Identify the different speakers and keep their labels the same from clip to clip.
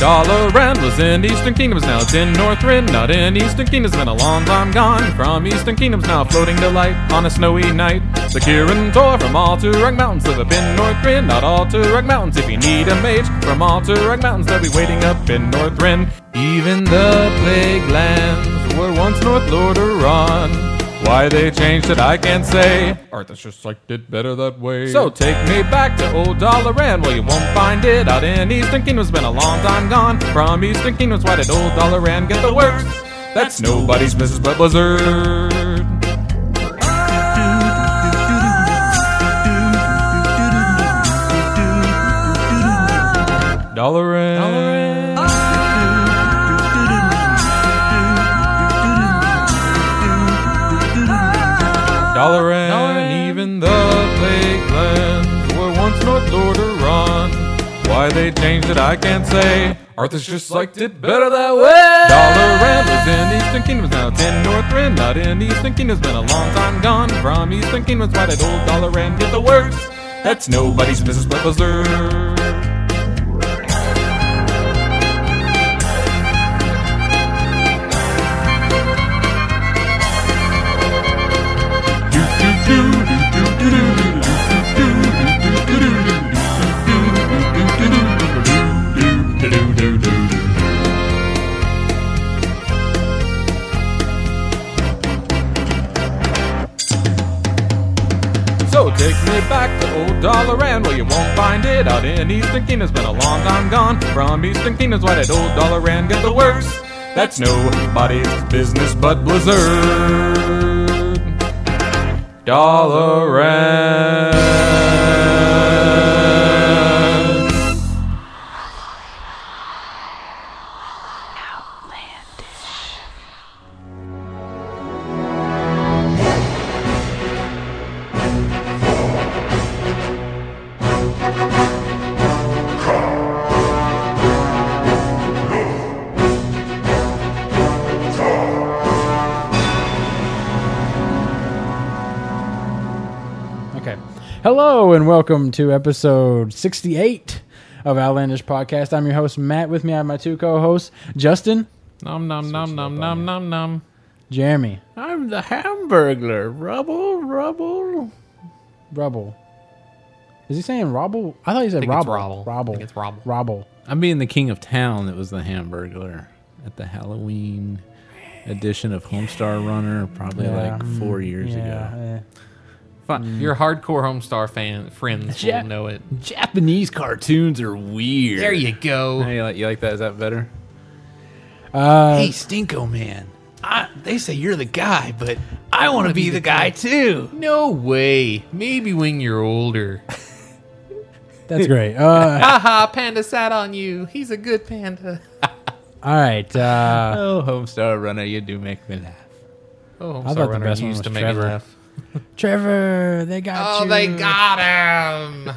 Speaker 1: Dalaran was in Eastern Kingdoms, now it's in Northrend, not in Eastern Kingdoms. Been a long time gone from Eastern Kingdoms, now floating to light on a snowy night. Sir Kieran Tor from all Turug Mountains, live up in Northrend, not all Turug Mountains. If you need a mage from all Turug Mountains, they'll be waiting up in Northrend. Even the plague lands were once North Lordaeron. Why they changed it, I can't say. Arthas just like did better that way. So take me back to old Dalaran. Well, you won't find it out in Eastern Kingdoms. Been a long time gone from Eastern Kingdoms. Why did old Dalaran get the worst? That's nobody's business but Blizzard. Dalaran. Dalaran, even the plague lands were once North Lordaeron. Why they changed it, I can't say. Arthas just liked it better that way. Dalaran was in Eastern Kingdoms, now it's in Northrend, not in Eastern Kingdoms. Been a long time gone from Eastern Kingdoms. Why did old Dalaran get the worst? That's nobody's business but Blizzard. So take me back to old Dollaran. Well, you won't find it out in Eastern Kingdoms. Been a long time gone from Eastern Kingdoms. Why did old Dollaran get the worst? That's nobody's business but Blizzard. Dollaran.
Speaker 2: Okay. Hello and welcome to episode 68 of Outlandish Podcast. I'm your host, Matt. With me, I have my two co hosts, Justin,
Speaker 1: Nom nom nom nom nom nom nom.
Speaker 2: Jeremy,
Speaker 3: I'm the Hamburglar. Rubble, rubble.
Speaker 2: Rubble. Is he saying Robble? I thought he said
Speaker 3: think it's
Speaker 2: Robble.
Speaker 3: Robble. I think it's Robble.
Speaker 2: Robble.
Speaker 3: I'm being the king of town that was the Hamburglar at the Halloween edition of Homestar Runner, probably
Speaker 2: Yeah.
Speaker 3: like four years
Speaker 2: Yeah.
Speaker 3: ago.
Speaker 2: eh. Mm.
Speaker 4: Your hardcore Homestar fan friends
Speaker 3: Yeah.
Speaker 4: will know it.
Speaker 3: Japanese cartoons are weird.
Speaker 4: There you
Speaker 3: Hey,
Speaker 4: go.
Speaker 3: you like you like that? Is that better?
Speaker 2: Uh,
Speaker 3: hey, Stinko man. I, they say you're the guy, but I want to be, the guy too.
Speaker 4: No way. Maybe when you're older.
Speaker 2: that's great. Uh,
Speaker 4: Haha, panda sat on you. He's a good panda.
Speaker 2: all right. Uh,
Speaker 3: Oh, Homestar Runner, you do make me laugh.
Speaker 4: Oh,
Speaker 2: I
Speaker 4: Homestar
Speaker 2: thought the
Speaker 4: Runner
Speaker 2: best one
Speaker 4: used
Speaker 2: was
Speaker 4: to make
Speaker 2: Trevor.
Speaker 4: me laugh.
Speaker 2: Trevor, they got
Speaker 4: Oh,
Speaker 2: you.
Speaker 4: they got him.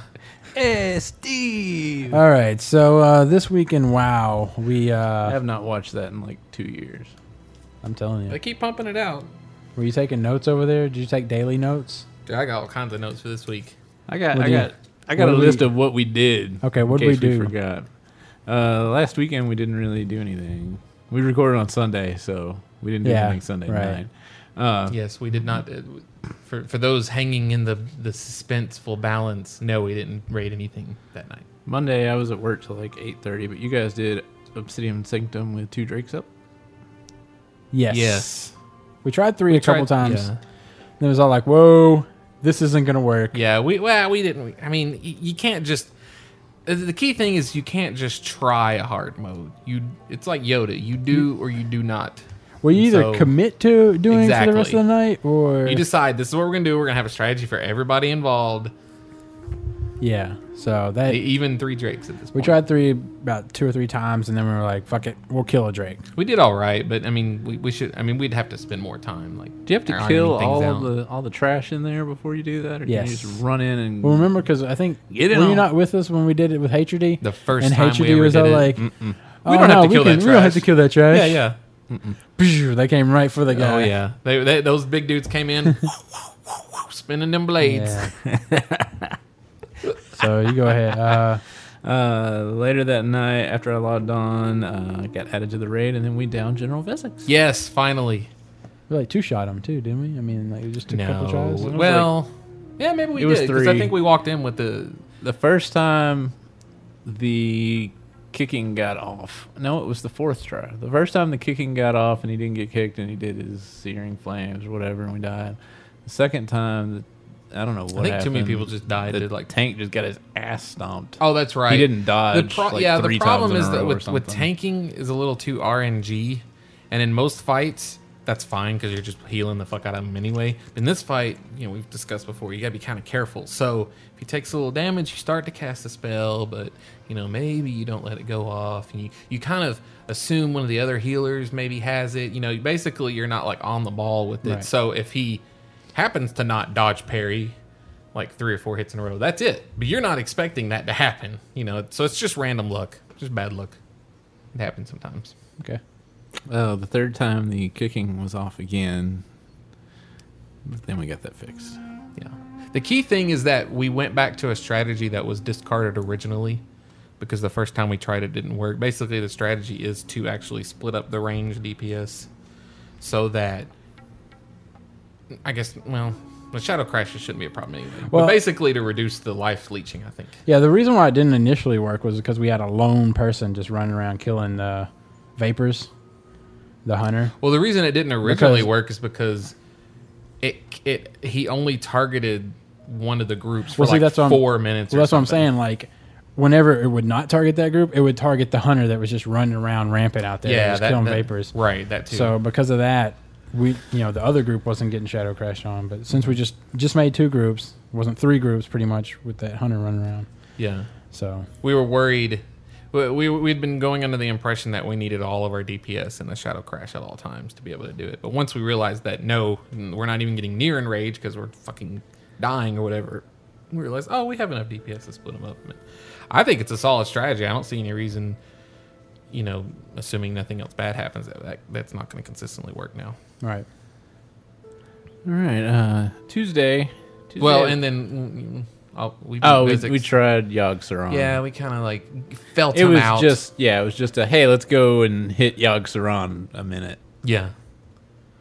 Speaker 3: Hey, Steve.
Speaker 2: All right. So uh, this week in WoW, we. Uh,
Speaker 3: I have not watched that in like two years.
Speaker 2: I'm telling
Speaker 4: They
Speaker 2: you.
Speaker 4: keep pumping it out.
Speaker 2: Were you taking notes over there? Did you take daily notes?
Speaker 4: Dude, I got all kinds of notes for this week.
Speaker 3: I got,
Speaker 2: What
Speaker 3: I
Speaker 2: do you-
Speaker 3: got, I got
Speaker 2: what
Speaker 3: a
Speaker 2: do we-
Speaker 3: list of what we did.
Speaker 2: Okay,
Speaker 3: in
Speaker 2: what'd
Speaker 3: case
Speaker 2: we do?
Speaker 3: forgot. Uh, last weekend we didn't really do anything. We recorded on Sunday, so we didn't do
Speaker 2: Yeah,
Speaker 3: anything Sunday
Speaker 2: right.
Speaker 3: night. Uh,
Speaker 4: Yes, we did not. uh, For for those hanging in the the suspenseful balance, no, we didn't raid anything that night.
Speaker 3: Monday I was at work till like eight thirty, but you guys did Obsidian Sanctum with two drakes up.
Speaker 2: Yes. We tried three a couple
Speaker 4: tried-
Speaker 2: times.
Speaker 4: yeah.
Speaker 2: And it was all like, whoa, this isn't going to work.
Speaker 4: Yeah, we well, we didn't. I mean, y- you can't just. the- The key thing is you can't just try a hard mode. You, it's like Yoda. You do or you do not.
Speaker 2: We either
Speaker 4: So-
Speaker 2: commit to doing it for the rest
Speaker 4: Exactly.
Speaker 2: of the night or.
Speaker 4: You decide this is what we're gonna do. We're gonna have a strategy for everybody involved,
Speaker 2: yeah. So
Speaker 4: e-
Speaker 2: that.
Speaker 4: even three drakes at this point.
Speaker 2: we tried three about two or three times and then we were like, fuck it, we'll kill a Drake.
Speaker 4: We did all right, but I mean, we, we should. I mean, we'd have to spend more time. Like,
Speaker 3: Do you have to
Speaker 4: ironing
Speaker 3: kill
Speaker 4: things
Speaker 3: all
Speaker 4: out.
Speaker 3: the all the trash in there before you do that, or can
Speaker 2: Yes.
Speaker 3: you just run in and?
Speaker 2: Well, remember, because I think.
Speaker 3: Get it
Speaker 2: were you
Speaker 3: on.
Speaker 2: not with us when we did it with Hatred?
Speaker 4: The first
Speaker 2: and
Speaker 4: time we
Speaker 2: Hatred
Speaker 4: ever
Speaker 2: was
Speaker 4: did
Speaker 2: all
Speaker 4: it.
Speaker 2: like, "Oh,
Speaker 4: We don't have to kill
Speaker 2: we
Speaker 4: that
Speaker 2: We don't have
Speaker 4: trash."
Speaker 2: to kill that trash.
Speaker 4: yeah, yeah,
Speaker 2: Phew, They came right for the guy.
Speaker 4: oh yeah. They, they, those big dudes came in, spinning them blades.
Speaker 2: Yeah. so you go ahead. Uh,
Speaker 3: Uh, later that night, after I logged on, uh, got added to the raid, and then we downed General Vesics.
Speaker 4: Yes, finally.
Speaker 2: We like two shot him too, didn't we? I mean, like just took a couple tries.
Speaker 4: Well, yeah, maybe we
Speaker 3: It
Speaker 4: did
Speaker 3: was
Speaker 4: 'cause I
Speaker 3: three.
Speaker 4: think we walked in with the
Speaker 3: The first time the kicking got off. No, it was the fourth try. The first time the kicking got off and he didn't get kicked and he did his searing flames or whatever and we died. The second time, I don't know what
Speaker 4: I think too many
Speaker 3: happened.
Speaker 4: people just died.
Speaker 3: the
Speaker 4: did like
Speaker 3: tank just got his ass stomped.
Speaker 4: oh, that's right.
Speaker 3: He didn't
Speaker 4: The
Speaker 3: dodge.
Speaker 4: pro-
Speaker 3: like,
Speaker 4: yeah,
Speaker 3: three
Speaker 4: the problem
Speaker 3: times
Speaker 4: is
Speaker 3: in a
Speaker 4: that
Speaker 3: row or
Speaker 4: with, with
Speaker 3: something.
Speaker 4: tanking is a little too RNG, and in most fights that's fine because you're just healing the fuck out of him anyway. In this fight, you know we've discussed before, you gotta be kind of careful. So if he takes a little damage, you start to cast a spell, but you know maybe you don't let it go off, and you you kind of assume one of the other healers maybe has it. You know, basically you're not like on the ball with it.
Speaker 2: Right.
Speaker 4: So if he happens to not dodge parry, like three or four hits in a row. That's it. But you're not expecting that to happen, you know. So it's just random luck, just bad luck. It happens sometimes.
Speaker 2: okay.
Speaker 3: Oh, the third time the kicking was off again. But then we got that fixed.
Speaker 4: Yeah. The key thing is that we went back to a strategy that was discarded originally because the first time we tried it didn't work. Basically, the strategy is to actually split up the range DPS so that I guess well, the shadow crashes shouldn't be a problem anyway.
Speaker 2: Well-
Speaker 4: but basically to reduce the life leeching, I think.
Speaker 2: Yeah, the reason why it didn't initially work was because we had a lone person just running around killing the vapors, the hunter.
Speaker 4: Well, the reason it didn't originally
Speaker 2: Because-
Speaker 4: work is because it it he only targeted one of the groups for
Speaker 2: Well, see,
Speaker 4: like
Speaker 2: that's what I'm-
Speaker 4: 4 minutes.
Speaker 2: So
Speaker 4: or
Speaker 2: that's what I'm
Speaker 4: something.
Speaker 2: saying. Like, whenever it would not target that group, it would target the hunter that was just running around rampant out there,
Speaker 4: Yeah,
Speaker 2: just
Speaker 4: that-
Speaker 2: killing
Speaker 4: that-
Speaker 2: vapors.
Speaker 4: Right, that too.
Speaker 2: So because of that, we you know the other group wasn't getting shadow crashed on, but since we just just made two groups, wasn't three groups pretty much with that hunter running around.
Speaker 4: yeah.
Speaker 2: So
Speaker 4: We were worried we, we we'd been going under the impression that we needed all of our DPS in the shadow crash at all times to be able to do it. But once we realized that no, we're not even getting near enrage because we're fucking dying or whatever. We realized, oh, we have enough DPS to split them up. I think it's a solid strategy. I don't see any reason you know, assuming nothing else bad happens, that, that that's not going to consistently work now.
Speaker 2: right,
Speaker 3: All right, uh, Tuesday. Tuesday
Speaker 4: Well, and then mm, I'll, we did
Speaker 3: oh, we,
Speaker 4: physics.
Speaker 3: we tried Yog Saron.
Speaker 4: yeah, we kind of like felt
Speaker 3: it
Speaker 4: him
Speaker 3: was
Speaker 4: out.
Speaker 3: just yeah, it was just a hey, let's go and hit Yog Saron a minute,
Speaker 4: yeah,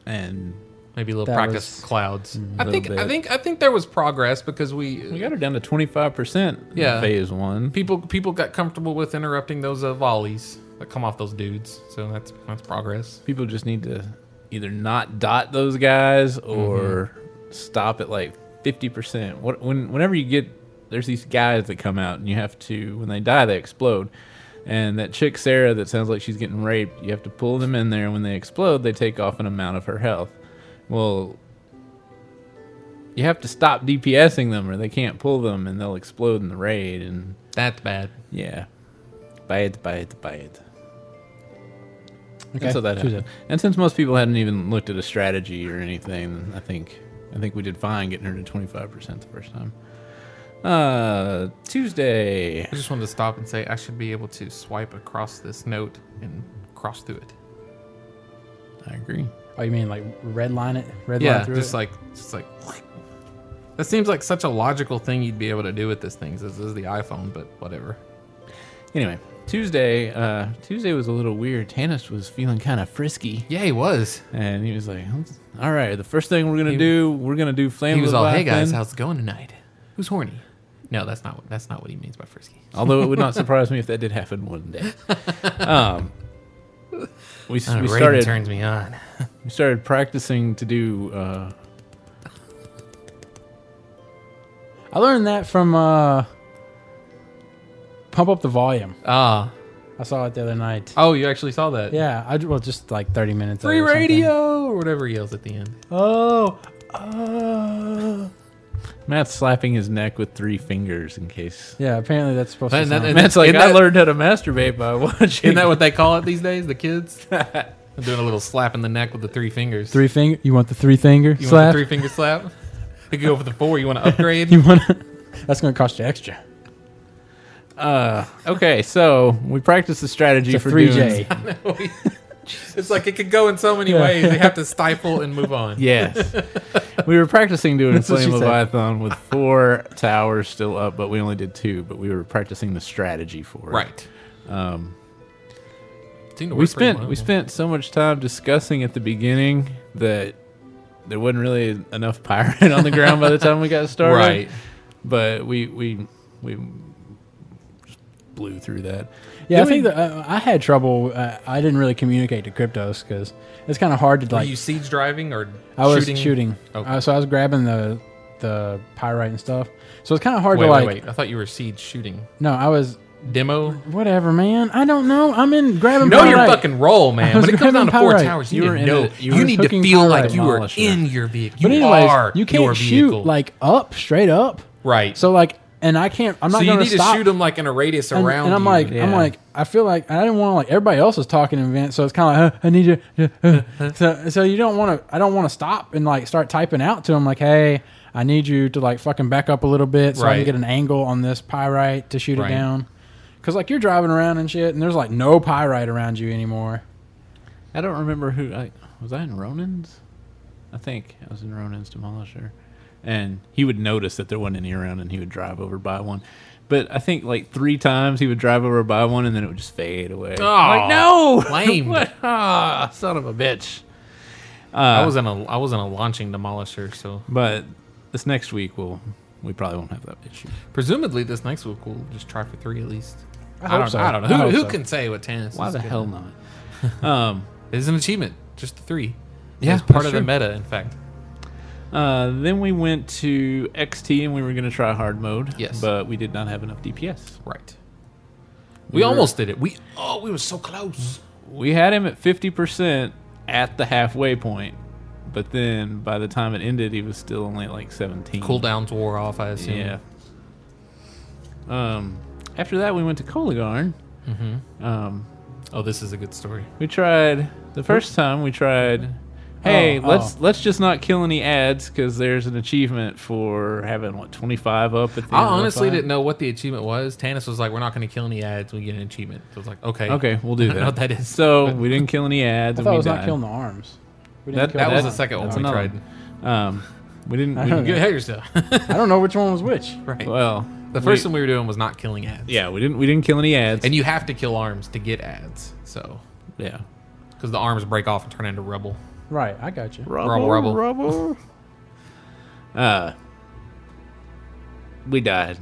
Speaker 3: and
Speaker 4: maybe a little
Speaker 2: That
Speaker 4: practice
Speaker 2: was-
Speaker 4: clouds. I
Speaker 3: little
Speaker 4: think I
Speaker 3: bit.
Speaker 4: think I think there was progress because we,
Speaker 3: we got her down to twenty five percent.
Speaker 4: Yeah.
Speaker 3: phase one.
Speaker 4: people people got comfortable with interrupting those uh, volleys that come off those dudes. So that's that's progress.
Speaker 3: People just need to either not dot those guys or stop at like fifty percent. What when whenever you get there's these guys that come out and you have to when they die they explode. And that chick Sarah that sounds like she's getting raped, you have to pull them in there. When they explode, they take off an amount of her health. Well, you have to stop DPSing them, or they can't pull them, and they'll explode in the raid. And
Speaker 4: That's bad.
Speaker 3: yeah, bad, bad, bad.
Speaker 2: okay.
Speaker 3: And so that
Speaker 2: Tuesday.
Speaker 3: happened. And since most people hadn't even looked at a strategy or anything, I think I think we did fine getting her to twenty five percent the first time. Uh, Tuesday.
Speaker 4: I just wanted to stop and say I should be able to swipe across this note and cross through it.
Speaker 3: I agree.
Speaker 2: Oh, you mean like red line it? Red
Speaker 4: yeah,
Speaker 2: line through
Speaker 4: just
Speaker 2: it?
Speaker 4: like just like that seems like such a logical thing you'd be able to do with this thing. This is the iPhone, but whatever.
Speaker 3: Anyway, Tuesday. Uh, Tuesday was a little weird. Tannis was feeling kind of frisky,
Speaker 4: Yeah, he was.
Speaker 3: and he was like, "Let's- "All right, the first thing we're gonna
Speaker 4: He-
Speaker 3: do, we're gonna do flame."
Speaker 4: He was all, "Hey guys,
Speaker 3: Leviathan."
Speaker 4: how's it going tonight? Who's horny?" No, that's not that's not what he means by frisky.
Speaker 3: Although it would not surprise me if that did happen one day. Um, we s-
Speaker 4: Uh,
Speaker 3: we
Speaker 4: Raiden
Speaker 3: started
Speaker 4: turns me on.
Speaker 3: we started practicing to do uh,
Speaker 2: I learned that from uh, pump up the volume.
Speaker 4: Ah,
Speaker 2: I saw it the other night.
Speaker 4: oh, you actually saw that?
Speaker 2: Yeah, I well just like 30 minutes. of it
Speaker 4: Free
Speaker 2: or something.
Speaker 4: radio or whatever he yells at the end.
Speaker 3: Oh, oh. Matt's slapping his neck with three fingers in case.
Speaker 2: Yeah, apparently that's supposed
Speaker 4: And
Speaker 2: to.
Speaker 4: that-
Speaker 2: sound-
Speaker 4: and-
Speaker 3: Matt's like,
Speaker 4: isn't
Speaker 3: I
Speaker 4: that-
Speaker 3: learned how to masturbate by watching.
Speaker 4: Isn't that what they call it these days? The kids I'm doing a little slap in the neck with the three fingers.
Speaker 2: three finger. You want the three finger
Speaker 4: You
Speaker 2: slap?
Speaker 4: want the three finger slap? We could go for the four. You want to upgrade?
Speaker 2: you want? That's gonna cost you extra.
Speaker 3: uh, okay, so we practiced the strategy
Speaker 2: It's a
Speaker 3: for
Speaker 2: three J.
Speaker 3: doing.
Speaker 4: Oh, it's like it could go in so many
Speaker 2: Yeah.
Speaker 4: ways. They have to stifle and move on.
Speaker 3: Yes. we were practicing doing
Speaker 2: That's what
Speaker 3: Flame
Speaker 2: she said.
Speaker 3: Leviathan with four towers still up, but we only did two. But we were practicing the strategy for it.
Speaker 4: Right. Um, Seemed to
Speaker 3: We
Speaker 4: work pretty
Speaker 3: spent
Speaker 4: well.
Speaker 3: we spent so much time discussing at the beginning that there wasn't really enough pirate on the ground by the time we got started.
Speaker 4: Right.
Speaker 3: But we we we just blew through that.
Speaker 2: Yeah, I
Speaker 3: Then
Speaker 2: think
Speaker 3: we-
Speaker 2: that, uh, I had trouble. Uh, I didn't really communicate to Cryptos because it's kind of hard to
Speaker 4: Were
Speaker 2: like.
Speaker 4: you siege driving or
Speaker 2: I was shooting.
Speaker 4: shooting? Oh. Okay.
Speaker 2: Uh, so I was grabbing the the pyrite and stuff. So it's kind of hard
Speaker 4: Wait,
Speaker 2: to
Speaker 4: wait,
Speaker 2: like.
Speaker 4: wait. I thought you were siege shooting.
Speaker 2: No, I was
Speaker 4: Demo?
Speaker 2: whatever, man. I don't know. I'm in grabbing.
Speaker 4: Know your
Speaker 2: pyrite.
Speaker 4: fucking role, man.
Speaker 2: I was
Speaker 4: When it comes down to
Speaker 2: grabbing
Speaker 4: four
Speaker 2: Pyrite.
Speaker 4: towers,
Speaker 3: You
Speaker 4: you,
Speaker 3: were
Speaker 4: need
Speaker 3: in
Speaker 4: to know.
Speaker 3: it. You
Speaker 4: You,
Speaker 3: were
Speaker 4: need to
Speaker 2: hooking
Speaker 4: feel
Speaker 2: Pyrite
Speaker 4: like you are
Speaker 3: Demolisher.
Speaker 4: in your vehicle.
Speaker 2: But
Speaker 4: you
Speaker 2: anyways,
Speaker 4: are
Speaker 2: you can't
Speaker 4: your
Speaker 2: shoot
Speaker 4: vehicle.
Speaker 2: like up, straight up.
Speaker 4: right.
Speaker 2: So like, and I can't. I'm not
Speaker 4: So you
Speaker 2: going
Speaker 4: need
Speaker 2: stop.
Speaker 4: to shoot them like in a radius
Speaker 2: and,
Speaker 4: around.
Speaker 2: and I'm
Speaker 4: you.
Speaker 2: like, I'm
Speaker 3: Yeah.
Speaker 2: like, I feel like and I didn't want to like everybody else was talking in advance, so it's kind of like, uh, I need you. uh, uh." So so you don't want to. I don't want to stop and like start typing out to him like, hey, I need you to like fucking back up a little bit so I can
Speaker 4: Right.
Speaker 2: get an angle on this pyrite to shoot
Speaker 4: Right.
Speaker 2: it down. Cause like you're driving around and shit, and there's like no pyrite around you anymore.
Speaker 3: I don't remember who I was. I in Ronan's. I think I was in Ronan's demolisher, and he would notice that there wasn't any around, and he would drive over by one. But I think like three times he would drive over by one, and then it would just fade away. I'm like no,
Speaker 4: Oh, Lame.
Speaker 3: what? Ah, son of a bitch.
Speaker 2: Uh,
Speaker 4: I was in a I was in a launching demolisher, so
Speaker 3: But this next week we'll we probably won't have that issue.
Speaker 4: presumably this next week we'll just try for three at least. I,
Speaker 2: hope
Speaker 4: don't,
Speaker 2: so.
Speaker 4: I don't know.
Speaker 2: I
Speaker 4: Who,
Speaker 2: hope
Speaker 4: who
Speaker 2: so.
Speaker 4: can say what tennis?
Speaker 3: Why
Speaker 4: is
Speaker 3: the
Speaker 4: good
Speaker 3: hell
Speaker 4: at?
Speaker 3: not? Um,
Speaker 4: It is an achievement. Just the three.
Speaker 3: Yeah,
Speaker 4: it's part
Speaker 3: that's
Speaker 4: of the
Speaker 3: true.
Speaker 4: meta. In fact,
Speaker 3: uh, then we went to XT and we were going to try hard mode.
Speaker 4: Yes.
Speaker 3: but we did not have enough DPS.
Speaker 4: right. We,
Speaker 3: We were-
Speaker 4: almost did it. We oh, we were so close.
Speaker 3: We had him at 50% at the halfway point, but then by the time it ended, he was still only at like 17.
Speaker 4: Cooldowns wore off. I assume.
Speaker 3: Yeah. Um, after that, we went to Coligarn. Mm-hmm. Um,
Speaker 4: Oh, this is a good story.
Speaker 3: we tried the first time. We tried. Hey,
Speaker 2: Oh,
Speaker 3: let's let's just not kill any ads because there's an achievement for having what 25 up at the
Speaker 4: I
Speaker 3: end of the
Speaker 4: honestly
Speaker 3: fight.
Speaker 4: didn't know what the achievement was. Tannis was like, "We're not going to kill any ads. We get an achievement." So I was like, "Okay,
Speaker 3: Okay, we'll do
Speaker 4: I
Speaker 3: that.
Speaker 4: don't know what that is.
Speaker 3: So we didn't kill any ads.
Speaker 2: I
Speaker 3: and
Speaker 2: thought
Speaker 3: we
Speaker 2: it was not
Speaker 3: died.
Speaker 2: killing the arms. We
Speaker 3: That-
Speaker 2: kill
Speaker 4: That was the
Speaker 2: arms.
Speaker 4: second one
Speaker 2: No.
Speaker 4: we
Speaker 3: another
Speaker 4: tried.
Speaker 3: Um, we didn't. We
Speaker 2: don't
Speaker 3: didn't
Speaker 2: know.
Speaker 4: You hate yourself.
Speaker 2: I don't know which one was which.
Speaker 4: right.
Speaker 3: well,
Speaker 4: the first
Speaker 3: we,
Speaker 4: one we were doing was not killing ads.
Speaker 3: Yeah, we didn't. We didn't kill any ads.
Speaker 4: And you have to kill arms to get ads. So,
Speaker 3: yeah,
Speaker 4: because the arms break off and turn into rubble.
Speaker 2: Right, I got you.
Speaker 3: rubble,
Speaker 4: rubble.
Speaker 3: rubble. uh, we died.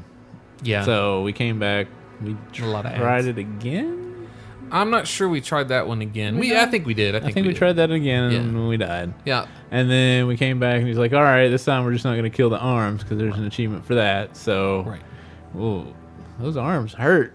Speaker 4: Yeah. So
Speaker 3: So we came back. We
Speaker 4: A lot of
Speaker 3: tried
Speaker 4: ads.
Speaker 3: it again.
Speaker 4: I'm not sure we tried that one again. We, I think we did. I
Speaker 3: I
Speaker 4: think,
Speaker 3: think, we,
Speaker 4: did.
Speaker 3: tried that again,
Speaker 4: Yeah.
Speaker 3: and we died.
Speaker 4: Yeah.
Speaker 3: And then we came back, and he's like, "All right, this time we're just not going to kill the arms because there's an achievement for that." So,
Speaker 4: Right.
Speaker 3: Ooh, those arms hurt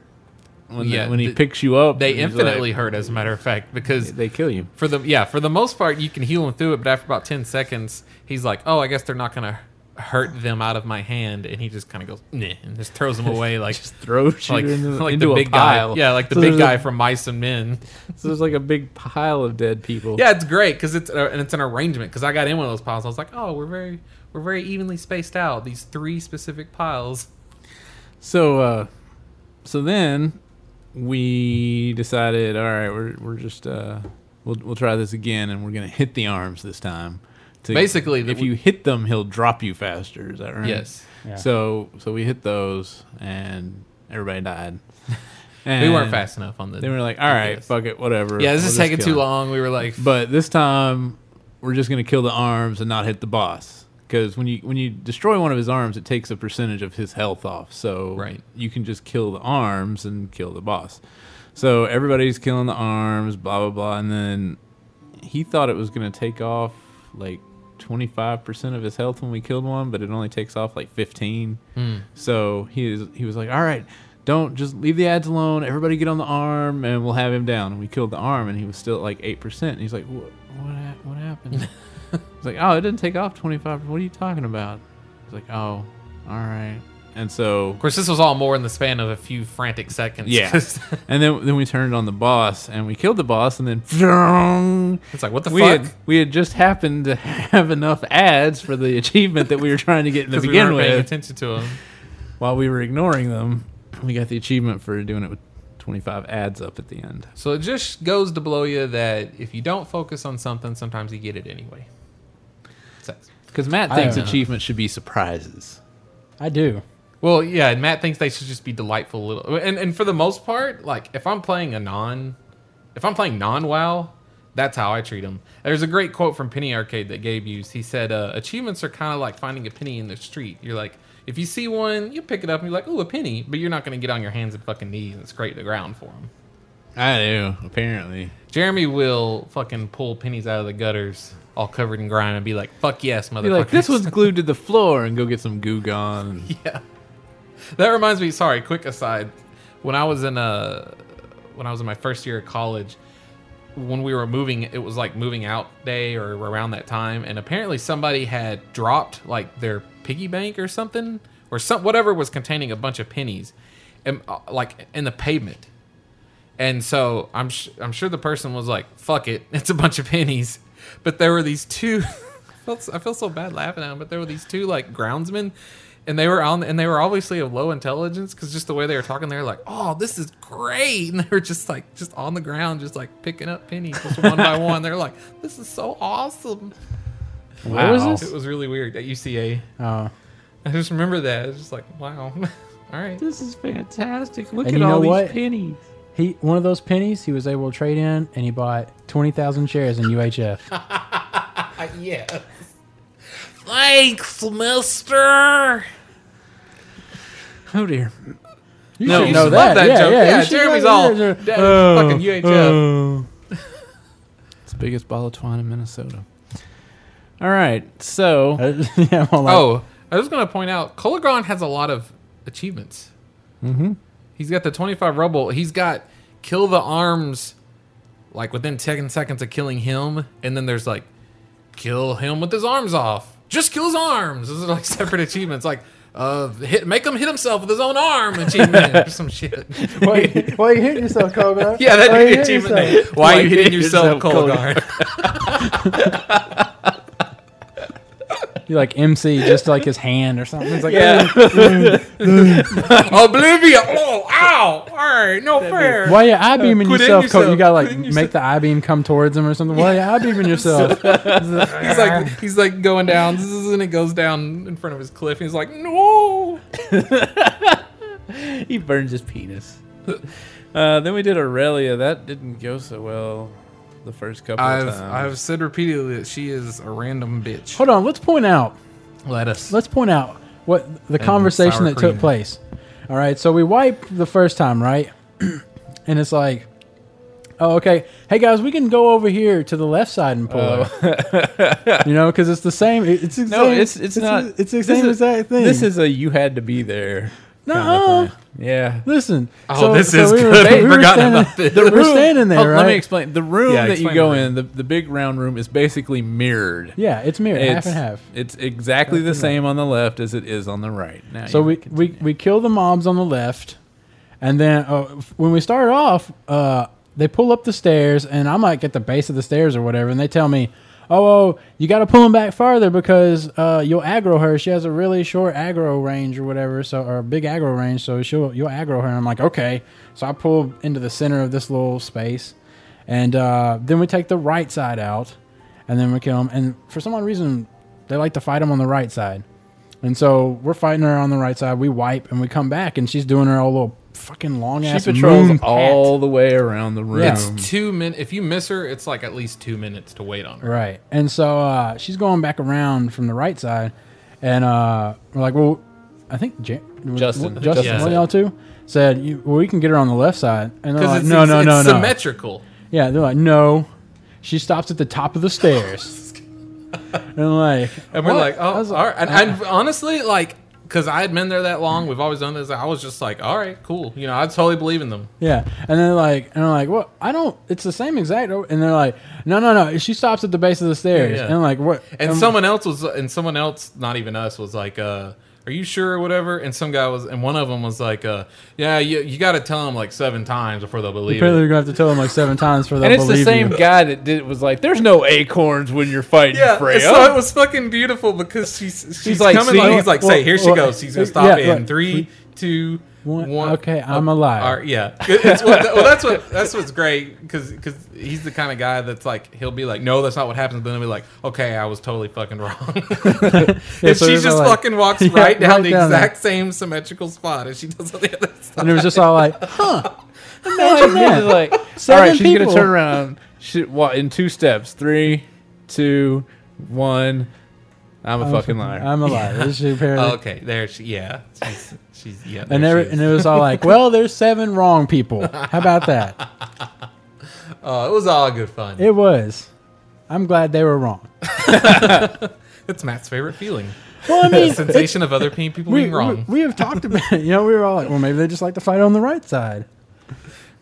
Speaker 3: when
Speaker 4: Yeah,
Speaker 3: the, when he
Speaker 4: the-
Speaker 3: picks you up.
Speaker 4: They
Speaker 3: and he's
Speaker 4: infinitely
Speaker 3: like-
Speaker 4: hurt, as a matter of fact, because
Speaker 3: they kill you.
Speaker 4: for the yeah for the most part you can heal him through it, but after about ten seconds, he's like, "Oh, I guess they're not gonna hurt them out of my hand," and he just kind of goes, "Nah," and just throws them away like
Speaker 3: Throws you
Speaker 4: like
Speaker 3: into,
Speaker 4: like
Speaker 3: into
Speaker 4: the
Speaker 3: a
Speaker 4: big
Speaker 3: pile.
Speaker 4: guy. Yeah, like the
Speaker 3: So
Speaker 4: big
Speaker 3: there's a-
Speaker 4: guy from Mice and Men.
Speaker 3: So there's like a big pile of dead people.
Speaker 4: Yeah, it's great because it's uh, and it's an arrangement. Because I got in one of those piles, I was like, oh, we're very we're very evenly spaced out. These three specific piles.
Speaker 3: So uh so then we decided all right, we're we're just uh we'll we'll try this again and we're going to hit the arms this time. To,
Speaker 4: Basically, the-
Speaker 3: if you hit them, he'll drop you faster, is that right?
Speaker 4: Yes.
Speaker 2: Yeah.
Speaker 3: So so we hit those and everybody died. And
Speaker 4: We weren't fast enough on the.
Speaker 3: Then we were like, all right,
Speaker 4: Yes.
Speaker 3: fuck it, whatever.
Speaker 4: yeah, this is
Speaker 3: we'll just
Speaker 4: taking
Speaker 3: kill
Speaker 4: too
Speaker 3: him."
Speaker 4: long. We were like,
Speaker 3: But this time, we're just gonna kill the arms and not hit the boss. Because when you when you destroy one of his arms, it takes a percentage of his health off. So
Speaker 4: Right.
Speaker 3: you can just kill the arms and kill the boss. So everybody's killing the arms, blah blah blah, and then he thought it was gonna take off like twenty five percent of his health when we killed one, but it only takes off like fifteen. So he is, he was like, all right. Don't just leave the ads alone. Everybody get on the arm, and we'll have him down. And we killed the arm, and he was still at like eight percent. And he's like, "What? What, hap- what happened?" He's like, oh, it didn't take off 25. What are you talking about? He's like, oh, all right. And so,
Speaker 4: of course, this was all more in the span of a few frantic seconds.
Speaker 3: yeah.
Speaker 4: it's
Speaker 3: and then then we turned on the boss and we killed the boss and then
Speaker 4: like what the
Speaker 3: we
Speaker 4: fuck.
Speaker 3: had, we had just happened to have enough ads for the achievement that we were trying to get in the
Speaker 4: 'Cause we
Speaker 3: begin
Speaker 4: weren't paying
Speaker 3: with
Speaker 4: attention to him.
Speaker 3: while we were ignoring them. We got the achievement for doing it with 25 ads up at the end.
Speaker 4: So it just goes to blow you that if you don't focus on something, sometimes you get it anyway. Sucks.
Speaker 3: Because Matt
Speaker 2: I
Speaker 3: thinks
Speaker 2: don't know.
Speaker 3: achievements should be surprises.
Speaker 2: I do.
Speaker 4: Well, yeah, and Matt thinks they should just be delightful little. And and for the most part, like if I'm playing a non, if I'm playing non WoW, that's how I treat them. There's a great quote from Penny Arcade that Gabe used. He said, uh, "Achievements are kind of like finding a penny in the street. You're like, if you see one, you pick it up and you're like, ooh, a penny, but you're not going to get on your hands and fucking knees and scrape the ground for them."
Speaker 3: I do, apparently.
Speaker 4: Jeremy will fucking pull pennies out of the gutters, all covered in grime, and be like, "Fuck yes, motherfucker!"
Speaker 3: Be like, this one's glued to the floor and go get some goo gone.
Speaker 4: yeah. That reminds me. Sorry, quick aside. When I was in uh when I was in my first year of college, when we were moving, it was like moving out day or around that time, and apparently somebody had dropped like their piggy bank or something or some whatever was containing a bunch of pennies, and uh, like in the pavement. And so I'm sh- I'm sure the person was like, "Fuck it, it's a bunch of pennies," but there were these two. I felt so- I feel so bad laughing at them, but there were these two like groundsmen, and they were on and they were obviously of low intelligence because just the way they were talking, they were like, "Oh, this is great," and they were just like just on the ground, just like picking up pennies just one by one. They're like, "This is so awesome."
Speaker 2: Where was
Speaker 3: Wow.
Speaker 2: this?
Speaker 4: It was really weird at UCA.
Speaker 2: Oh,
Speaker 4: I just remember that. I was just like, "Wow, all right."
Speaker 3: This is fantastic. Look
Speaker 2: And at you all know these what?
Speaker 3: pennies.
Speaker 2: he one of those pennies he was able to trade in, and he bought twenty thousand shares in UHF.
Speaker 4: Yeah. Thanks, Mister.
Speaker 3: Oh dear.
Speaker 2: You
Speaker 3: No,
Speaker 2: should
Speaker 3: you
Speaker 2: know that.
Speaker 4: should love that
Speaker 2: yeah,
Speaker 4: joke.
Speaker 2: yeah,
Speaker 4: Yeah,
Speaker 2: you should
Speaker 4: Jeremy's
Speaker 2: know
Speaker 4: all,
Speaker 2: that.
Speaker 4: "That is
Speaker 2: Oh,
Speaker 4: fucking UHF."
Speaker 2: oh.
Speaker 3: It's the biggest ball of twine in Minnesota. All right, so
Speaker 2: Uh, yeah, I'm like,
Speaker 4: Oh, I was going to point out, Colagon has a lot of achievements. Mm-hmm. He's got the 25 rubble. He's got kill the arms, like within 10 seconds of killing him. And then there's like, kill him with his arms off. Just kill his arms. Those are like separate achievements. Like, uh, hit, make him hit himself with his own arm achievement or some shit.
Speaker 2: why, why you hitting yourself, Koga?
Speaker 4: Oh, Yeah, that'd
Speaker 2: Why
Speaker 4: be
Speaker 2: you hitting
Speaker 4: the achievement
Speaker 2: yourself?
Speaker 4: name. Why are
Speaker 3: Why
Speaker 4: you hitting yourself, Colgar?
Speaker 2: You like MC, just like his hand or something. It's like, yeah.
Speaker 4: Oblivia. Oh, ow. All right, no fair.
Speaker 2: why you eye beaming
Speaker 4: Quit hitting
Speaker 2: yourself, Koga? You
Speaker 4: yourself.
Speaker 2: gotta like
Speaker 4: Quit hitting
Speaker 2: make the eye beam come towards him or something. Why you eye beaming yourself?
Speaker 4: He's like he's like going down, zzz, and it goes down in front of his cliff. He's like, no.
Speaker 3: he burns his penis. Uh, then we did Aurelia. That didn't go so well the first couple
Speaker 4: I've
Speaker 3: of times.
Speaker 4: I've said repeatedly that she is a random bitch.
Speaker 2: Hold on, let's point out.
Speaker 4: Let us.
Speaker 2: Let's point out what the conversation
Speaker 4: sour
Speaker 2: that took
Speaker 4: cream.
Speaker 2: place. All right, so we wipe the first time, right? and it's like, oh, okay. Hey guys, we can go over here to the left side and pull it. you know, because it's the same. it- It's the
Speaker 3: Oh. no,
Speaker 2: same-
Speaker 3: it's it's not.
Speaker 2: It's the
Speaker 3: this
Speaker 2: same
Speaker 3: is-
Speaker 2: exact thing.
Speaker 3: This is a you had to be there. kind of
Speaker 2: Nuh-uh.
Speaker 3: thing. yeah.
Speaker 2: Listen.
Speaker 4: Oh, this is
Speaker 2: were-
Speaker 4: good. I forgot
Speaker 2: standing,
Speaker 4: about this.
Speaker 2: we're standing there,
Speaker 3: Oh,
Speaker 2: right?
Speaker 3: Let me explain. The room
Speaker 4: Yeah,
Speaker 3: that you
Speaker 4: explain the
Speaker 3: go
Speaker 4: room.
Speaker 3: in, the, the big round room, is basically mirrored.
Speaker 2: yeah, it's mirror, half
Speaker 3: It's,
Speaker 2: and half.
Speaker 3: it's exactly the same on the left as it is on the right. Now
Speaker 2: So
Speaker 3: you
Speaker 2: we,
Speaker 3: can
Speaker 2: we we kill the mobs on the left, and then uh, f- when we start off, uh, they pull up the stairs, and I'm like at the base of the stairs or whatever, and they tell me, "Oh, oh you got to pull them back farther because uh, you'll aggro her. She has a really short aggro range or whatever, so or a big aggro range, so she'll you'll aggro her." And I'm like, "Okay," so I pull into the center of this little space, and uh, then we take the right side out, and then we kill them. And for some odd reason, they like to fight them on the right side. And so we're fighting her on the right side. We wipe and we come back, and she's doing her old little fucking long
Speaker 3: She
Speaker 2: ass moon
Speaker 3: patrols
Speaker 2: pat.
Speaker 3: all the way around the room.
Speaker 4: It's two minutes. If you miss her, it's like at least two minutes to wait on her.
Speaker 2: Right. And so uh, she's going back around from the right side, and uh, we're like, well, I think Ja-
Speaker 3: Justin.
Speaker 2: w-
Speaker 3: I think
Speaker 2: Justin,
Speaker 4: Justin
Speaker 2: one
Speaker 4: said
Speaker 2: of
Speaker 4: it.
Speaker 2: y'all two said, you, well, we can get her on the left side. And they're
Speaker 4: Because
Speaker 2: like,
Speaker 4: it's,
Speaker 2: no,
Speaker 4: it's-
Speaker 2: no,
Speaker 4: it's
Speaker 2: no, no.
Speaker 4: symmetrical.
Speaker 2: Yeah, they're like, no. She stops at the top of the stairs. and I'm like,
Speaker 4: And we're
Speaker 2: what?
Speaker 4: like,
Speaker 2: I
Speaker 4: oh,
Speaker 2: was
Speaker 4: all right. And, and honestly, like, because I had been there that long, we've always done this. I was just like, all right, cool. You know, I totally believe in them.
Speaker 2: Yeah, and then like, and I'm like, well, I don't. It's the same exact. o-" And they're like, no, no, no. She stops at the base of the stairs,
Speaker 4: Yeah, yeah.
Speaker 2: and I'm like, what?
Speaker 4: And
Speaker 2: um,
Speaker 4: someone else was, and someone else, not even us, was like, uh, "Are you sure?" or whatever. And some guy was, and one of them was like, uh, "Yeah, you, you got to tell them like seven times before they'll believe
Speaker 2: apparently
Speaker 4: it."
Speaker 2: you're gonna have to tell them like seven times for them.
Speaker 3: and it's the
Speaker 2: believe
Speaker 3: same
Speaker 2: you.
Speaker 3: guy that did was like, "There's no acorns when you're fighting
Speaker 4: Yeah,
Speaker 3: Freya."
Speaker 4: so it was fucking beautiful because she's she's
Speaker 3: like,
Speaker 4: coming.
Speaker 3: see?
Speaker 4: like, he's like,
Speaker 2: Well,
Speaker 4: "Say, here she
Speaker 2: well,
Speaker 4: goes." He's gonna
Speaker 2: yeah,
Speaker 4: stop it in
Speaker 2: right.
Speaker 4: three, two,
Speaker 2: One,
Speaker 4: One-
Speaker 2: okay, I'm alive.
Speaker 4: Or- yeah, It's what- well, that's what that's what's great because he's the kind of guy that's like he'll be like, no, that's not what happens. But then he'll be like, okay, I was totally fucking wrong. and
Speaker 2: so they're
Speaker 4: she just
Speaker 2: like-
Speaker 4: fucking walks
Speaker 2: Yeah,
Speaker 4: right down
Speaker 2: right
Speaker 4: the
Speaker 2: down there.
Speaker 4: exact same symmetrical spot as she does on the other side.
Speaker 2: And it was just all like, huh? Imagine
Speaker 3: It's
Speaker 2: that.
Speaker 3: like, all
Speaker 2: Seven
Speaker 3: right, she's
Speaker 2: people.
Speaker 3: gonna turn around. She, what in two steps? Three, two, one. I'm a fucking liar.
Speaker 2: I'm alive. This is your
Speaker 4: Oh, okay, there she. Yeah, she's, she's yeah.
Speaker 2: and,
Speaker 4: there
Speaker 2: every,
Speaker 4: she is.
Speaker 2: and it was all like, well, there's seven wrong people. How about that?
Speaker 4: oh, it was all good fun.
Speaker 2: It was. I'm glad they were wrong.
Speaker 4: It's Matt's favorite feeling:
Speaker 2: Well, I
Speaker 4: the
Speaker 2: mean, it's-
Speaker 4: sensation of other pe- people
Speaker 2: we,
Speaker 4: being wrong.
Speaker 2: we, we have talked about it. You know, we were all like, well, maybe they just like to fight on the right side.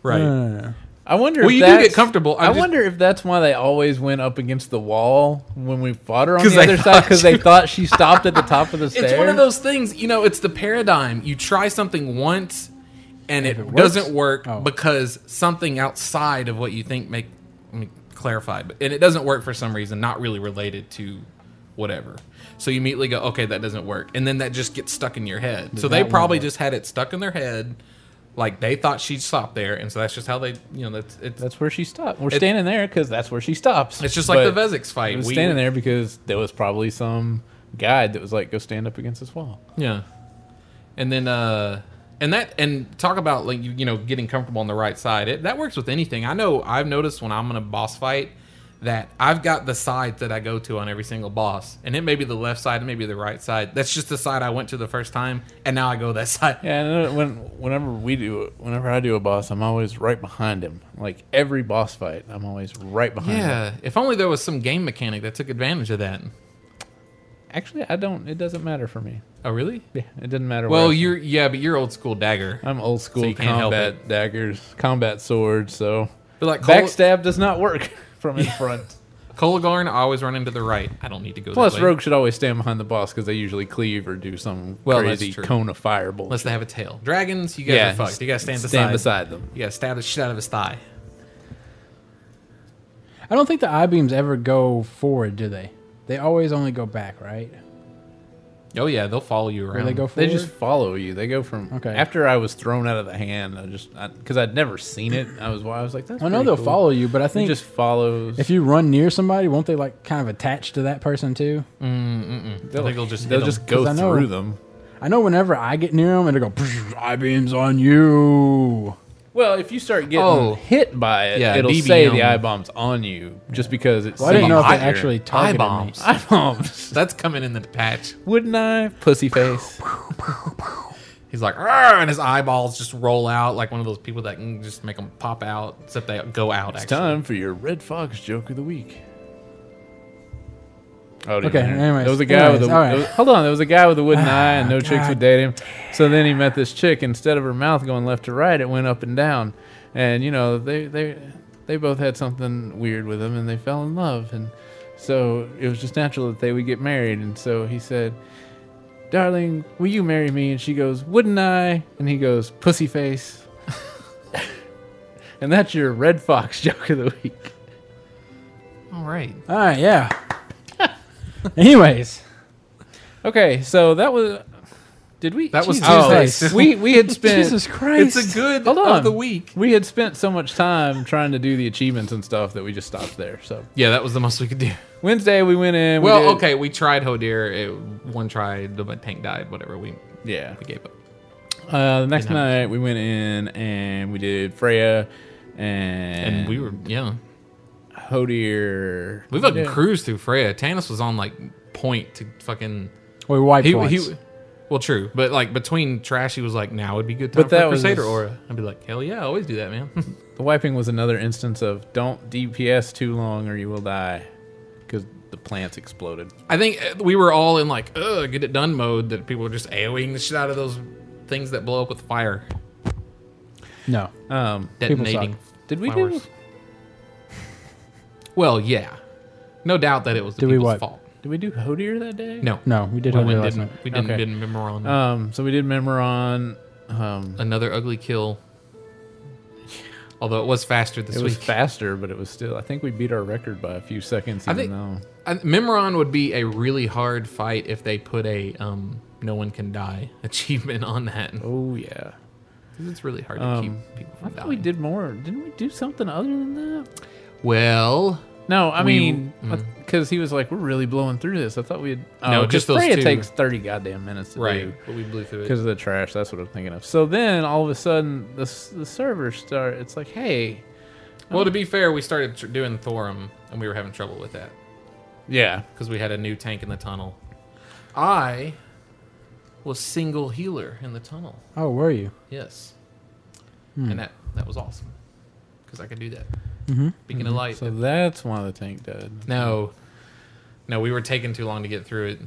Speaker 4: right.
Speaker 2: No, no, no, no.
Speaker 3: I wonder.
Speaker 4: Well,
Speaker 3: if
Speaker 4: you do get
Speaker 3: that's-
Speaker 4: comfortable. I'm
Speaker 3: I
Speaker 4: just-
Speaker 3: wonder if that's why they always went up against the wall when we fought her on
Speaker 4: 'Cause
Speaker 3: the
Speaker 4: they
Speaker 3: other side
Speaker 4: thought
Speaker 3: because
Speaker 4: she-
Speaker 3: they thought she stopped at the top of the stairs.
Speaker 4: It's one of those things, you know, it's the paradigm. You try something once and it, doesn't work
Speaker 2: Oh.
Speaker 4: because something outside of what you think make let me clarify, but and it doesn't work for some reason, not really related to whatever. So you immediately go, okay, that doesn't work. And then that just gets stuck in your head. So they
Speaker 2: won't
Speaker 4: probably
Speaker 2: work.
Speaker 4: just had it stuck in their head. Like they thought she'd stop there. And so that's just how they, you know, that's, it's,
Speaker 3: That's where she stopped. We're standing there because that's where she stops.
Speaker 4: it's just like the
Speaker 3: But
Speaker 4: Vezix
Speaker 3: We
Speaker 4: fight.
Speaker 3: was
Speaker 4: We-
Speaker 3: standing there because there was probably some guide that was like, "Go stand up against this wall."
Speaker 4: Yeah. And then uh and that and talk about like you you know getting comfortable on the right side. It, that works with anything. I know I've noticed when I'm in a boss fight that I've got the sides that I go to on every single boss. And it may be the left side, it may be the right side. That's just the side I went to the first time and now I go that side.
Speaker 3: Yeah, and then when whenever we do, whenever I do a boss, I'm always right behind him. Like every boss fight, I'm always right behind. him.
Speaker 4: Yeah, if only there was some game mechanic that took advantage of that.
Speaker 3: Actually, I don't. It doesn't matter for me.
Speaker 4: Oh, really?
Speaker 3: Yeah, it doesn't matter. where
Speaker 4: Well,
Speaker 3: I'm-
Speaker 4: you're yeah, but you're old school dagger.
Speaker 3: I'm old school
Speaker 4: you can't help
Speaker 3: combat daggers, combat swords. So
Speaker 4: But like Col-
Speaker 3: backstab does not work from in front.
Speaker 4: Kolagarn, I always run into the right. I don't need to go. that
Speaker 3: Plus,
Speaker 4: way.
Speaker 3: rogue should always stand behind the boss because they usually cleave or do some
Speaker 4: Well, that's
Speaker 3: crazy
Speaker 4: true.
Speaker 3: cone of fireball.
Speaker 4: unless they have a tail. Dragons, you guys are fucked. You gotta stand,
Speaker 3: stand
Speaker 4: beside.
Speaker 3: beside them.
Speaker 4: You gotta stab the shit out of his thigh.
Speaker 2: I don't think the I beams ever go forward, do they? They always only go back, right?
Speaker 4: Oh yeah, they'll follow you around.
Speaker 2: Or they go
Speaker 3: They
Speaker 2: forward.
Speaker 3: just follow you. They go from
Speaker 2: Okay.
Speaker 3: after I was thrown out of the hand. I just because I'd never seen it. I was I was like, that's
Speaker 2: I know
Speaker 3: pretty
Speaker 2: they'll
Speaker 3: cool.
Speaker 2: follow you, but I
Speaker 3: It
Speaker 2: think
Speaker 3: just follows.
Speaker 2: if you run near somebody, won't they like kind of attach to that person too?
Speaker 4: I think they'll just
Speaker 3: they'll
Speaker 4: hit 'em.
Speaker 3: just go
Speaker 2: 'Cause I know-
Speaker 3: through them.
Speaker 2: I know whenever I get near them, it'll go I beams on you.
Speaker 3: Well, if you start getting
Speaker 4: Oh.
Speaker 3: hit by it,
Speaker 4: Yeah,
Speaker 3: it'll
Speaker 4: BB
Speaker 3: say
Speaker 4: them.
Speaker 3: the eye bombs on you just because it's.
Speaker 2: Well, I didn't know if they
Speaker 4: Liar.
Speaker 2: actually targeted me.
Speaker 4: Eye-bombs.
Speaker 3: eye bombs.
Speaker 4: That's coming in the patch.
Speaker 3: Wouldn't I, pussy face?
Speaker 4: He's like, "Arr," and his eyeballs just roll out like one of those people that can just make them pop out, except they go out.
Speaker 3: It's
Speaker 4: actually.
Speaker 3: time for your red fox joke of the week. Oh,
Speaker 2: Okay, anyways,
Speaker 3: there was a guy
Speaker 2: anyways,
Speaker 3: with a
Speaker 2: all right.
Speaker 3: there was- hold on. There was a guy with a wooden eye, and no chicks
Speaker 2: God
Speaker 3: would date him. So then he met this chick. Instead of her mouth going left to right, it went up and down. And you know they they they both had something weird with them, and they fell in love. And so it was just natural that they would get married. And so he said, "Darling, will you marry me?" And she goes, "Wouldn't I?" And he goes, "Pussy face." and that's your red fox joke of the week.
Speaker 4: All right.
Speaker 2: All right, yeah. Anyways,
Speaker 3: Okay, so that was. Did we?
Speaker 4: That was
Speaker 3: Jesus.
Speaker 2: Tuesday.
Speaker 3: Christ. we we had spent.
Speaker 2: Jesus Christ,
Speaker 4: It's a good
Speaker 3: Hold on.
Speaker 4: of the week.
Speaker 3: We had spent so much time trying to do the achievements and stuff that we just stopped there. So
Speaker 4: Yeah, that was the most we could do.
Speaker 3: Wednesday we went in. we
Speaker 4: well,
Speaker 3: did-
Speaker 4: okay, we tried Hodir. It, one tried, but Tank died. Whatever. We
Speaker 3: Yeah.
Speaker 4: we gave up.
Speaker 3: Uh, the next
Speaker 4: You know.
Speaker 3: night we went in and we did Freya and
Speaker 4: And we were yeah.
Speaker 3: Hodir.
Speaker 4: We fucking
Speaker 3: Yeah.
Speaker 4: cruised through Freya. Tannis was on like point to fucking.
Speaker 2: we wiped
Speaker 4: He,
Speaker 2: points.
Speaker 4: he, well, true, but like between trash, he was like, "Now would be good time
Speaker 3: But
Speaker 4: for
Speaker 3: that
Speaker 4: a
Speaker 3: was-
Speaker 4: Crusader aura." I'd be like, "Hell yeah, I always do that, man."
Speaker 3: The wiping was another instance of don't DPS too long or you will die because the plants exploded.
Speaker 4: I think uh, we were all in like, "Ugh, get it done" mode. That people were just AOEing the shit out of those things that blow up with fire,
Speaker 2: no,
Speaker 3: Um,
Speaker 4: detonating.
Speaker 2: suck.
Speaker 3: did we do?
Speaker 4: flowers. Well, yeah, no doubt that it was the
Speaker 2: Did we
Speaker 4: people's
Speaker 2: what?
Speaker 4: fault.
Speaker 3: Did we do Hodir that day?
Speaker 4: No,
Speaker 2: no, we did
Speaker 4: we
Speaker 2: Hodir
Speaker 4: went-
Speaker 2: last
Speaker 4: didn't.
Speaker 2: night.
Speaker 4: We didn't.
Speaker 3: Okay.
Speaker 4: Didn't remember on
Speaker 3: Um, so we did Memoron. Um,
Speaker 4: another ugly kill. Although it was faster this
Speaker 3: it
Speaker 4: week.
Speaker 3: was faster, but it was still. I think we beat our record by a few seconds.
Speaker 4: I
Speaker 3: Even
Speaker 4: think-
Speaker 3: though
Speaker 4: I, Memron would be a really hard fight if they put a um, "no one can die" achievement on that.
Speaker 3: oh yeah,
Speaker 4: 'Cause it's really hard to
Speaker 3: Um,
Speaker 4: keep people
Speaker 3: I
Speaker 4: from
Speaker 3: thought
Speaker 4: dying.
Speaker 3: we did more. Didn't we do something other than that?
Speaker 4: Well,
Speaker 3: No, I
Speaker 4: We-
Speaker 3: mean, because he was like, "We're really blowing through this." I thought we had
Speaker 4: No,
Speaker 3: Oh, 'cause
Speaker 4: just those
Speaker 3: Freya
Speaker 4: two.
Speaker 3: takes thirty goddamn minutes to
Speaker 4: right,
Speaker 3: do
Speaker 4: but we blew through
Speaker 3: because
Speaker 4: it.
Speaker 3: of the trash. That's what I'm thinking of. So then all of a sudden, the s- the server start. It's like, hey,
Speaker 4: Well, to be fair, we started tr- doing Thorum, and we were having trouble with that
Speaker 3: yeah,
Speaker 4: because we had a new tank in the tunnel. I was single healer in the tunnel.
Speaker 2: Oh, were you?
Speaker 4: Yes,
Speaker 3: Hmm.
Speaker 4: and that that was awesome because I could do that. Beacon of light.
Speaker 3: Mm-hmm. so that's why the tank died.
Speaker 4: no, no, we were taking too long to get through it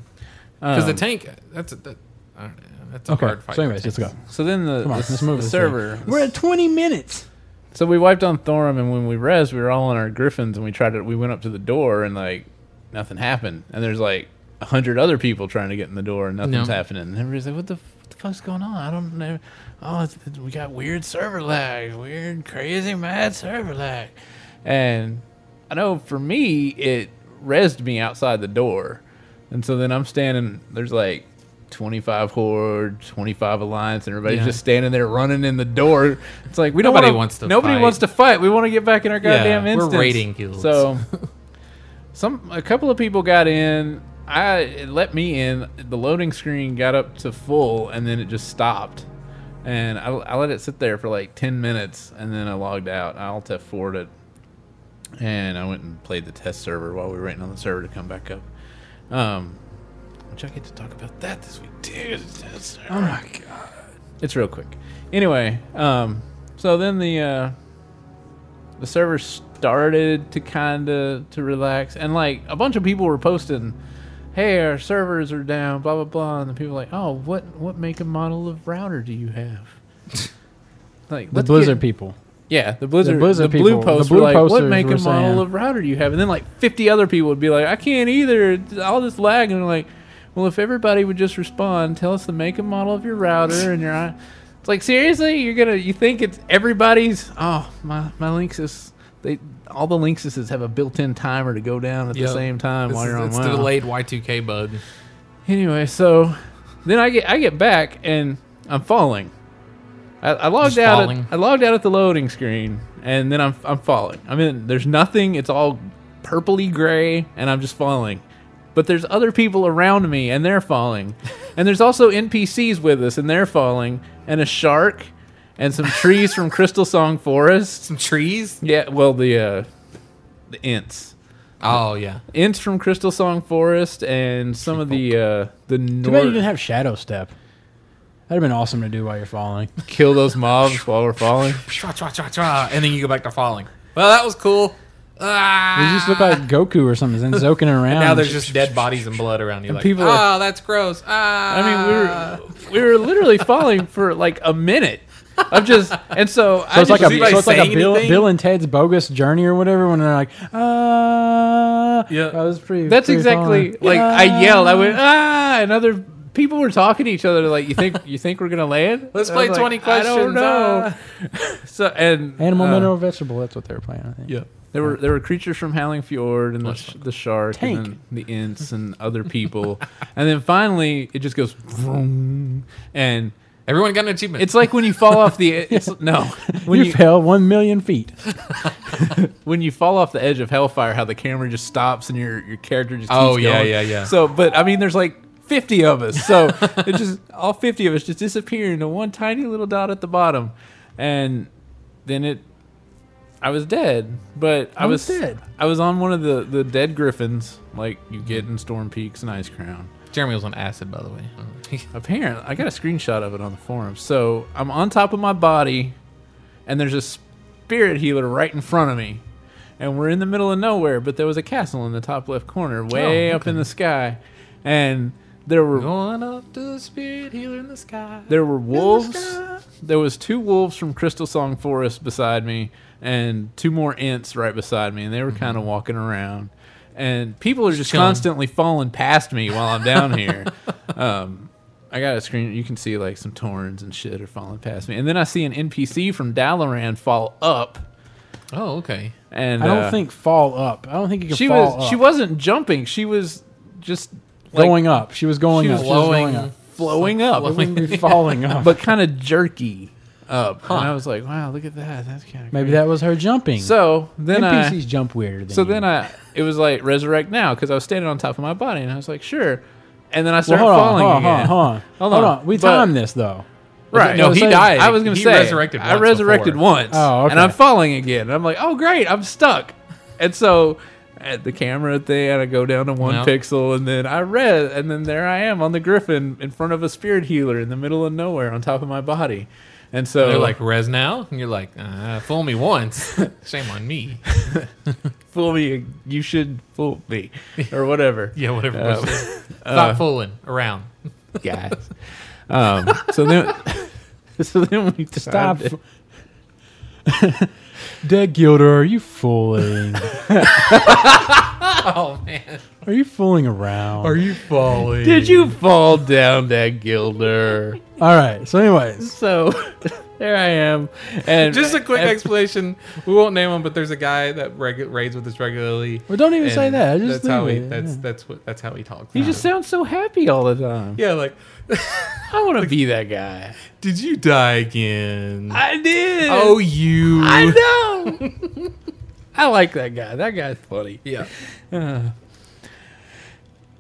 Speaker 4: because the
Speaker 3: Um,
Speaker 4: tank. That's a, that, I don't know, that's a
Speaker 2: Okay.
Speaker 4: hard
Speaker 2: So,
Speaker 4: fight. for
Speaker 2: anyways, let's
Speaker 4: tanks.
Speaker 2: go.
Speaker 3: So then the,
Speaker 2: Come on,
Speaker 3: the,
Speaker 2: let's move
Speaker 3: the
Speaker 2: this
Speaker 3: server.
Speaker 2: We're at 20 minutes.
Speaker 3: So we wiped on Thorum, and when we res, we were all on our griffins, and we tried to. We went up to the door, and like nothing happened. And there's like a hundred other people trying to get in the door, and nothing's
Speaker 4: No.
Speaker 3: happening. And everybody's like, "What the, f- what the fuck's going on? I don't know. Oh, it's, it's- we got weird server lag, weird, crazy, mad server lag." And I know for me, it resed me outside the door, and so then I'm standing. There's like. 25 horde 25 alliance and everybody's
Speaker 4: Yeah.
Speaker 3: just standing there running in the door it's like we don't
Speaker 4: Nobody
Speaker 3: wanna-
Speaker 4: wants to
Speaker 3: nobody
Speaker 4: fight.
Speaker 3: wants to fight we want to get back in our
Speaker 4: Yeah,
Speaker 3: goddamn
Speaker 4: we're
Speaker 3: instance
Speaker 4: raiding guilds.
Speaker 3: so some a couple of people got in i it let me in the loading screen got up to full and then it just stopped and i, I let it sit there for like 10 minutes and then i logged out i alt f4 it and i went and played the test server while we were waiting on the server to come back up um which i get to talk about that this week too the test server.
Speaker 2: Oh, my God.
Speaker 3: It's real quick. Anyway, um, so then the uh, the server started to kind of to relax, and like a bunch of people were posting, "Hey, our servers are down," blah blah blah, and the people were like, "Oh, what what make and model of router do you have?" like
Speaker 2: The
Speaker 3: let's
Speaker 2: Blizzard
Speaker 3: get-
Speaker 2: people.
Speaker 3: yeah, the Blizzard, the,
Speaker 2: Blizzard
Speaker 3: blue
Speaker 2: people-
Speaker 3: post
Speaker 2: the
Speaker 3: were
Speaker 2: blue
Speaker 3: like, "What
Speaker 2: posters
Speaker 3: make
Speaker 2: were
Speaker 3: and model
Speaker 2: saying-
Speaker 3: of router do you have?" And then like fifty other people would be like, "I can't either. It's All this lag." And they're like, "Well, if everybody would just respond, tell us the make and model of your router and your." i-" It's like seriously, you're gonna you think it's everybody's? Oh my my Linksys, they all the Linksyses have a built-in timer to go down at
Speaker 4: Yep.
Speaker 3: the same time
Speaker 4: This
Speaker 3: while
Speaker 4: is-
Speaker 3: you're on
Speaker 4: it's
Speaker 3: WoW.
Speaker 4: the delayed Y2K bug.
Speaker 3: Anyway, so then I get I get back and I'm falling. I, I logged
Speaker 4: Just
Speaker 3: out.
Speaker 4: falling.
Speaker 3: At, I logged out at the loading screen, and then I'm I'm falling. I mean, there's nothing. It's all purpley gray, and I'm just falling. But there's other people around me, and they're falling. And there's also NPCs with us, and they're falling. And a shark, and some trees from Crystal Song Forest.
Speaker 4: Some trees?
Speaker 3: Yeah, well the uh, the ints.
Speaker 4: Oh yeah.
Speaker 3: Ints from Crystal Song Forest and some of the uh, the
Speaker 2: Too bad you
Speaker 3: north.
Speaker 2: didn't have Shadow Step. That'd have been awesome to do while you're falling.
Speaker 3: kill those mobs while we're falling.
Speaker 4: Tra, tra, tra, tra, and then you go back to falling. Well, that was cool. Ah.
Speaker 2: You just look like Goku or something, and zoking around.
Speaker 4: now there's just dead bodies and blood around you. like,
Speaker 2: people
Speaker 4: oh,
Speaker 2: are-
Speaker 4: that's gross. Ah.
Speaker 3: I mean, we were we were literally falling for like a minute. I'm just and so, I
Speaker 2: So it's
Speaker 3: just,
Speaker 2: like
Speaker 4: Does
Speaker 2: a,
Speaker 4: anybody
Speaker 2: so it's like
Speaker 4: say
Speaker 2: a Bill,
Speaker 4: anything?
Speaker 2: Bill and Ted's bogus journey or whatever when they're like, ah,
Speaker 4: Yeah.
Speaker 2: that was pretty.
Speaker 3: that's
Speaker 2: pretty
Speaker 3: exactly
Speaker 2: fun."
Speaker 3: like I
Speaker 2: Ah.
Speaker 3: yelled. I went ah, and other people were talking to each other. They're Like you think you think we're gonna land?
Speaker 4: Let's
Speaker 3: And I was
Speaker 4: play 20
Speaker 3: I don't
Speaker 4: questions, ah.
Speaker 3: know. so and
Speaker 2: Animal,
Speaker 3: uh,
Speaker 2: mineral, vegetable. That's what they were playing. I think.
Speaker 3: Yeah. There were there were creatures from Howling Fjord and the, sh- the shark
Speaker 2: Tank.
Speaker 3: and then the ints and other people, and then finally it just goes vroom, and
Speaker 4: Everyone got an achievement.
Speaker 3: It's like when you fall off the e-, it's no when
Speaker 2: you,
Speaker 3: you
Speaker 2: fell one million feet.
Speaker 3: when you fall off the edge of hellfire, how the camera just stops and your your character just keeps
Speaker 4: Oh, yeah,
Speaker 3: going.
Speaker 4: yeah, yeah.
Speaker 3: So, but I mean, there's like. 50 of us. So it just, all 50 of us just disappear into one tiny little dot at the bottom. And then it, I was dead. But I,
Speaker 2: I
Speaker 3: was
Speaker 2: was dead.
Speaker 3: I was on one of the, the dead griffins, like you get in Storm Peaks and Ice Crown.
Speaker 4: Jeremy was on acid, by the way.
Speaker 3: Apparently, I got a screenshot of it on the forum. So I'm on top of my body, and there's a spirit healer right in front of me, and we're in the middle of nowhere. But there was a castle in the top left corner, way
Speaker 4: Oh,
Speaker 3: up in the sky, and there were
Speaker 4: Going up to the spirit healer in the sky.
Speaker 3: there were wolves.
Speaker 4: sky.
Speaker 3: there was two wolves from Crystal Song Forest beside me, and two more ints right beside me, and they were
Speaker 4: Mm-hmm.
Speaker 3: kind of walking around. And people are just
Speaker 4: Chilling.
Speaker 3: constantly falling past me while I'm down here. um, I got a screen. You can see like some torrents and shit are falling past me, and then I see an NPC from Dalaran fall up.
Speaker 4: Oh, okay.
Speaker 3: And
Speaker 2: I don't
Speaker 3: uh,
Speaker 2: think fall up. I don't think you can
Speaker 3: she
Speaker 2: fall
Speaker 3: was.
Speaker 2: up.
Speaker 3: She wasn't jumping. She was just like,
Speaker 2: going up. She was going
Speaker 3: She
Speaker 2: up.
Speaker 3: was
Speaker 2: She was going up.
Speaker 3: flowing up,
Speaker 2: Wouldn't be falling up.
Speaker 3: but kind of jerky. up. And I was like, wow, look at that. That's kind of
Speaker 2: Maybe that was her jumping.
Speaker 3: So then I
Speaker 2: NPCs jump weirder than
Speaker 3: so then
Speaker 2: you.
Speaker 3: I it was like resurrect now because I was standing on top of my body and I was like sure, and then I
Speaker 2: Well,
Speaker 3: started
Speaker 2: hold on,
Speaker 3: falling
Speaker 2: hold on, hold
Speaker 3: again.
Speaker 2: on, hold on,
Speaker 3: Hold
Speaker 2: Hold
Speaker 3: on.
Speaker 2: on. We
Speaker 3: But-
Speaker 2: timed this though.
Speaker 3: Right?
Speaker 4: No, he
Speaker 2: so-
Speaker 4: died.
Speaker 3: I was gonna
Speaker 4: He
Speaker 3: say
Speaker 4: resurrected
Speaker 3: I
Speaker 4: once
Speaker 3: resurrected
Speaker 4: before.
Speaker 3: once,
Speaker 2: Oh, okay.
Speaker 3: and I'm falling again, and I'm like oh great, I'm stuck, and so. At the camera thing, and I go down to one
Speaker 4: Yep.
Speaker 3: pixel, and then I read, and then there I am on the griffin in front of a spirit healer in the middle of nowhere on top of my body, and so
Speaker 4: They're like res now, and you're like, uh, fool me once, shame on me.
Speaker 3: fool me, you should fool me, or whatever.
Speaker 4: Yeah, whatever.
Speaker 3: Um,
Speaker 4: was it. Stop fooling around.
Speaker 3: guys. Um, so then, so then we
Speaker 2: Stop.
Speaker 3: stopped.
Speaker 2: Dead Gilder, are you fooling?
Speaker 4: Oh man,
Speaker 2: are you fooling around?
Speaker 4: you falling?
Speaker 3: Did you fall down that Gilder?
Speaker 2: All right. So, anyways,
Speaker 3: So there I am, and
Speaker 4: Just a quick
Speaker 3: and-
Speaker 4: explanation. We won't name him, but there's a guy that regu- raids with us regularly.
Speaker 2: well, don't even say
Speaker 4: and
Speaker 2: that. Just
Speaker 4: that's how
Speaker 2: leave
Speaker 4: he.
Speaker 2: it.
Speaker 4: That's
Speaker 2: yeah.
Speaker 4: that's what that's how he talks.
Speaker 3: He just sounds so happy all the time.
Speaker 4: yeah, like,
Speaker 3: I want to be that guy.
Speaker 4: did you die again?
Speaker 3: I did.
Speaker 4: oh, you.
Speaker 3: I know. I like that guy. That guy's funny. Uh.
Speaker 4: yeah.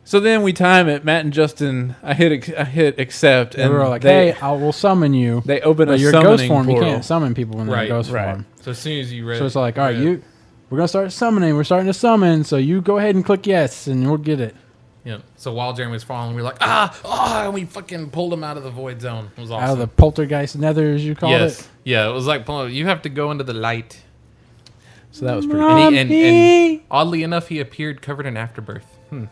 Speaker 3: So then we time it. Matt and Justin. I hit. ac- I hit accept, and
Speaker 2: we were like,
Speaker 3: they
Speaker 2: "Hey, I will summon you."
Speaker 3: they open a
Speaker 2: But your
Speaker 3: summoning
Speaker 2: ghost form,
Speaker 3: portal.
Speaker 2: you can't summon people when they're
Speaker 4: Right,
Speaker 2: in ghost
Speaker 3: right.
Speaker 2: form.
Speaker 4: So as soon as you read,
Speaker 2: So it's like, all right, you, we're gonna start summoning. We're starting to summon. So you go ahead and click yes, and we'll get it.
Speaker 4: Yeah. So while Jeremy was falling, we were like, ah, ah, and we fucking pulled him out of the void zone. It was awesome.
Speaker 2: Out of the poltergeist nether, as you called
Speaker 4: yes.
Speaker 2: it.
Speaker 4: Yeah, it was like pulling. You have to go into the light.
Speaker 3: So that was pretty.
Speaker 4: And, he, and, and
Speaker 2: Mommy.
Speaker 4: oddly enough, he appeared covered in afterbirth. Hmm.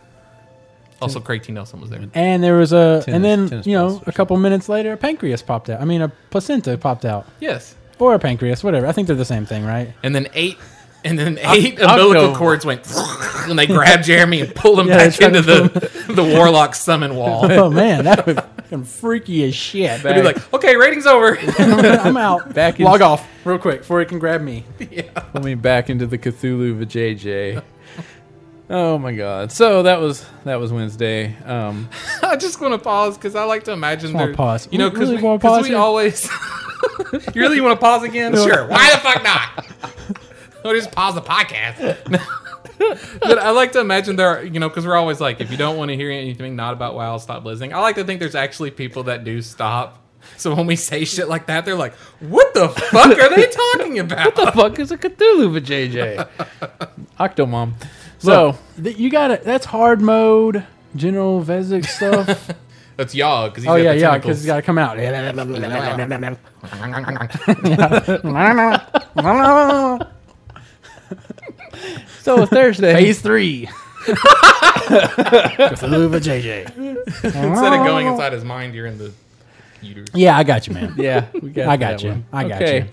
Speaker 4: Also, Craig T. Nelson was there.
Speaker 2: And there was a,
Speaker 3: Tennis-
Speaker 2: and then
Speaker 3: tennis
Speaker 2: you know,
Speaker 3: balls or
Speaker 2: a couple minutes later, a pancreas popped out. I mean, a placenta popped out,
Speaker 4: Yes.
Speaker 2: or a pancreas, whatever. I think they're the same thing, right?
Speaker 4: And then eight. And then eight
Speaker 3: I'll
Speaker 4: umbilical
Speaker 3: go.
Speaker 4: cords went, and they grabbed Jeremy and pulled him
Speaker 2: Yeah,
Speaker 4: back
Speaker 2: they tried
Speaker 4: into
Speaker 2: to
Speaker 4: the, the warlock summon wall.
Speaker 2: oh man, that was fucking freaky as shit.
Speaker 4: They'd be like, okay, rating's over.
Speaker 2: I'm out.
Speaker 3: Back in-
Speaker 2: Log off real quick before it can grab me.
Speaker 3: Pull me back into the Cthulhu vajayjay. Oh my god! So that was that was Wednesday. Um,
Speaker 4: I just want to pause because I like to imagine.
Speaker 2: wanna
Speaker 4: there-
Speaker 2: pause.
Speaker 4: You know,
Speaker 2: We
Speaker 4: because
Speaker 2: really
Speaker 4: we,
Speaker 2: wanna
Speaker 4: 'cause
Speaker 2: pause
Speaker 4: we
Speaker 2: here?
Speaker 4: always. you really want to pause again? sure. Why the fuck not? Or just pause the podcast. but I like to imagine there are, you know, because we're always like, if you don't want to hear anything not about WoW, stop listening. I like to think there's actually people that do stop. So when we say shit like that, they're like, what the fuck are they talking about?
Speaker 3: the fuck is a Cthulhu vajayjay? Octomom. So
Speaker 2: Look, th- you got it. That's hard mode, General Vezic stuff.
Speaker 4: That's y'all, because he's
Speaker 2: oh
Speaker 4: got
Speaker 2: yeah,
Speaker 4: the
Speaker 2: yeah, because
Speaker 4: tentacles.
Speaker 2: it's got to come out.
Speaker 3: so Thursday.
Speaker 2: three. Cthulhu JJ.
Speaker 4: Instead of going inside his mind, you're in the uterus.
Speaker 2: Yeah, I got you, man.
Speaker 3: Yeah, we got
Speaker 2: I got
Speaker 3: that
Speaker 2: you.
Speaker 3: one.
Speaker 2: I got
Speaker 3: you.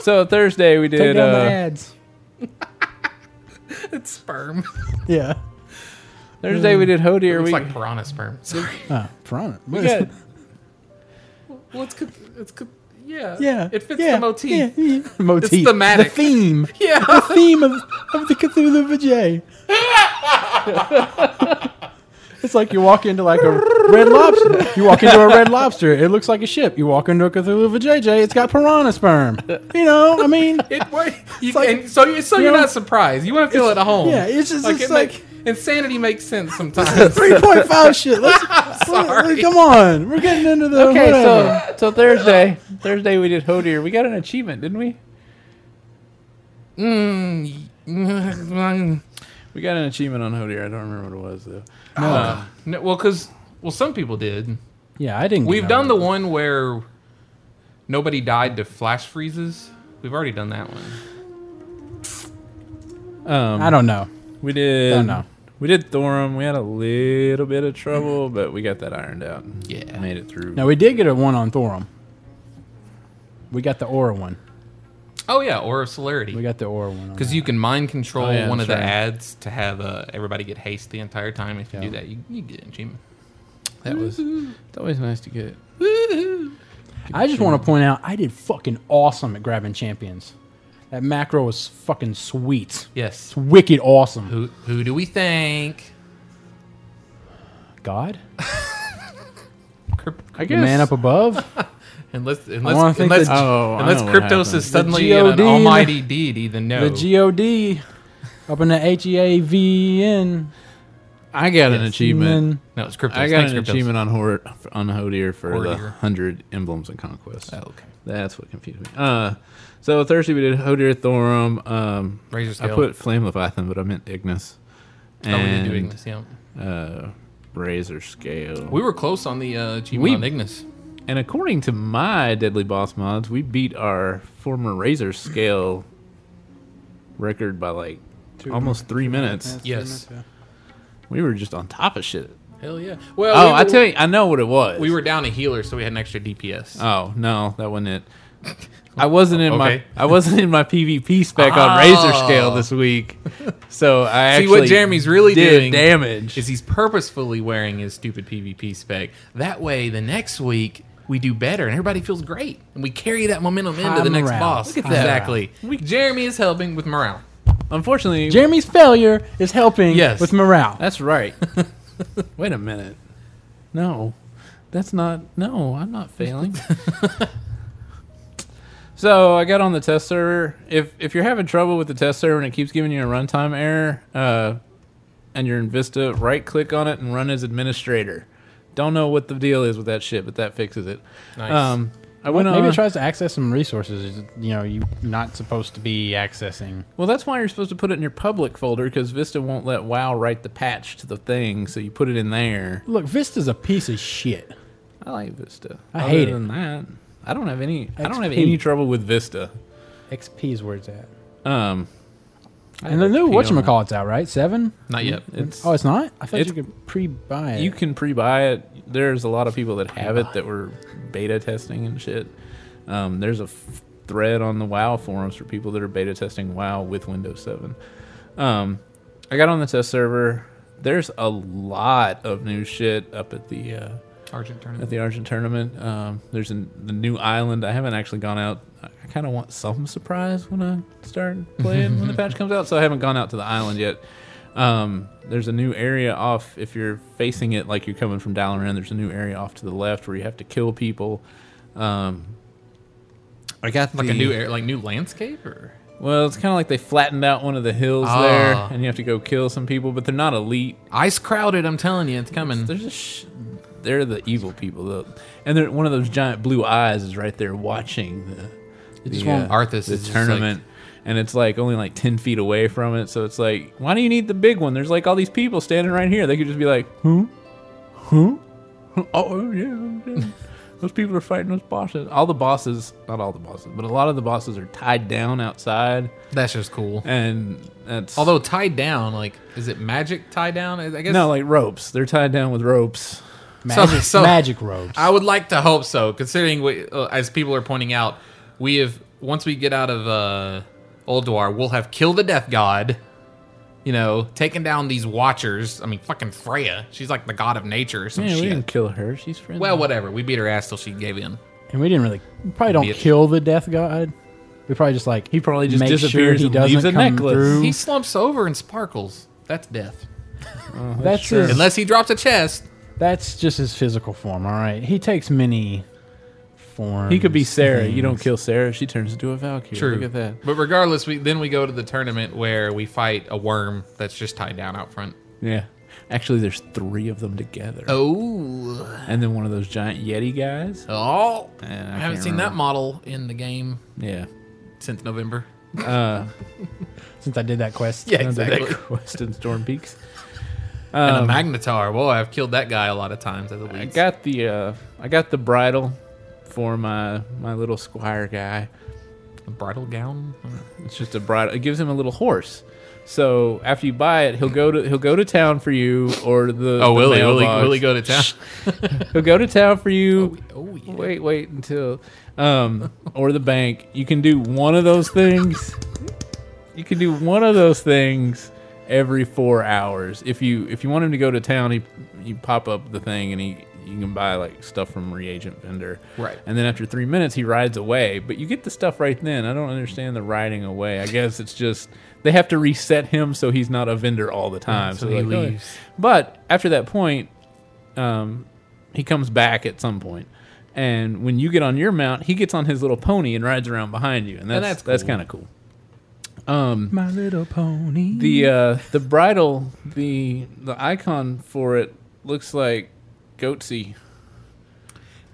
Speaker 3: So Thursday we
Speaker 2: Take
Speaker 3: did.
Speaker 2: down the
Speaker 3: Uh,
Speaker 2: ads.
Speaker 4: It's sperm.
Speaker 2: Yeah.
Speaker 3: Thursday we did Hodier.
Speaker 4: It's
Speaker 3: We,
Speaker 4: like piranha sperm. Sorry.
Speaker 2: Uh, piranha.
Speaker 3: we got
Speaker 4: Well, it's good. It's good. Yeah.
Speaker 2: yeah.
Speaker 4: It fits
Speaker 2: yeah,
Speaker 4: the motif.
Speaker 2: yeah, yeah. Motif.
Speaker 4: thematic.
Speaker 2: The theme.
Speaker 4: Yeah.
Speaker 2: The theme of, of the Cthulhu Vijay. It's like you walk into like a red lobster. You walk into a red lobster. It looks like a ship. You walk into a Cthulhu Vijay. It's got piranha sperm. You know, I mean,
Speaker 4: It wor- you,
Speaker 2: like-
Speaker 4: and so you so
Speaker 2: you
Speaker 4: you're
Speaker 2: know,
Speaker 4: not surprised. You want to feel at home.
Speaker 2: yeah, it's just- it's
Speaker 4: it
Speaker 2: like-
Speaker 4: make- insanity makes sense sometimes.
Speaker 2: three point five shit. Let's,
Speaker 4: Sorry.
Speaker 2: come on, we're getting into the
Speaker 3: okay.
Speaker 2: whatever.
Speaker 3: So so Thursday Thursday we did Hodier. We got an achievement, didn't we?
Speaker 4: Mm.
Speaker 3: We got an achievement on Hodier. I don't remember what it was though.
Speaker 4: Uh, no, well, because well, some people did.
Speaker 2: yeah, I didn't. get
Speaker 4: We've
Speaker 2: it.
Speaker 4: done the one where nobody died to flash freezes. We've already done that one.
Speaker 3: Um,
Speaker 2: I don't know.
Speaker 3: We did.
Speaker 2: Don't know.
Speaker 3: We did Thorum. We had a little bit of trouble, but we got that ironed out. and
Speaker 4: Yeah.
Speaker 3: Made it through.
Speaker 2: No, we did get a one on Thorum. We got the aura one.
Speaker 4: Oh yeah, or of
Speaker 2: We
Speaker 4: celerity.
Speaker 2: got the aura one. on
Speaker 4: Because you can mind control
Speaker 3: Oh, yeah,
Speaker 4: one of the
Speaker 3: that's right.
Speaker 4: ads to have uh, everybody get haste the entire time. If you do that, you, you get an achievement.
Speaker 3: That was. It's always nice to get.
Speaker 2: that. I just want to point out, I did fucking awesome at grabbing champions. That macro was fucking sweet.
Speaker 4: Yes.
Speaker 2: It's wicked awesome.
Speaker 4: Who who do we thank?
Speaker 2: God,
Speaker 4: Crypt-
Speaker 3: I
Speaker 2: the
Speaker 3: guess.
Speaker 2: man up above.
Speaker 4: Unless
Speaker 2: wanna
Speaker 4: unless
Speaker 2: think
Speaker 4: unless,
Speaker 2: that-
Speaker 3: Oh, I
Speaker 4: unless
Speaker 3: know what
Speaker 4: Kryptos
Speaker 3: happened.
Speaker 4: is suddenly an
Speaker 2: GOD and the-
Speaker 4: almighty deity, then no.
Speaker 2: The God up in the H E A V E N.
Speaker 3: I got an achievement.
Speaker 2: Mm-hmm.
Speaker 4: no, it's Kryptos.
Speaker 3: I got
Speaker 4: Thanks,
Speaker 3: an
Speaker 4: Kryptos.
Speaker 3: achievement on Hor- on Hodir for the
Speaker 4: Hordir.
Speaker 3: hundred emblems and conquests.
Speaker 4: Oh, okay.
Speaker 3: That's what confused me. Uh, so Thursday we did Hodir Thorum. Um,
Speaker 4: Razor
Speaker 3: I
Speaker 4: Scale.
Speaker 3: put Flame Leviathan, but I meant Ignis.
Speaker 4: oh, we did
Speaker 3: And,
Speaker 4: do Ignis, yeah.
Speaker 3: Uh, Razor Scale.
Speaker 4: We were close on the uh, achievement
Speaker 3: We-
Speaker 4: on Ignis.
Speaker 3: and according to my Deadly Boss mods, we beat our former Razor Scale record by like almost three minutes.
Speaker 4: Yes.
Speaker 3: We were just on top of shit.
Speaker 4: Hell yeah. Well,
Speaker 3: Oh,
Speaker 4: we
Speaker 3: I
Speaker 4: were-
Speaker 3: tell you, I know what it was.
Speaker 4: we were down a healer, so we had an extra DPS.
Speaker 3: Oh no, that wasn't it. I wasn't in
Speaker 4: Okay.
Speaker 3: my I wasn't in my PvP spec on Razor Scale
Speaker 4: Oh.
Speaker 3: this week, so I
Speaker 4: See
Speaker 3: actually
Speaker 4: what Jeremy's really
Speaker 3: did
Speaker 4: doing
Speaker 3: damage.
Speaker 4: is he's purposefully wearing his stupid PvP spec. That way, the next week we do better, and everybody feels great, and we carry that momentum into
Speaker 2: High
Speaker 4: the next
Speaker 2: morale.
Speaker 4: boss.
Speaker 2: Look at that.
Speaker 4: Exactly. Jeremy is helping with morale.
Speaker 3: Unfortunately,
Speaker 2: Jeremy's failure is helping
Speaker 3: Yes.
Speaker 2: with morale.
Speaker 3: that's right. Wait a minute, no, that's not. No, I'm not failing. so I got on the test server. If if you're having trouble with the test server and it keeps giving you a runtime error, uh, and you're in Vista, right click on it and run as administrator. Don't know what the deal is with that shit, but that fixes it.
Speaker 4: Nice.
Speaker 3: Um, I went
Speaker 2: Maybe
Speaker 3: on.
Speaker 2: it tries to access some resources you know you're not supposed to be accessing.
Speaker 3: well, that's why you're supposed to put it in your public folder because Vista won't let WoW write the patch to the thing, so you put it in there.
Speaker 2: Look, Vista's a piece of shit.
Speaker 3: I like Vista.
Speaker 2: I hate it.
Speaker 3: than that, I don't have any. I don't have
Speaker 2: XP.
Speaker 3: any trouble with Vista.
Speaker 2: XP is where it's at.
Speaker 3: Um, I
Speaker 2: And the
Speaker 3: have
Speaker 2: new
Speaker 3: XP on it.
Speaker 2: whatchamacallit's out, right? Seven?
Speaker 4: Not yet.
Speaker 3: It's
Speaker 2: Oh, it's not? I thought
Speaker 3: It's-
Speaker 2: you could pre buy it.
Speaker 3: you can pre-buy it. There's a lot of people that have it that were beta testing and shit. Um, there's a f- thread on the WoW forums for people that are beta testing WoW with Windows 7. Um, I got on the test server. There's a lot of new shit up at the uh,
Speaker 4: Argent
Speaker 3: at
Speaker 4: tournament.
Speaker 3: the Argent tournament. Um, there's an, the new island. I haven't actually gone out. I kind of want some surprise when I start playing when the patch comes out, so I haven't gone out to the island yet. Um, there's a new area off. If you're facing it like you're coming from Dalaran, there's a new area off to the left where you have to kill people. Um, I got
Speaker 4: Like
Speaker 3: the-
Speaker 4: a new air, like new landscape, or
Speaker 3: Well, it's kind of like they flattened out one of the hills
Speaker 4: Ah.
Speaker 3: there, and you have to go kill some people, but they're not elite.
Speaker 4: ice crowded. I'm telling you, it's coming.
Speaker 3: There's a sh- they're the evil people though, and they're, one of those giant blue eyes is right there watching the,
Speaker 2: just
Speaker 3: the, uh,
Speaker 2: won't-
Speaker 4: Arthas
Speaker 3: the
Speaker 4: is just
Speaker 3: tournament, and it's like only like ten feet away from it. So it's like, why do you need the big one? There's like all these people standing right here. They could just be like, who, who, oh yeah, yeah. those people are fighting those bosses. All the bosses, not all the bosses, but a lot of the bosses are tied down outside,
Speaker 4: That's just cool.
Speaker 3: and that's
Speaker 4: Although tied down, like, is it magic tied down? I I guess
Speaker 3: no like ropes. They're tied down with ropes.
Speaker 2: magic,
Speaker 4: so- so-
Speaker 2: magic robes.
Speaker 4: I would like to hope so, considering we, uh, as people are pointing out, we have once we get out of uh, Old Dwar, we'll have killed the Death God. You know, taken down these Watchers. I mean, fucking Freya. She's like the god of nature or some
Speaker 3: Yeah, we
Speaker 4: Oh, shit.
Speaker 3: didn't kill her. She's friendly.
Speaker 4: Well, whatever. We beat her ass till she gave in.
Speaker 2: and we didn't really. We probably don't
Speaker 4: Bitch.
Speaker 2: kill the death god. We probably just like
Speaker 3: He probably just
Speaker 2: make
Speaker 3: disappears
Speaker 2: sure he
Speaker 3: and
Speaker 2: doesn't
Speaker 3: leaves a
Speaker 2: come
Speaker 3: necklace.
Speaker 2: through.
Speaker 4: He slumps over and sparkles. That's death.
Speaker 2: that's
Speaker 3: sure.
Speaker 2: his,
Speaker 4: Unless he drops a chest.
Speaker 2: that's just his physical form. All right, he takes many forms.
Speaker 3: He could be Sarah. You don't kill Sarah. She turns into a Valkyrie.
Speaker 4: True.
Speaker 3: Look at that.
Speaker 4: But regardless, we then we go to the tournament where we fight a worm that's just tied down out front.
Speaker 3: Yeah. Actually, there's three of them together.
Speaker 4: Oh.
Speaker 3: And then one of those giant Yeti guys.
Speaker 4: Oh. I,
Speaker 3: And can't
Speaker 4: haven't seen that
Speaker 3: remember.
Speaker 4: model in the game
Speaker 3: Yeah.
Speaker 4: since November.
Speaker 2: since I did that quest.
Speaker 4: Yeah,
Speaker 3: I did
Speaker 4: exactly.
Speaker 3: That quest in Storm Peaks.
Speaker 2: Um,
Speaker 4: and a magnetar. Boy, I've killed that guy a lot of times as a
Speaker 3: I
Speaker 4: week.
Speaker 3: got the uh, I got the bridle for my my little squire guy.
Speaker 4: a bridal gown.
Speaker 3: It's just a bridle. It gives him a little horse. So after you buy it, he'll go to he'll go to town for you or the
Speaker 4: Oh,
Speaker 3: the
Speaker 4: Willie, Willie,
Speaker 3: mailbox.
Speaker 4: Willie, go to town.
Speaker 3: He'll go to town for you.
Speaker 4: oh, yeah.
Speaker 3: Wait, wait until um or the bank. You can do one of those things. You can do one of those things every 4 hours. If you if you want him to go to town, he you pop up the thing and he you can buy like stuff from reagent vendor.
Speaker 4: Right.
Speaker 3: And then after 3 minutes he rides away, but you get the stuff right then. I don't understand the riding away. I guess it's just they have to reset him so he's not a vendor all the time.
Speaker 4: so
Speaker 3: they're
Speaker 4: he
Speaker 3: "Oh, yeah."
Speaker 4: leaves.
Speaker 3: But after that point, um, he comes back at some point And when you get on your mount, he gets on his little pony and rides around behind you, and
Speaker 4: that's
Speaker 3: that's that's,
Speaker 4: cool.
Speaker 3: kind of cool. Um,
Speaker 2: My little pony.
Speaker 3: the uh, the bridle, the the icon for it looks like goatsy.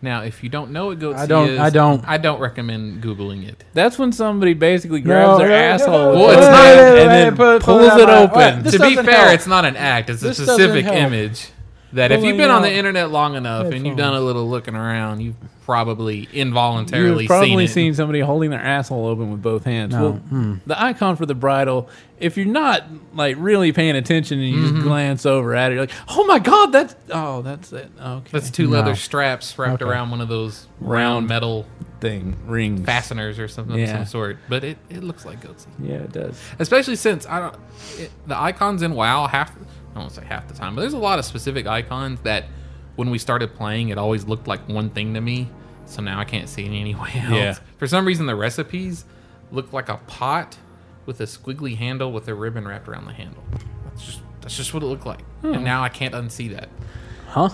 Speaker 4: Now, if you don't know what goatsy
Speaker 2: I don't-
Speaker 4: is,
Speaker 2: I don't.
Speaker 4: I don't recommend googling it.
Speaker 3: That's when somebody basically grabs their asshole with
Speaker 4: Well,
Speaker 3: both
Speaker 4: it's not-
Speaker 3: hands
Speaker 2: wait,
Speaker 3: and
Speaker 2: wait,
Speaker 3: then
Speaker 2: put- pull it
Speaker 3: pulls
Speaker 2: out
Speaker 3: it
Speaker 2: my-
Speaker 3: open.
Speaker 2: wait, This
Speaker 4: to be
Speaker 2: doesn't
Speaker 4: fair,
Speaker 2: help.
Speaker 4: it's not an act. It's a
Speaker 2: This doesn't
Speaker 4: specific
Speaker 2: help.
Speaker 4: image that if you've
Speaker 2: Pulling
Speaker 4: been on
Speaker 2: out
Speaker 4: the internet long enough and you've done a little looking around, you've probably involuntarily
Speaker 3: You've probably
Speaker 4: seen,
Speaker 3: seen, somebody holding their asshole open with both hands.
Speaker 2: No.
Speaker 3: Well, the icon for the bridle, if you're not like really paying attention and you just glance over at it, you're like, "Oh my god, that's oh, that's it." Okay.
Speaker 4: it. That's two
Speaker 2: No.
Speaker 4: leather straps wrapped
Speaker 2: Okay.
Speaker 4: around one of those
Speaker 3: Round.
Speaker 4: round metal
Speaker 3: thing rings.
Speaker 4: fasteners or something of
Speaker 3: Yeah.
Speaker 4: some sort. But it, it looks like goatsy.
Speaker 3: Yeah, it does.
Speaker 4: especially since I don't it, the icons in WoW half I won't say half the time, but there's a lot of specific icons that when we started playing, it always looked like one thing to me. So now I can't see it anyway else.
Speaker 3: Yeah.
Speaker 4: For some reason, the recipes look like a pot with a squiggly handle with a ribbon wrapped around the handle. That's just that's just what it looked like,
Speaker 2: Hmm.
Speaker 4: and now I can't unsee that.
Speaker 2: huh?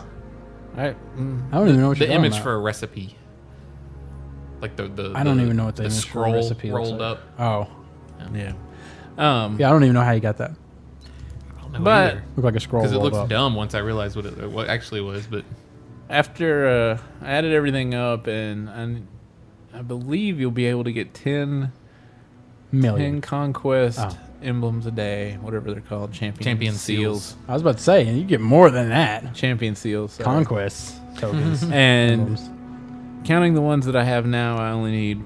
Speaker 3: I, mm,
Speaker 2: I don't even know what
Speaker 4: The
Speaker 2: you're
Speaker 4: image
Speaker 2: talking
Speaker 4: for a recipe, like the the
Speaker 2: about. I don't
Speaker 4: the-
Speaker 2: even know what the,
Speaker 4: the
Speaker 2: image for a
Speaker 4: scroll
Speaker 2: recipe looks
Speaker 4: rolled
Speaker 2: like.
Speaker 4: up.
Speaker 2: Oh,
Speaker 3: yeah. Um,
Speaker 2: yeah. I don't even know how you got that.
Speaker 4: I don't know
Speaker 3: But-
Speaker 4: either.
Speaker 2: Look like a scroll.
Speaker 4: Because it
Speaker 2: rolled
Speaker 4: looks
Speaker 2: up.
Speaker 4: dumb once I realized what it what actually was, but
Speaker 3: after uh, I added everything up, and, and I believe you'll be able to get 10,
Speaker 2: Million.
Speaker 3: 10 conquest
Speaker 2: Oh.
Speaker 3: emblems a day, whatever they're called, champion,
Speaker 4: Champion
Speaker 3: seals.
Speaker 4: seals.
Speaker 2: I was about to say, you get more than that.
Speaker 3: champion seals. sorry.
Speaker 2: Conquests tokens.
Speaker 3: and counting the ones that I have now, I only need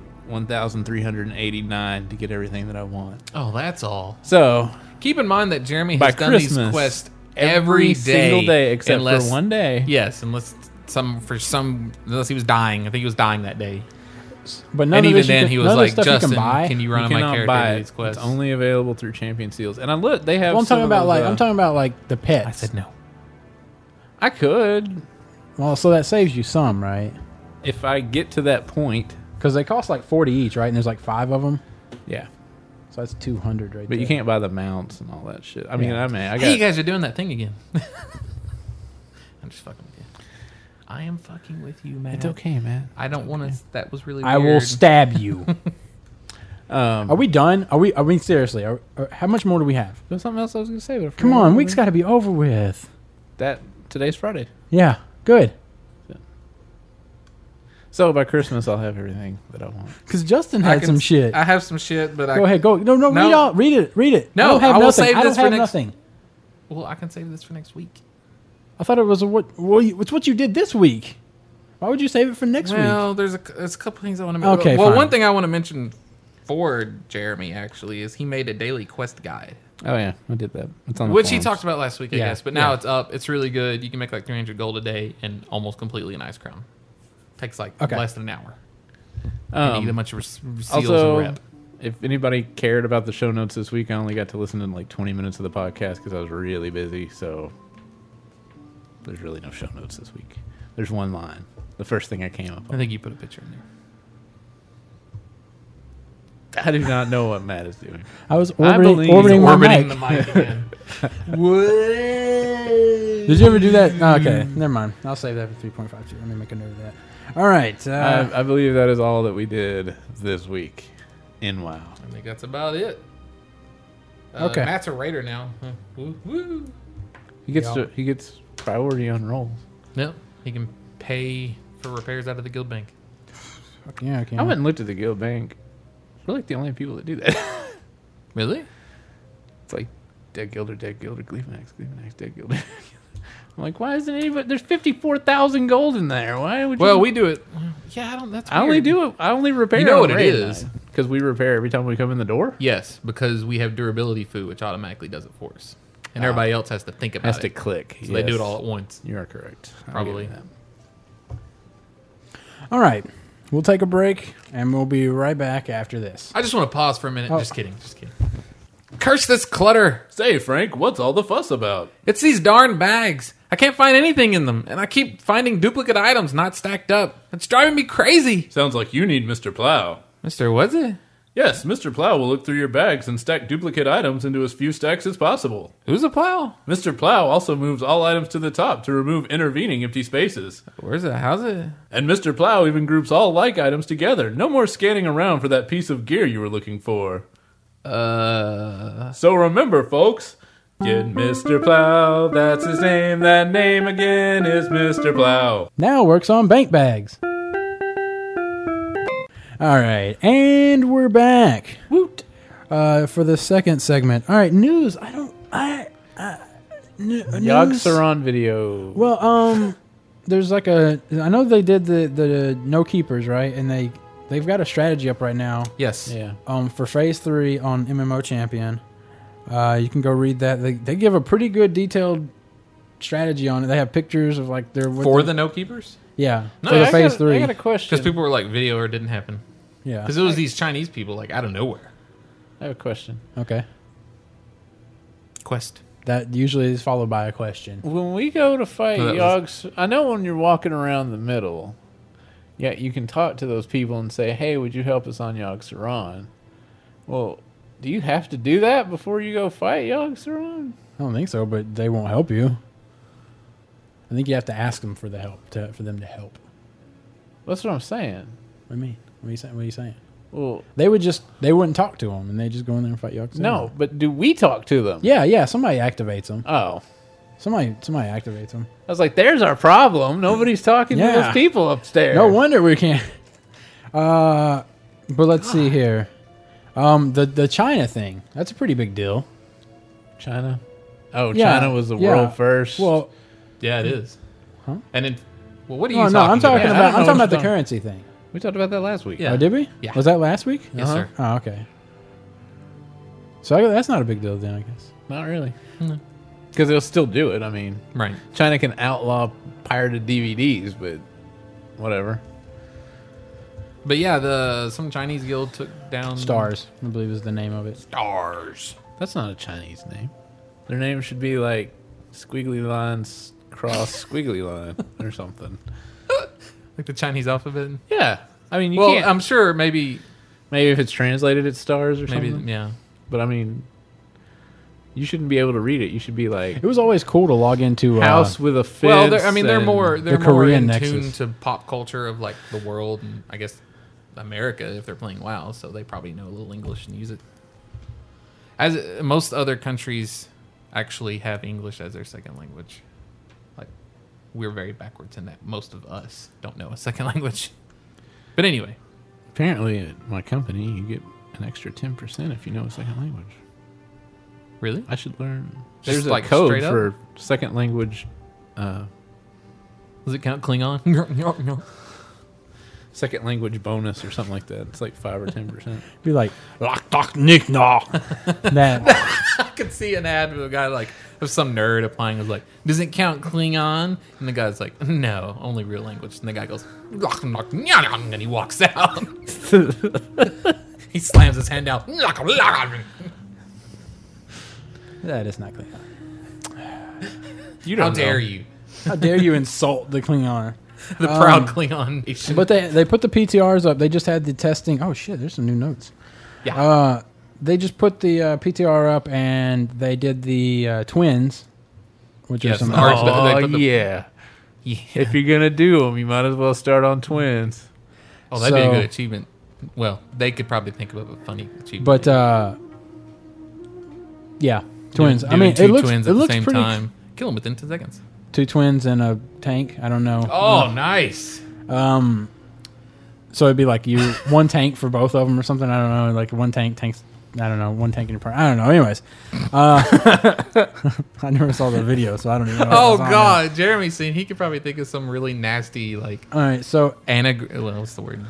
Speaker 3: 1,389 to get everything that I want.
Speaker 4: Oh, that's all.
Speaker 3: So
Speaker 4: Keep in mind that Jeremy has
Speaker 3: by
Speaker 4: done
Speaker 3: Christmas,
Speaker 4: these quests every day,
Speaker 3: single day except
Speaker 4: unless,
Speaker 3: for one day.
Speaker 4: Yes, unless some for some unless he was dying. I think he was dying that day.
Speaker 2: But none
Speaker 4: and
Speaker 2: of
Speaker 4: even
Speaker 2: this you
Speaker 4: then,
Speaker 2: can-
Speaker 4: he
Speaker 2: none
Speaker 4: was
Speaker 2: of this
Speaker 4: like,
Speaker 2: stuff
Speaker 4: "Justin,
Speaker 2: you can buy.
Speaker 4: you
Speaker 3: You
Speaker 4: run on my
Speaker 3: cannot
Speaker 4: character
Speaker 3: buy
Speaker 4: to
Speaker 3: it.
Speaker 4: these quests?"
Speaker 3: It's only available through champion seals. And I look, they have.
Speaker 2: well, I'm
Speaker 3: some
Speaker 2: talking
Speaker 3: of
Speaker 2: about
Speaker 3: those,
Speaker 2: like
Speaker 3: uh,
Speaker 2: I'm talking about like the pets.
Speaker 4: I said no.
Speaker 3: I could
Speaker 2: Well, so that saves you some, right?
Speaker 3: if I get to that point.
Speaker 2: Because they cost like forty each, right? And there's like five of them,
Speaker 3: Yeah,
Speaker 2: so that's two hundred right
Speaker 3: but
Speaker 2: there.
Speaker 3: you can't buy the mounts and all that shit. I mean,
Speaker 2: Yeah.
Speaker 3: I mean, I
Speaker 4: Hey, you
Speaker 3: got.
Speaker 4: guys are doing that thing again. I'm just fucking with you. I am fucking with you, man.
Speaker 3: It's okay, man.
Speaker 4: I don't want to. That was really.
Speaker 2: I will
Speaker 4: weird.
Speaker 2: stab you.
Speaker 3: Um,
Speaker 2: are we done? Are we? I mean, seriously, are, are, how much more do we have?
Speaker 3: there's something else I was gonna say. but I
Speaker 2: Come on,
Speaker 3: forgot what it
Speaker 4: Mm-hmm.
Speaker 2: week's
Speaker 3: was.
Speaker 2: got to be over with.
Speaker 3: that today's Friday.
Speaker 2: Yeah, good.
Speaker 3: So by Christmas, I'll have everything that I want.
Speaker 2: Because Justin
Speaker 4: I
Speaker 2: had
Speaker 4: can-
Speaker 2: some shit.
Speaker 4: I have some shit, but I
Speaker 2: go ahead, go. No, no, read
Speaker 4: No.
Speaker 2: all. Read it. Read it.
Speaker 4: No,
Speaker 2: I don't have
Speaker 4: I will
Speaker 2: nothing.
Speaker 4: save
Speaker 2: I don't
Speaker 4: this for
Speaker 2: have
Speaker 4: next-
Speaker 2: nothing.
Speaker 4: Well, I can save this for next week.
Speaker 2: I thought it was a what? Well, you- it's what you did this week. Why would you save it for next week?
Speaker 4: well, there's a, there's a couple things I want to mention.
Speaker 2: Okay,
Speaker 4: well,
Speaker 2: fine.
Speaker 4: one thing I want to mention for Jeremy actually is he made a daily quest guide,
Speaker 3: Oh yeah, I did that. It's on the
Speaker 4: which he
Speaker 3: forums.
Speaker 4: talked about last week, I
Speaker 3: Oh, Yeah,
Speaker 4: guess. But now
Speaker 3: yeah.
Speaker 4: it's up. It's really good. You can make like 300 gold a day and almost completely an ice crown. Takes like
Speaker 2: Okay.
Speaker 4: less than an hour.
Speaker 3: Um,
Speaker 4: you need a bunch of res- seals
Speaker 3: also,
Speaker 4: and rep.
Speaker 3: if anybody cared about the show notes this week, I only got to listen to like 20 minutes of the podcast because I was really busy. So there's really no show notes this week. There's one line. The first thing I came up
Speaker 4: I
Speaker 3: with.
Speaker 4: think you put a picture in there.
Speaker 3: I do not know what Matt is doing.
Speaker 2: I was
Speaker 3: I
Speaker 2: orbiting,
Speaker 3: believe-
Speaker 2: orbiting, my
Speaker 4: Orbiting
Speaker 2: mic.
Speaker 4: the mic again.
Speaker 2: Did you ever do that? Oh, okay, never mind. I'll save that for three point five two. Let me make a note of that. All right. Uh,
Speaker 3: I, I believe that is all that we did this week in WoW.
Speaker 4: I think that's about it. Uh,
Speaker 2: Okay.
Speaker 4: Matt's a raider now. Huh. Woo, woo.
Speaker 3: He gets
Speaker 2: Yeah.
Speaker 3: to, he gets priority on rolls.
Speaker 4: Yep. He can pay for repairs out of the guild bank.
Speaker 2: yeah, okay.
Speaker 3: I went and looked at the guild bank. We're like the only people that do that.
Speaker 4: Really?
Speaker 3: It's like dead gilder, dead gilder, Gleefanax, Gleefanax, dead gilder. I'm like, why isn't anybody? There's fifty four thousand gold in there. Why would you?
Speaker 4: Well, we do it. Yeah, I don't. That's
Speaker 3: I only do it. I only repair.
Speaker 4: You know what it is.
Speaker 3: because we repair every time we come in the door.
Speaker 4: Yes, because we have durability food, which automatically does it for us, and everybody else has to think about
Speaker 3: Has
Speaker 4: it.
Speaker 3: to click.
Speaker 4: So They do it all at once.
Speaker 3: You are correct. I'll give
Speaker 4: Probably.
Speaker 3: you that.
Speaker 2: All right. We'll take a break and we'll be right back after this.
Speaker 4: I just want to pause for a minute.
Speaker 2: Oh.
Speaker 4: Just kidding. Just kidding. Curse this clutter!
Speaker 3: Say, Frank, what's all the fuss about?
Speaker 4: It's these darn bags. I can't find anything in them, and I keep finding duplicate items not stacked up. It's driving me crazy.
Speaker 3: Sounds like you need Mr. Plow.
Speaker 4: Mister, was it?
Speaker 1: Yes, Mr. Plow will look through your bags and stack duplicate items into as few stacks as possible.
Speaker 4: Who's a plow?
Speaker 1: Mr. Plow also moves all items to the top to remove intervening empty spaces.
Speaker 4: Where's it? How's it?
Speaker 1: And Mr. Plow even groups all like items together. No more scanning around for that piece of gear you were looking for.
Speaker 4: Uh,
Speaker 1: So remember, folks, get Mr. Plow. That's his name. That name again is Mr. Plow.
Speaker 2: Now works on bank bags. All right, and we're back. Woot! Uh, for the second segment. All right, news. I don't. I. I n- news.
Speaker 3: Yogs are on video.
Speaker 2: Well, um, there's like a. I know they did the the no keepers right, and they they've got a strategy up right now.
Speaker 4: yes.
Speaker 3: yeah.
Speaker 2: Um, for phase three on MMO Champion, uh, you can go read that. They they give a pretty good detailed strategy on it. They have pictures of like their what
Speaker 4: For
Speaker 2: they-
Speaker 4: the no keepers?
Speaker 2: yeah
Speaker 3: No,
Speaker 2: for the
Speaker 3: I
Speaker 2: phase
Speaker 3: got,
Speaker 2: three.
Speaker 3: I got a question.
Speaker 4: Because people were like, video or it didn't happen.
Speaker 2: yeah.
Speaker 4: Because it was these Chinese people, like, out of nowhere.
Speaker 3: I have a question.
Speaker 2: Okay.
Speaker 4: Quest.
Speaker 2: That usually is followed by a question.
Speaker 3: When we go to fight
Speaker 2: Oh,
Speaker 4: No, that
Speaker 3: Yogs, I know when you're walking around the middle, yeah, you can talk to those people and say, "Hey, would you help us on Yogg-Saron?" Well, do you have to do that before you go fight Yogg-Saron?
Speaker 2: I don't think so, but they won't help you. I think you have to ask them for the help to, for them to help.
Speaker 3: That's what I'm saying.
Speaker 2: What do you mean? What are you saying? What are you saying?
Speaker 3: Well,
Speaker 2: They would just they wouldn't talk to them, and they just go in there and fight Yakuza.
Speaker 3: no, but do we talk to them?
Speaker 2: Yeah, yeah. Somebody activates them.
Speaker 3: Oh,
Speaker 2: Somebody somebody activates them.
Speaker 3: I was like, "There's our problem. Nobody's talking to
Speaker 2: Yeah.
Speaker 3: those people upstairs."
Speaker 2: No wonder we can't. Uh, but let's see here. Um, the the China thing. That's a pretty big deal.
Speaker 3: China. Oh,
Speaker 2: Yeah,
Speaker 3: China was the
Speaker 2: yeah.
Speaker 3: world first.
Speaker 2: Well,
Speaker 4: Yeah, it is.
Speaker 2: Huh?
Speaker 4: And then, well, what are you
Speaker 2: Oh, no,
Speaker 4: talking
Speaker 2: no. I'm talking
Speaker 3: I don't
Speaker 2: about I'm talking
Speaker 3: know what
Speaker 2: about the
Speaker 3: you're talking-
Speaker 2: currency thing.
Speaker 3: we talked about that last week.
Speaker 4: Yeah.
Speaker 2: Oh, did we?
Speaker 4: Yeah.
Speaker 2: Was that last week?
Speaker 4: Yes, sir.
Speaker 2: Oh, okay. So I, that's not a big deal then, I guess.
Speaker 3: Not really.
Speaker 2: Mm-hmm.
Speaker 3: Because they'll still do it. I mean,
Speaker 4: Right.
Speaker 3: China can outlaw pirated DVDs, but whatever.
Speaker 4: But yeah, the some Chinese guild took down
Speaker 2: Stars, I believe is the name of it.
Speaker 4: Stars.
Speaker 3: That's not a Chinese name. Their name should be like Squiggly Lines Cross Squiggly Line or something.
Speaker 4: Like the Chinese alphabet.
Speaker 3: Yeah. I mean, you
Speaker 4: well, um,
Speaker 3: can't.
Speaker 4: I'm sure maybe
Speaker 3: maybe if it's translated, it's stars or
Speaker 4: maybe
Speaker 3: something.
Speaker 4: yeah.
Speaker 3: But I mean, you shouldn't be able to read it. You should be like
Speaker 2: It was always cool to log into uh,
Speaker 3: house with a fence.
Speaker 4: Well, they're, I mean, they're
Speaker 3: and-
Speaker 4: more they're
Speaker 2: the
Speaker 4: more
Speaker 2: Korean
Speaker 4: in
Speaker 2: nexus.
Speaker 4: tune to pop culture of like the world and I guess America if they're playing WoW, so they probably know a little English and use it. As uh, most other countries actually have English as their second language, like we're very backwards in that most of us don't know a second language. But anyway,
Speaker 3: Apparently, at my company, you get an extra ten percent if you know a second language.
Speaker 4: really,
Speaker 3: I should learn.
Speaker 4: Just
Speaker 3: There's
Speaker 4: like
Speaker 3: a code
Speaker 4: straight up?
Speaker 3: for second language. Uh,
Speaker 4: does it count Klingon?
Speaker 3: second language bonus or something like that. It's like five or ten percent.
Speaker 2: be like lock talk nick nah. that
Speaker 4: I could see an ad with a guy like of some nerd applying was like, "Does it count Klingon?" And the guy's like, "No, only real language." And the guy goes, "Knock, knock, nyah, nyah," and he walks out. he slams his hand out. "Knock, knock."
Speaker 2: that is not Klingon.
Speaker 3: You
Speaker 4: How
Speaker 3: don't
Speaker 4: dare
Speaker 3: know.
Speaker 4: you,
Speaker 2: How dare you insult the Klingon?
Speaker 4: the proud Klingon nation?
Speaker 2: Um, But they they put the PTRs up. They just had the testing. Oh shit, there's some new notes.
Speaker 4: yeah,
Speaker 2: Uh, they just put the uh, PTR up and they did the uh, twins, which
Speaker 4: Yes,
Speaker 2: are some
Speaker 4: the arc-
Speaker 3: Oh
Speaker 4: They put the-
Speaker 3: yeah.
Speaker 4: yeah.
Speaker 3: If you're gonna do them, you might as well start on twins.
Speaker 4: Oh, that'd be a
Speaker 2: so-
Speaker 4: good achievement. Well, they could probably think of a funny achievement.
Speaker 2: But uh, yeah, twins.
Speaker 4: Doing
Speaker 2: I mean,
Speaker 4: two
Speaker 2: it looks
Speaker 4: twins
Speaker 2: it
Speaker 4: at the
Speaker 2: looks
Speaker 4: same
Speaker 2: pretty.
Speaker 4: time. Kill him within ten seconds.
Speaker 2: Two twins and a tank. I don't know.
Speaker 4: Oh, nice.
Speaker 2: Um, so it'd be like you one tank for both of them or something. I don't know. Like one tank tanks. I don't know. One tank in your part. I don't know. Anyways, uh, I never saw the video, so I don't even. know. what
Speaker 4: Oh
Speaker 2: was on there.
Speaker 4: God, Jeremy's seen. He could probably think of some really nasty like
Speaker 2: All right, so
Speaker 4: anag well, what's the word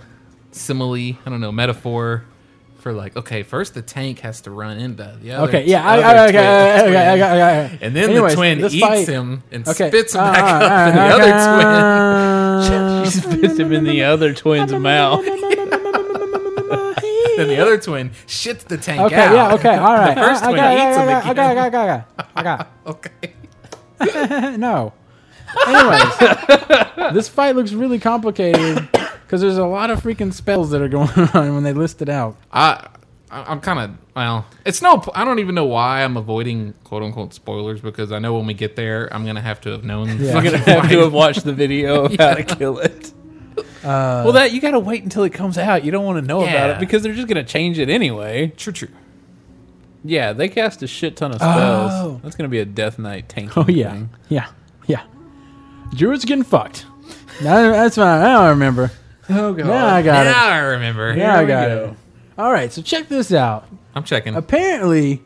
Speaker 4: simile i don't know metaphor for like okay first the tank has to run into the other
Speaker 2: okay, yeah, I,
Speaker 4: other
Speaker 2: I, okay,
Speaker 4: twin-
Speaker 2: okay, okay,
Speaker 4: twin.
Speaker 2: okay, okay, okay.
Speaker 4: and then
Speaker 2: Anyways,
Speaker 4: the twin
Speaker 2: this
Speaker 4: eats
Speaker 2: fight-
Speaker 4: him and
Speaker 2: okay,
Speaker 4: spits him
Speaker 2: uh,
Speaker 4: back
Speaker 2: uh,
Speaker 4: up
Speaker 2: uh,
Speaker 4: in the other twin
Speaker 2: uh,
Speaker 3: You spits him in the other twin's mouth.
Speaker 4: then the other twin shits the tank
Speaker 2: Okay,
Speaker 4: out
Speaker 2: yeah, okay, all right.
Speaker 4: the first
Speaker 2: I, I
Speaker 4: twin
Speaker 2: got, it,
Speaker 4: eats
Speaker 2: I
Speaker 4: him
Speaker 2: got, it, I
Speaker 4: again
Speaker 2: got, it, I got, it, I got, it,
Speaker 4: okay
Speaker 2: I got. it. no. Anyways, this fight looks really complicated because there's a lot of freaking spells that are going on when they list it out.
Speaker 4: I, I- I'm kind of well. It's no. I don't even know why I'm avoiding quote unquote spoilers because I know when we get there, I'm gonna have to have known.
Speaker 2: Yeah.
Speaker 3: You're
Speaker 4: fucking
Speaker 3: gonna have to
Speaker 4: why.
Speaker 3: have watched the video of how to kill it. well, that you gotta wait until it comes out. You don't want to know about
Speaker 4: Yeah.
Speaker 3: it because they're just gonna change it anyway.
Speaker 4: True, true.
Speaker 3: Yeah, they cast a shit ton of spells.
Speaker 2: Oh.
Speaker 3: That's gonna be a Death Knight tank.
Speaker 2: Oh yeah, yeah, yeah. Druid's getting fucked. Now, that's fine. Now I remember.
Speaker 3: Oh god.
Speaker 2: Now I got
Speaker 4: Now
Speaker 2: it.
Speaker 4: I remember.
Speaker 2: Now I
Speaker 3: we
Speaker 2: got
Speaker 3: go.
Speaker 2: it. All right, so check this out.
Speaker 4: I'm checking.
Speaker 2: Apparently,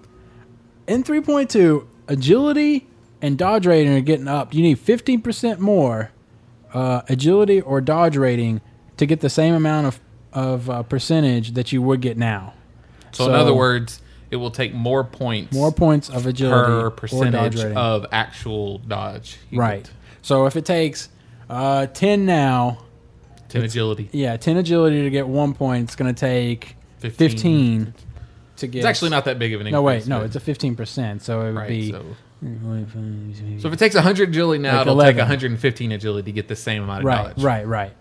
Speaker 2: in 3.2, agility and dodge rating are getting upped. You need 15% more uh, agility or dodge rating to get the same amount of, of uh, percentage that you would get now.
Speaker 4: So, in
Speaker 2: So-
Speaker 4: other words, it will take more points,
Speaker 2: More points of agility
Speaker 4: per
Speaker 2: or dodge
Speaker 4: percentage
Speaker 2: rating.
Speaker 4: of actual dodge. You
Speaker 2: right.
Speaker 4: get
Speaker 2: So if it takes uh, 10 now,
Speaker 4: Ten agility.
Speaker 2: yeah, 10 agility to get one point, it's going to take
Speaker 4: 15.
Speaker 2: 15, to get.
Speaker 4: It's actually not that big of an increase.
Speaker 2: No, wait, no, it's
Speaker 4: but-
Speaker 2: a 15%. So it would
Speaker 4: right.
Speaker 2: be.
Speaker 4: So. so if it takes 100 agility now,
Speaker 2: Like
Speaker 4: it'll
Speaker 2: 11.
Speaker 4: take 115 agility to get the same amount of
Speaker 2: right,
Speaker 4: dodge.
Speaker 2: right, right.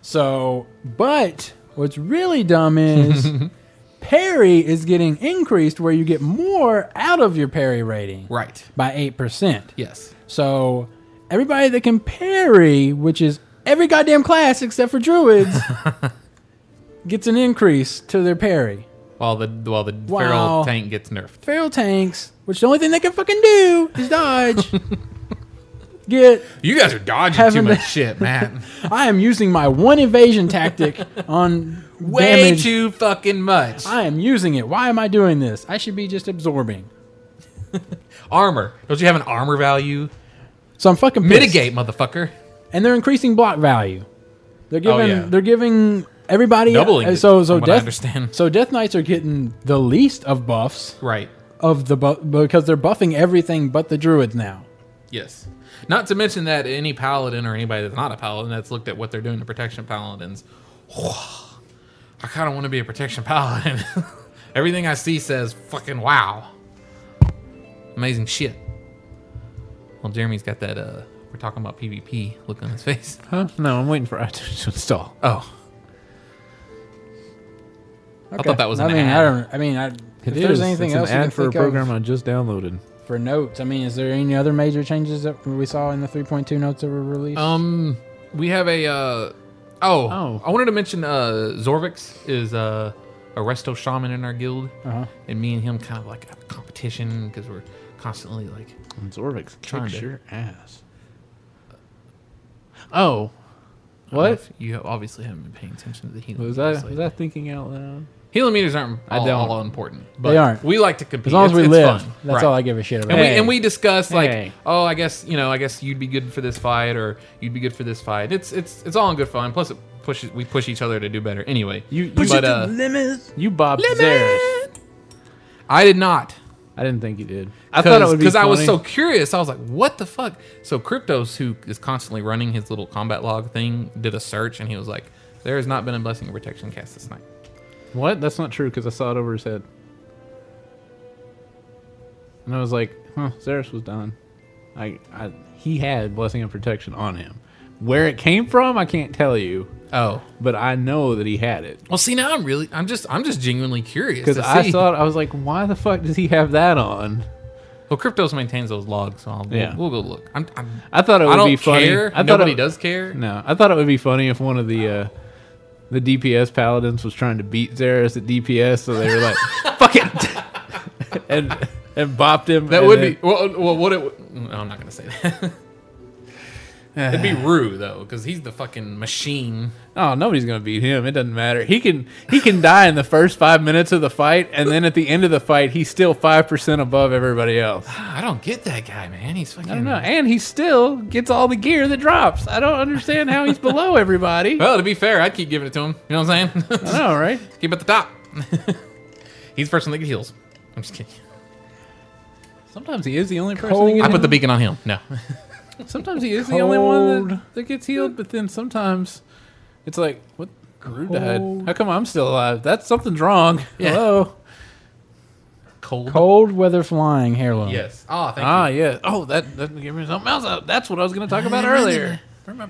Speaker 2: So, but what's really dumb is parry is getting increased where you get more out of your parry rating
Speaker 4: Right.
Speaker 2: by 8%.
Speaker 4: Yes.
Speaker 2: So, everybody that can parry, which is every goddamn class except for druids, gets an increase to their parry.
Speaker 4: While the while the
Speaker 2: Wow.
Speaker 4: feral tank gets nerfed.
Speaker 2: Feral tanks, which the only thing they can fucking do is dodge, get
Speaker 4: You guys are dodging
Speaker 2: Haven't
Speaker 4: too much
Speaker 2: been-
Speaker 4: shit, man.
Speaker 2: I am using my one evasion tactic on
Speaker 4: Way
Speaker 2: damage.
Speaker 4: too fucking much.
Speaker 2: I am using it. Why am I doing this? I should be just absorbing.
Speaker 4: Armor. Don't you have an armor value?
Speaker 2: So I'm fucking pissed.
Speaker 4: Mitigate, motherfucker.
Speaker 2: and they're increasing block value. They're giving.
Speaker 4: Oh, yeah.
Speaker 2: They're giving everybody uh,
Speaker 4: Doubling it,
Speaker 2: So so
Speaker 4: from what I
Speaker 2: death.
Speaker 4: understand.
Speaker 2: So death knights are getting the least of buffs
Speaker 4: Right.
Speaker 2: of the bu- because they're buffing everything but the druids now.
Speaker 4: Yes. Not to mention that any paladin or anybody that's not a paladin that's looked at what they're doing to protection paladins. I kind of want to be a protection paladin. Everything I see says fucking wow. Amazing shit. Well, Jeremy's got that, uh, we're talking about PvP look on his face.
Speaker 3: Huh? No, I'm waiting for iTunes to install.
Speaker 4: Oh.
Speaker 2: Okay.
Speaker 4: thought that was
Speaker 2: I
Speaker 4: an
Speaker 2: mean, I
Speaker 4: ad.
Speaker 2: don't. I mean, I, if there's anything
Speaker 3: it's
Speaker 2: else
Speaker 3: an
Speaker 2: you can
Speaker 3: ad for a
Speaker 2: think of
Speaker 3: program I just downloaded.
Speaker 2: for notes, I mean, is there any other major changes that we saw in the 3.2 notes that were released?
Speaker 4: Um, we have a. Uh, oh,
Speaker 3: Oh.
Speaker 4: I wanted to mention uh, Zorvix is uh, a resto shaman in our guild,
Speaker 2: Uh-huh.
Speaker 4: and me and him kind of like have a competition because we're constantly like.
Speaker 3: Zorvix kicks
Speaker 4: Trying to-
Speaker 3: your ass. Oh, what
Speaker 4: if You obviously haven't been paying attention to the healing. meters
Speaker 3: was that? Was
Speaker 4: lately.
Speaker 3: that thinking out loud?
Speaker 4: Healing meters aren't
Speaker 3: I
Speaker 4: all,
Speaker 3: don't.
Speaker 4: all important, but
Speaker 2: aren't.
Speaker 4: we like to compete.
Speaker 2: as long as
Speaker 4: It's-
Speaker 2: we
Speaker 4: it's
Speaker 2: live,
Speaker 4: fun.
Speaker 2: that's
Speaker 4: Right.
Speaker 2: all I give a shit about.
Speaker 4: And
Speaker 3: Hey.
Speaker 4: we and we discuss like,
Speaker 3: Hey.
Speaker 4: oh, I guess you know, I guess you'd be good for this fight, or you'd be good for this fight. It's it's it's all in good fun. Plus, it pushes we push each other to do better. Anyway,
Speaker 3: You-
Speaker 4: but
Speaker 3: you-
Speaker 4: uh,
Speaker 2: limits.
Speaker 3: You bobbed theirs.
Speaker 4: I did not.
Speaker 3: I didn't think you did. I thought it would be
Speaker 4: because I was so
Speaker 3: funny.
Speaker 4: curious. I was like, "What the fuck?" So Cryptos, who is constantly running his little combat log thing, did a search and he was like, "There has not been a blessing of protection cast this night."
Speaker 3: What? That's not true because I saw it over his head. And I was like, huh, Zaris was done. I, I, he had Blessing and Protection on him. Where it came from, I can't tell you,
Speaker 4: Oh,
Speaker 3: but I know that he had it.
Speaker 4: well. See, now I'm really, I'm just, I'm just genuinely curious
Speaker 3: Because
Speaker 4: to
Speaker 3: I
Speaker 4: see.
Speaker 3: saw it, I was like, why the fuck does he have that on?
Speaker 4: Well, Cryptos maintains those logs, so I'll,
Speaker 3: Yeah.
Speaker 4: we'll, we'll go look. I'm, I'm,
Speaker 3: I thought it would
Speaker 4: I don't
Speaker 3: be funny.
Speaker 4: care.
Speaker 3: I thought
Speaker 4: Nobody
Speaker 3: it,
Speaker 4: does care.
Speaker 3: No, I thought it would be funny if one of the uh, the DPS paladins was trying to beat Zaris at DPS, so they were like, "Fuck it," and and bopped him.
Speaker 4: That
Speaker 3: and
Speaker 4: would
Speaker 3: then-
Speaker 4: be well. Well, what it? would- No, I'm not gonna say that. It'd be Rue though, because he's the fucking machine.
Speaker 3: Oh, nobody's gonna beat him. It doesn't matter. He can he can die in the first five minutes of the fight, and then at the end of the fight, he's still five percent above everybody else.
Speaker 4: I don't get that guy, man. He's fucking.
Speaker 3: I don't know. And he still gets all the gear that drops. I don't understand how he's below everybody. I
Speaker 4: Well, to be fair, I'd keep giving it to him. You know what I'm saying?
Speaker 3: know, right?
Speaker 4: Keep at the top. He's the person that heals. I'm just kidding.
Speaker 3: Sometimes he is the only person.
Speaker 2: Cold.
Speaker 3: That
Speaker 4: I
Speaker 3: gets,
Speaker 4: put the beacon on him. No.
Speaker 3: sometimes he is the only
Speaker 2: Cold.
Speaker 3: one that, that gets healed, but then sometimes it's like, what? Gru died. How come I'm still alive? That's something's wrong.
Speaker 4: Yeah.
Speaker 3: Hello.
Speaker 4: Cold.
Speaker 2: Cold weather flying heirloom.
Speaker 4: Yes. Oh, thank
Speaker 3: Ah,
Speaker 4: you.
Speaker 3: yeah. Oh, that that gave me something else. That's what I was going to talk about earlier.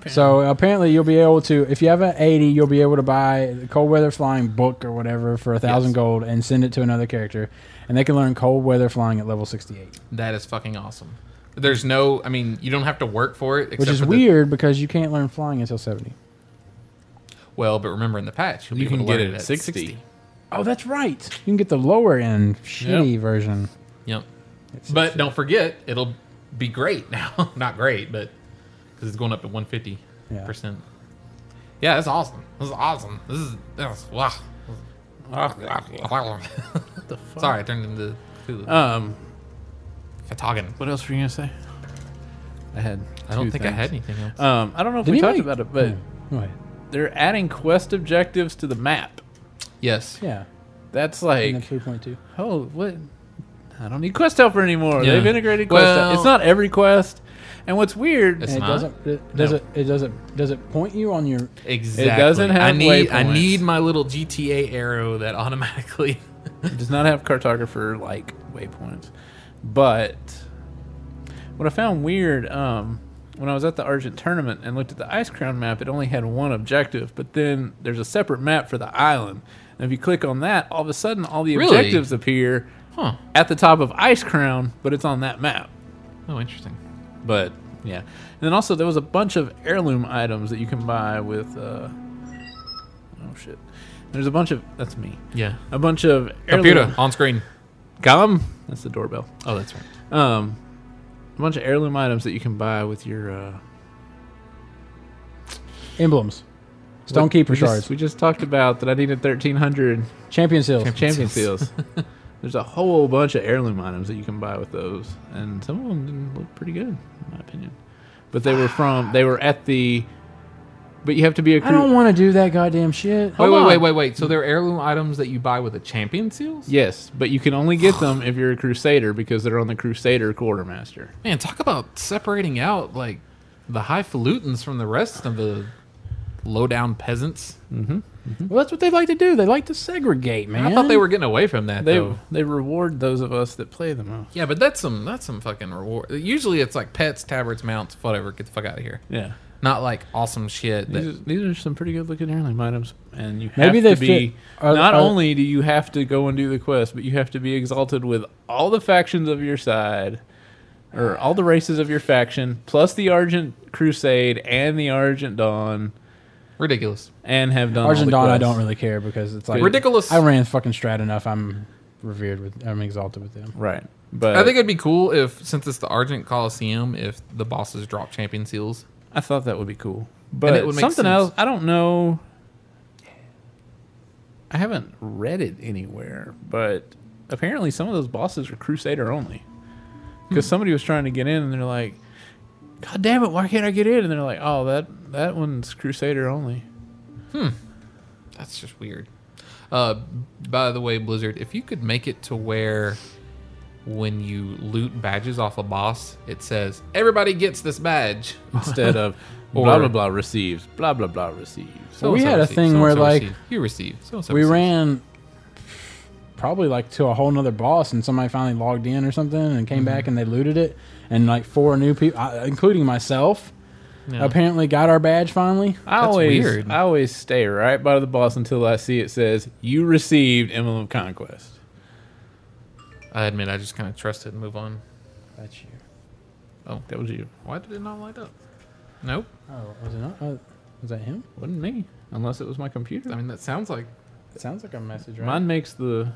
Speaker 2: So apparently, you'll be able to, if you have an 80, you'll be able to buy the cold weather flying book or whatever for a thousand gold and send it to another character, and they can learn cold weather flying at level 68,
Speaker 4: That is fucking awesome. There's no, I mean, you don't have to work for it, except
Speaker 2: which is
Speaker 4: for the-
Speaker 2: weird because you can't learn flying until 70.
Speaker 4: well, but remember in the patch, you'll
Speaker 3: You
Speaker 4: be able
Speaker 3: can
Speaker 4: to
Speaker 3: get
Speaker 4: learn
Speaker 3: it at 60.
Speaker 2: Oh, that's right. You can get the lower end shitty version.
Speaker 4: Yep. But don't forget, it'll be great now. Not great, but because it's going up to 150 percent. Yeah, that's awesome. This is awesome. This is that's wow. Sorry, I turned into Cthulhu.
Speaker 3: Um,
Speaker 4: Katagan.
Speaker 3: what else were you gonna say? I had.
Speaker 4: I don't
Speaker 3: two
Speaker 4: think I
Speaker 3: things.
Speaker 4: had anything else.
Speaker 3: Um, I don't know if
Speaker 2: Did Hmm.
Speaker 3: we
Speaker 2: he
Speaker 3: talked
Speaker 2: make-
Speaker 3: about it, but
Speaker 2: Go ahead.
Speaker 3: they're adding quest objectives to the map.
Speaker 4: yes.
Speaker 2: Yeah.
Speaker 3: That's
Speaker 2: And then
Speaker 3: like,
Speaker 2: 3.2.
Speaker 3: oh, what? I don't need quest helper anymore.
Speaker 4: Yeah.
Speaker 3: They've integrated quest.
Speaker 4: Well-
Speaker 3: it's not every quest, and what's weird,
Speaker 4: It's
Speaker 2: And it
Speaker 4: not?
Speaker 2: doesn't. It, does
Speaker 4: No.
Speaker 2: it? It doesn't. Does it point you on your?
Speaker 4: Exactly.
Speaker 3: doesn't
Speaker 4: I
Speaker 3: have
Speaker 4: need I
Speaker 3: waypoints.
Speaker 4: need my little GTA arrow that automatically
Speaker 3: it does not have cartographer like waypoints. But what I found weird, um, when I was at the Argent tournament and looked at the Ice Crown map, it only had one objective. But then there's a separate map for the island, and if you click on that, all of a sudden all the
Speaker 4: Really?
Speaker 3: objectives appear
Speaker 4: Huh.
Speaker 3: at the top of Ice Crown, but it's on that map.
Speaker 4: Oh, interesting.
Speaker 3: But yeah, and then also there was a bunch of heirloom items that you can buy with. Uh, oh shit! There's a bunch of that's me.
Speaker 4: Yeah.
Speaker 3: A bunch of
Speaker 4: Computer
Speaker 3: heirloom-
Speaker 4: on screen.
Speaker 3: Come. That's the doorbell.
Speaker 4: Oh, that's right.
Speaker 3: Um, a bunch of heirloom items that you can buy with your uh,
Speaker 2: Emblems. Stonekeeper
Speaker 3: we just-
Speaker 2: shards.
Speaker 3: we just talked about that. I needed thirteen hundred
Speaker 2: Champion seals.
Speaker 3: champion seals. There's a whole bunch of heirloom items that you can buy with those, and some of them didn't look pretty good, in my opinion. But they were from they were at the. But you have to be a.
Speaker 2: I don't want to do that goddamn shit.
Speaker 4: Wait,
Speaker 2: Hold
Speaker 4: wait,
Speaker 2: on.
Speaker 4: wait, wait, wait. So there are heirloom items that you buy with the champion seals?
Speaker 3: Yes, but you can only get them if you're a crusader because they're on the crusader quartermaster.
Speaker 4: Man, talk about separating out like the highfalutins from the rest of the low-down peasants.
Speaker 2: Well, that's what they like to do. They like to segregate, man.
Speaker 4: I thought they were getting away from that
Speaker 3: They
Speaker 4: though.
Speaker 3: they reward those of us that play the most.
Speaker 4: Yeah, but that's some that's some fucking reward. Usually it's like pets, tabards, mounts, whatever. Get the fuck out of here.
Speaker 3: Yeah.
Speaker 4: Not like awesome shit.
Speaker 3: These
Speaker 4: That,
Speaker 3: are, these are some pretty good looking heirloom items, and you have
Speaker 2: Maybe
Speaker 3: to
Speaker 2: they
Speaker 3: be.
Speaker 2: fit- are-
Speaker 3: not
Speaker 2: are-
Speaker 3: only do you have to go and do the quest, but you have to be exalted with all the factions of your side, or all the races of your faction, plus the Argent Crusade and the Argent Dawn,
Speaker 4: ridiculous.
Speaker 3: and have done all the
Speaker 2: Argent Dawn, I
Speaker 3: quests.
Speaker 2: don't really care because it's like
Speaker 4: Ridiculous.
Speaker 2: I ran fucking strat enough. I'm revered with. I'm exalted with them.
Speaker 3: Right, but
Speaker 4: I think it'd be cool if, since it's the Argent Coliseum, if the bosses drop champion seals.
Speaker 3: I thought that would be cool. But
Speaker 4: it would make
Speaker 3: something
Speaker 4: sense.
Speaker 3: else, I don't know. I haven't read it anywhere, but apparently some of those bosses are Crusader only. Because somebody was trying to get in and they're like, God damn it, why can't I get in? And they're like, oh, that, that one's Crusader only.
Speaker 4: That's just weird. Uh, by the way, Blizzard, if you could make it to where when you loot badges off a boss, it says everybody gets this badge.
Speaker 3: Instead of blah, blah, blah receives, blah, blah, blah receives.
Speaker 4: So-and-so
Speaker 2: We had a
Speaker 4: received,
Speaker 2: thing
Speaker 4: so-and-so
Speaker 2: where, like,
Speaker 4: received, you receive. So-and-so
Speaker 2: we
Speaker 4: received.
Speaker 2: ran probably like to a whole nother boss and somebody finally logged in or something and came
Speaker 3: Mm-hmm.
Speaker 2: back and they looted it and like four new people including myself apparently got our badge finally
Speaker 3: I
Speaker 4: That's
Speaker 3: always,
Speaker 4: weird.
Speaker 3: I always stay right by the boss until I see it says, you received Emblem of Conquest.
Speaker 4: I admit, I just kind of trust it and move on.
Speaker 2: that's you
Speaker 3: Oh, That was you.
Speaker 4: Why did it not light up? Nope.
Speaker 2: oh was it not oh, was that him
Speaker 3: Wasn't me, unless it was my computer.
Speaker 4: I mean, that sounds like
Speaker 2: it sounds like a message right
Speaker 3: Mine makes the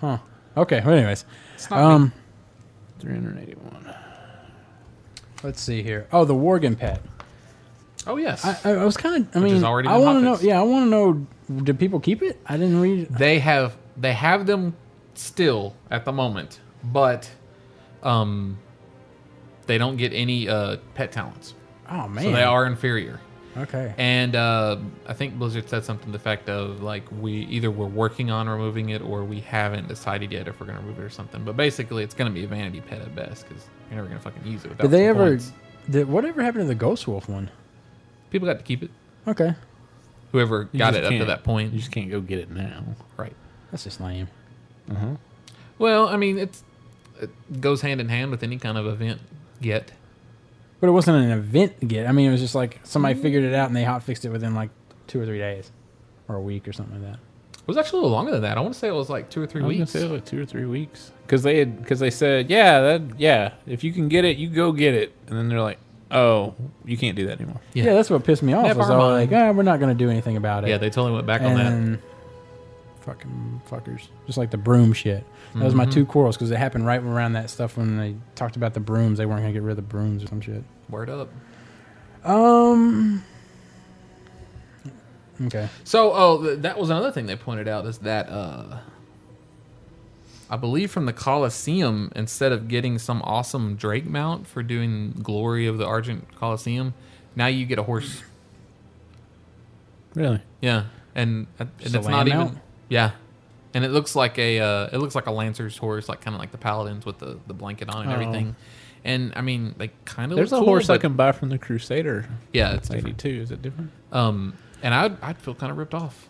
Speaker 2: huh okay well, anyways
Speaker 4: it's not.
Speaker 2: um
Speaker 3: 381.
Speaker 2: let's see here oh the worgen pet
Speaker 4: oh yes,
Speaker 2: i, I I was kind of i
Speaker 4: Which
Speaker 2: mean
Speaker 4: has already
Speaker 2: i
Speaker 4: been
Speaker 2: want to know
Speaker 4: hotfixed.
Speaker 2: yeah i want to know did people keep it i didn't read
Speaker 4: they have they have them still at the moment, but um, they don't get any uh pet talents,
Speaker 2: oh man
Speaker 4: so they are inferior.
Speaker 2: okay
Speaker 4: And uh, I think Blizzard said something to the effect of like we either we're working on removing it or we haven't decided yet if we're gonna remove it or something. But basically, it's gonna be a vanity pet at best because you're never gonna fucking use it. Without
Speaker 2: did they
Speaker 4: some
Speaker 2: ever
Speaker 4: points.
Speaker 2: did whatever happened to the ghost wolf one
Speaker 4: People got to keep it.
Speaker 2: okay
Speaker 4: Whoever
Speaker 3: You
Speaker 4: got
Speaker 3: just
Speaker 4: it up to
Speaker 3: can't-
Speaker 4: that point,
Speaker 3: You just can't go get it now.
Speaker 4: right?
Speaker 2: That's just lame.
Speaker 4: Well, I mean, it's, it goes hand in hand with any kind of event get.
Speaker 2: But it wasn't an event to get. I mean, it was just like somebody figured it out and they hot fixed it within like two or three days, or a week or something like that.
Speaker 4: It was actually a little longer than that. I want to say it was like two or three
Speaker 3: I was gonna
Speaker 4: weeks.
Speaker 3: say like two or three weeks because they had because they said yeah that yeah if you can get it you go get it and then they're like oh you can't do that anymore
Speaker 4: Yeah.
Speaker 2: Yeah, that's what pissed me off.
Speaker 4: Never
Speaker 2: was all
Speaker 4: mind.
Speaker 2: like, ah, we're not going to do anything about it.
Speaker 4: Yeah, they totally went back on that.
Speaker 2: and fucking fuckers, just like the broom shit. That was my
Speaker 4: Mm-hmm.
Speaker 2: two quarrels because it happened right around that stuff when they talked about the brooms. They weren't going to get rid of the brooms or some shit.
Speaker 4: Word up.
Speaker 2: Um. Okay.
Speaker 4: So, oh, th- that was another thing they pointed out is that uh, I believe from the Coliseum, instead of getting some awesome Drake mount for doing Glory of the Argent Coliseum, now you get a horse.
Speaker 3: really
Speaker 4: Yeah, and, uh, and it's
Speaker 2: Just a
Speaker 4: not
Speaker 2: land
Speaker 4: even.
Speaker 2: mount?
Speaker 4: Yeah, and it looks like a uh, it looks like a lancer's horse, like kind of like the paladins with the, the blanket on and
Speaker 2: Oh.
Speaker 4: everything. And I mean, they kind of
Speaker 3: there's a
Speaker 4: cool,
Speaker 3: horse I
Speaker 4: but-
Speaker 3: can buy from the Crusader
Speaker 4: yeah, it's different.
Speaker 3: lady too is it different
Speaker 4: Um, and I'd, I'd feel kind of ripped off.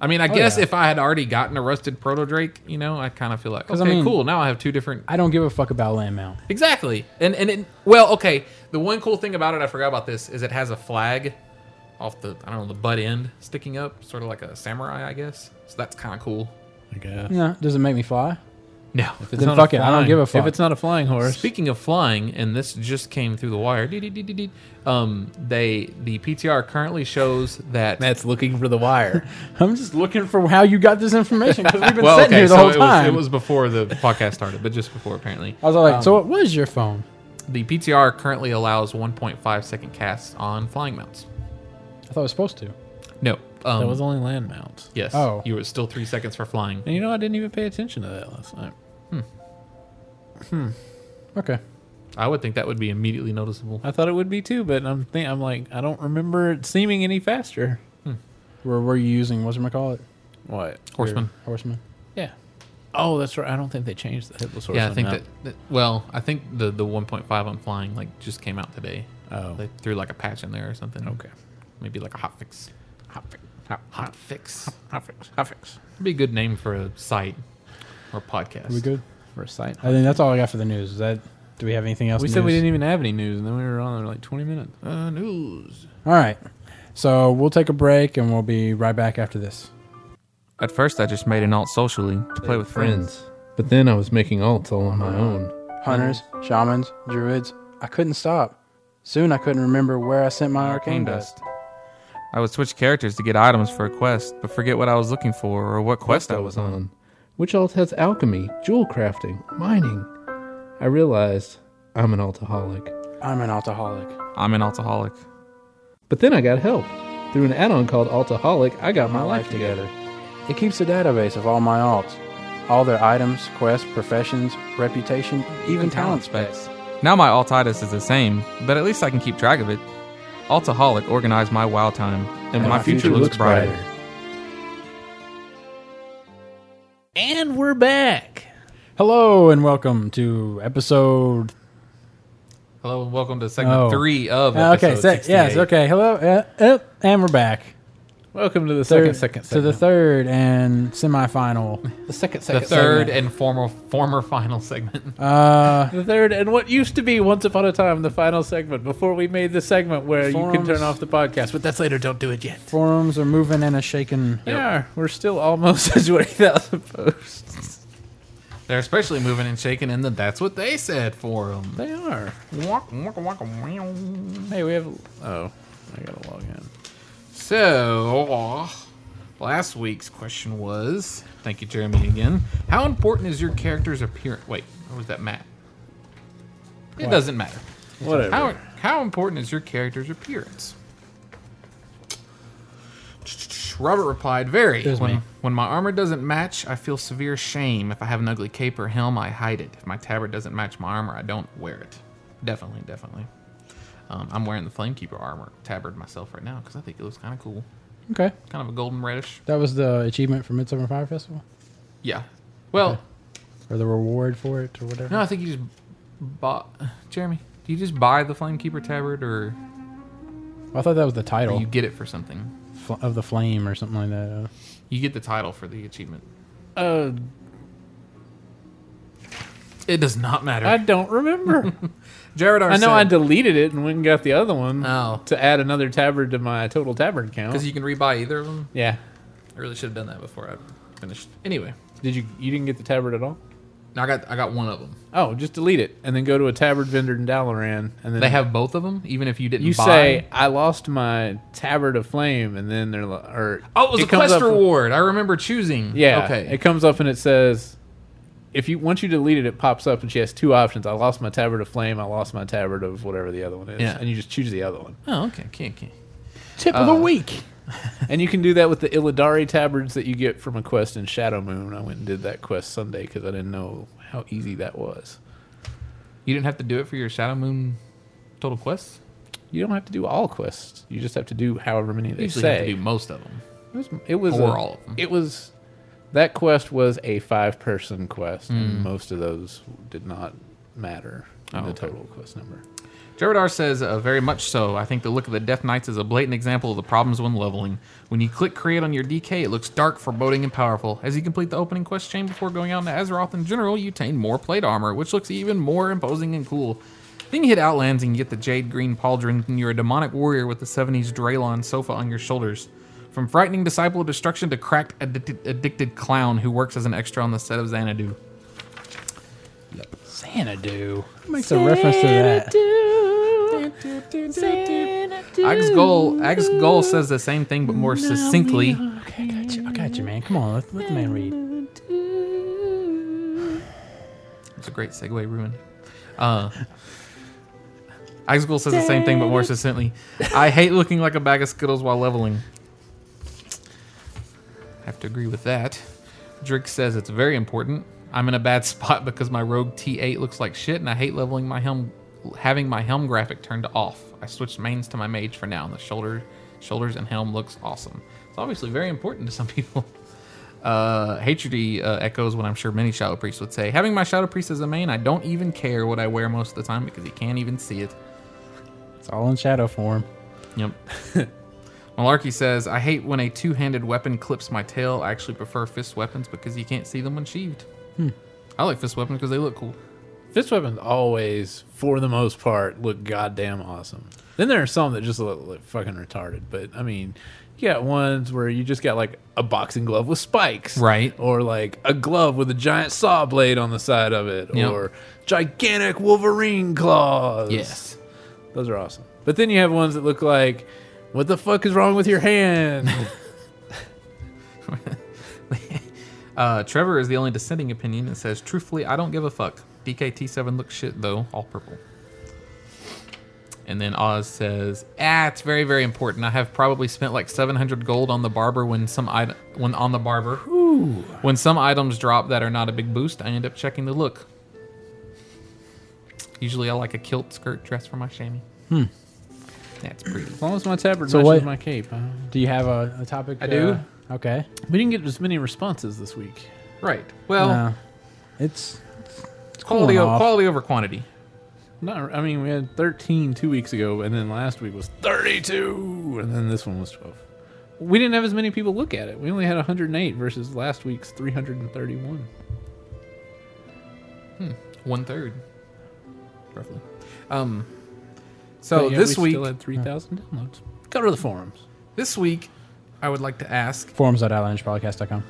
Speaker 4: I mean, I guess
Speaker 2: Oh, yeah.
Speaker 4: if I had already gotten a rusted proto Drake, you know, I kind of feel like
Speaker 2: 'Cause,
Speaker 4: okay,
Speaker 2: I mean-
Speaker 4: cool. Now I have two different.
Speaker 2: I don't give a fuck about land mount.
Speaker 4: Exactly, and and it, well, okay. The one cool thing about it, I forgot about this, is it has a flag off the I don't know the butt end sticking up, sort of like a samurai, I guess. So that's kind of cool.
Speaker 3: I guess
Speaker 2: No, does it make me fly?
Speaker 4: No.
Speaker 3: If it's
Speaker 2: Then
Speaker 3: not a
Speaker 2: fuck it, I don't
Speaker 3: flying-
Speaker 2: give a
Speaker 3: if
Speaker 2: fuck.
Speaker 3: it's not a flying horse
Speaker 4: Speaking of flying, and this just came through the wire. dee, dee, dee, dee, dee, Um, they the PTR currently shows that
Speaker 3: that's looking for the wire
Speaker 2: I'm just looking for how you got this information because we've been
Speaker 4: well,
Speaker 2: sitting
Speaker 4: okay,
Speaker 2: here the
Speaker 4: so
Speaker 2: whole
Speaker 4: it was,
Speaker 2: time.
Speaker 4: it was before the podcast started, but just before apparently.
Speaker 2: I was like, so
Speaker 4: um,
Speaker 2: it was your phone.
Speaker 4: The PTR currently allows 1.5 second casts on flying mounts.
Speaker 2: I thought it was supposed to.
Speaker 4: No. Um,
Speaker 3: that was only land mounts
Speaker 4: yes.
Speaker 2: Oh.
Speaker 4: You were still three seconds for flying.
Speaker 3: and you know I didn't even pay attention to that last night
Speaker 2: Okay.
Speaker 4: I would think that would be immediately noticeable.
Speaker 3: I thought it would be too but I'm think I'm like I don't remember it seeming any faster
Speaker 2: Where were you using? What's it call it?
Speaker 3: what
Speaker 4: Horseman.
Speaker 2: Horseman.
Speaker 3: yeah oh that's right I don't think they changed the hitless horse
Speaker 4: Yeah, I
Speaker 3: on
Speaker 4: think that, that. Well, I think the the 1.5 on flying like just came out today.
Speaker 3: Oh.
Speaker 4: They threw like a patch in there or something.
Speaker 3: Okay.
Speaker 4: Maybe like a hot fix. Hot fix. Hot, fix.
Speaker 3: hot fix hot fix
Speaker 4: Would be a good name for a site or podcast.
Speaker 2: Are we good?
Speaker 3: for a site
Speaker 2: I think that's all I got for the news. Is that? Do we have anything else?
Speaker 3: We said we didn't even have any news, and then we were on there like 20 minutes.
Speaker 4: Uh, news.
Speaker 2: All right. So we'll take a break and we'll be right back after this.
Speaker 4: At first, I just made an alt socially to play with friends.
Speaker 3: But then I was making alts all on my own.
Speaker 2: Hunters, shamans, druids. I couldn't stop. Soon I couldn't remember where I sent my arcane dust.
Speaker 4: I would switch characters to get items for a quest, but forget what I was looking for or what quest I was on.
Speaker 5: which alt has alchemy, jewel crafting, mining. I realized I'm an altaholic.
Speaker 2: I'm an alcoholic.
Speaker 4: I'm an altaholic.
Speaker 5: But then I got help. Through an add on called Altaholic, I got my life together.
Speaker 2: It keeps a database of all my alts, all their items, quests, professions, reputation, even talent specs.
Speaker 4: Now my altitis is the same, but at least I can keep track of it. Altaholic organized my WoW time, and, my, future, looks, brighter.
Speaker 3: And we're back.
Speaker 2: Hello and welcome to episode.
Speaker 4: Hello, and welcome to segment
Speaker 2: Oh.
Speaker 4: three of
Speaker 2: Uh, okay,
Speaker 4: episode
Speaker 2: se- yes,
Speaker 4: 68.
Speaker 2: okay. Hello, uh, uh, and we're back.
Speaker 3: Welcome to the
Speaker 2: Third-
Speaker 3: second, second,
Speaker 2: to
Speaker 3: segment.
Speaker 2: the third and semifinal.
Speaker 3: the second,
Speaker 4: The
Speaker 3: second,
Speaker 4: third
Speaker 3: segment.
Speaker 4: and former former final segment.
Speaker 2: Uh,
Speaker 3: the third, and what used to be once upon a time the final segment before we made the segment where you can
Speaker 2: Forums.
Speaker 3: turn off the podcast. But that's later. Don't do it yet.
Speaker 2: forums are moving and a shaking.
Speaker 3: They are. We're still almost at 20,000 posts.
Speaker 4: They're especially moving and shaking in the "That's what they said" forum.
Speaker 3: They are. Hey, we have. Oh, I gotta log in.
Speaker 4: So, uh, last week's question was, thank you, Jeremy, again. How important is your character's appearance? Wait, or was that Matt? It doesn't matter.
Speaker 3: Whatever.
Speaker 4: How, how important is your character's appearance? Robert replied, Very.
Speaker 2: was
Speaker 4: When,
Speaker 2: me.
Speaker 4: when my armor doesn't match, I feel severe shame. If I have an ugly cape or helm, I hide it. If my tabard doesn't match my armor, I don't wear it. Definitely, definitely. Um, I'm wearing the Flamekeeper armor tabard myself right now because I think it looks kind of cool
Speaker 2: Okay,
Speaker 4: kind of a golden reddish.
Speaker 2: that was the achievement for Midsummer Fire Festival,
Speaker 4: Yeah. Well,
Speaker 2: or the reward for it, or whatever.
Speaker 4: no, I think you just bought. Jeremy, do you just buy the Flamekeeper tabard, or
Speaker 2: I thought that was the
Speaker 4: do
Speaker 2: title
Speaker 4: you get it for something?
Speaker 2: fl- of the flame or something like that.
Speaker 4: You get the title for the achievement.
Speaker 3: Uh,
Speaker 4: It does not matter.
Speaker 3: I don't remember.
Speaker 4: Jared R.
Speaker 3: I know I deleted it and went and got the other one
Speaker 4: Oh.
Speaker 3: to add another tabard to my total tabard count.
Speaker 4: because you can rebuy either of them.
Speaker 3: yeah.
Speaker 4: I really should have done that before I finished. Anyway,
Speaker 3: Did you? You didn't get the tabard at all?
Speaker 4: now I got I got one of them.
Speaker 3: Oh, just delete it and then go to a tabard vendor in Dalaran and then
Speaker 4: They have both of them, even if you didn't.
Speaker 3: You
Speaker 4: buy.
Speaker 3: say I lost my tabard of flame, and then they're like, or
Speaker 4: "Oh, it was a
Speaker 3: comes
Speaker 4: quest
Speaker 3: up-
Speaker 4: reward." I remember choosing.
Speaker 3: Yeah.
Speaker 4: Okay.
Speaker 3: It comes up and it says, if you once you delete it, it pops up and she has two options. I lost my tabard of flame. I lost my tabard of whatever the other one is.
Speaker 4: Yeah.
Speaker 3: And you just choose the other one.
Speaker 4: oh, okay. Can't can't.
Speaker 3: Tip
Speaker 2: Uh,
Speaker 3: of the week. and you can do that with the Illidari tabards that you get from a quest in Shadow Moon. I went and did that quest Sunday because I didn't know how easy that was.
Speaker 4: You didn't have to do it for your Shadow Moon total quest.
Speaker 3: You don't have to do all quests. You just have to do however many they
Speaker 4: You usually
Speaker 3: say.
Speaker 4: have to do most of them.
Speaker 3: It was. It was
Speaker 4: Or
Speaker 3: a-
Speaker 4: all of them.
Speaker 3: It was. That quest was a five-person quest, and most of those did not matter in
Speaker 4: Hmm. Oh,
Speaker 3: the
Speaker 4: okay.
Speaker 3: total quest number.
Speaker 4: Gerardar says, uh, very much so. I think the look of the Death Knights is a blatant example of the problems when leveling. When you click create on your DK, it looks dark, foreboding, and powerful. As you complete the opening quest chain before going on to Azeroth in general, you attain more plate armor, which looks even more imposing and cool. Then you hit Outlands and you get the Jade Green Pauldron, and you're a demonic warrior with the 70s Draelon sofa on your shoulders. From frightening disciple of destruction to cracked, addicted, addicted clown who works as an extra on the set of Xanadu.
Speaker 3: Xanadu.
Speaker 2: Makes a reference to that.
Speaker 4: Axe Goal, Axe Goal says the same thing but more succinctly.
Speaker 2: Okay, I got you. I got you, man. Come on, let, let the man read.
Speaker 4: It's a great segue, Ruin. Uh, Icicle says the same thing, but more succinctly. I hate looking like a bag of Skittles while leveling. I have to agree with that. Drake says it's very important. I'm in a bad spot because my Rogue T8 looks like shit, and I hate leveling my helm, having my helm graphic turned off. I switched mains to my mage for now, and the shoulder, shoulders and helm looks awesome. It's obviously very important to some people. Uh, Hatred uh, echoes what I'm sure many Shadow Priests would say. Having my Shadow Priest as a main, I don't even care what I wear most of the time because he can't even see it.
Speaker 2: It's all in shadow form.
Speaker 4: Yep. Malarkey says, I hate when a two handed weapon clips my tail. I actually prefer fist weapons because you can't see them when sheathed. I like fist weapons because they look cool.
Speaker 3: Fist weapons always, for the most part, look goddamn awesome. Then there are some that just look, look fucking retarded. But I mean, you got ones where you just got like a boxing glove with spikes,
Speaker 4: Right.
Speaker 3: Or like a glove with a giant saw blade on the side of it,
Speaker 4: Yep.
Speaker 3: or gigantic Wolverine claws.
Speaker 4: Yes.
Speaker 3: Those are awesome. But then you have ones that look like, what the fuck is wrong with your hand?
Speaker 4: Uh, Trevor is the only dissenting opinion and says, truthfully, I don't give a fuck. DKT7 looks shit though, all purple. And then Oz says, "Ah, it's very, very important. I have probably spent like 700 gold on the barber when some item, when on the barber, when some items drop that are not a big boost. I end up checking the look. Usually, I like a kilt skirt dress for my chamois. Hmm, that's pretty.
Speaker 3: as long as my tabard
Speaker 2: So
Speaker 3: matches
Speaker 2: what-
Speaker 3: my cape. I-
Speaker 2: Do you have a, a topic?
Speaker 4: I do.
Speaker 2: uh, okay.
Speaker 3: we didn't get as many responses this week.
Speaker 4: Right. Well,
Speaker 2: Uh, it's
Speaker 4: it's quality,
Speaker 2: cooling
Speaker 4: o-
Speaker 2: off.
Speaker 4: quality over quantity.
Speaker 3: Not, I mean, we had 13 two weeks ago, and then last week was 32, and then this one was 12. We didn't have as many people look at it. We only had 108 versus last week's 331.
Speaker 4: One third, roughly. Um. So
Speaker 3: But yet
Speaker 4: this
Speaker 3: we
Speaker 4: week,
Speaker 3: still had 3,000 downloads. Go to the forums.
Speaker 4: this week, I would like to ask
Speaker 2: forums.outlandishpodcast.com.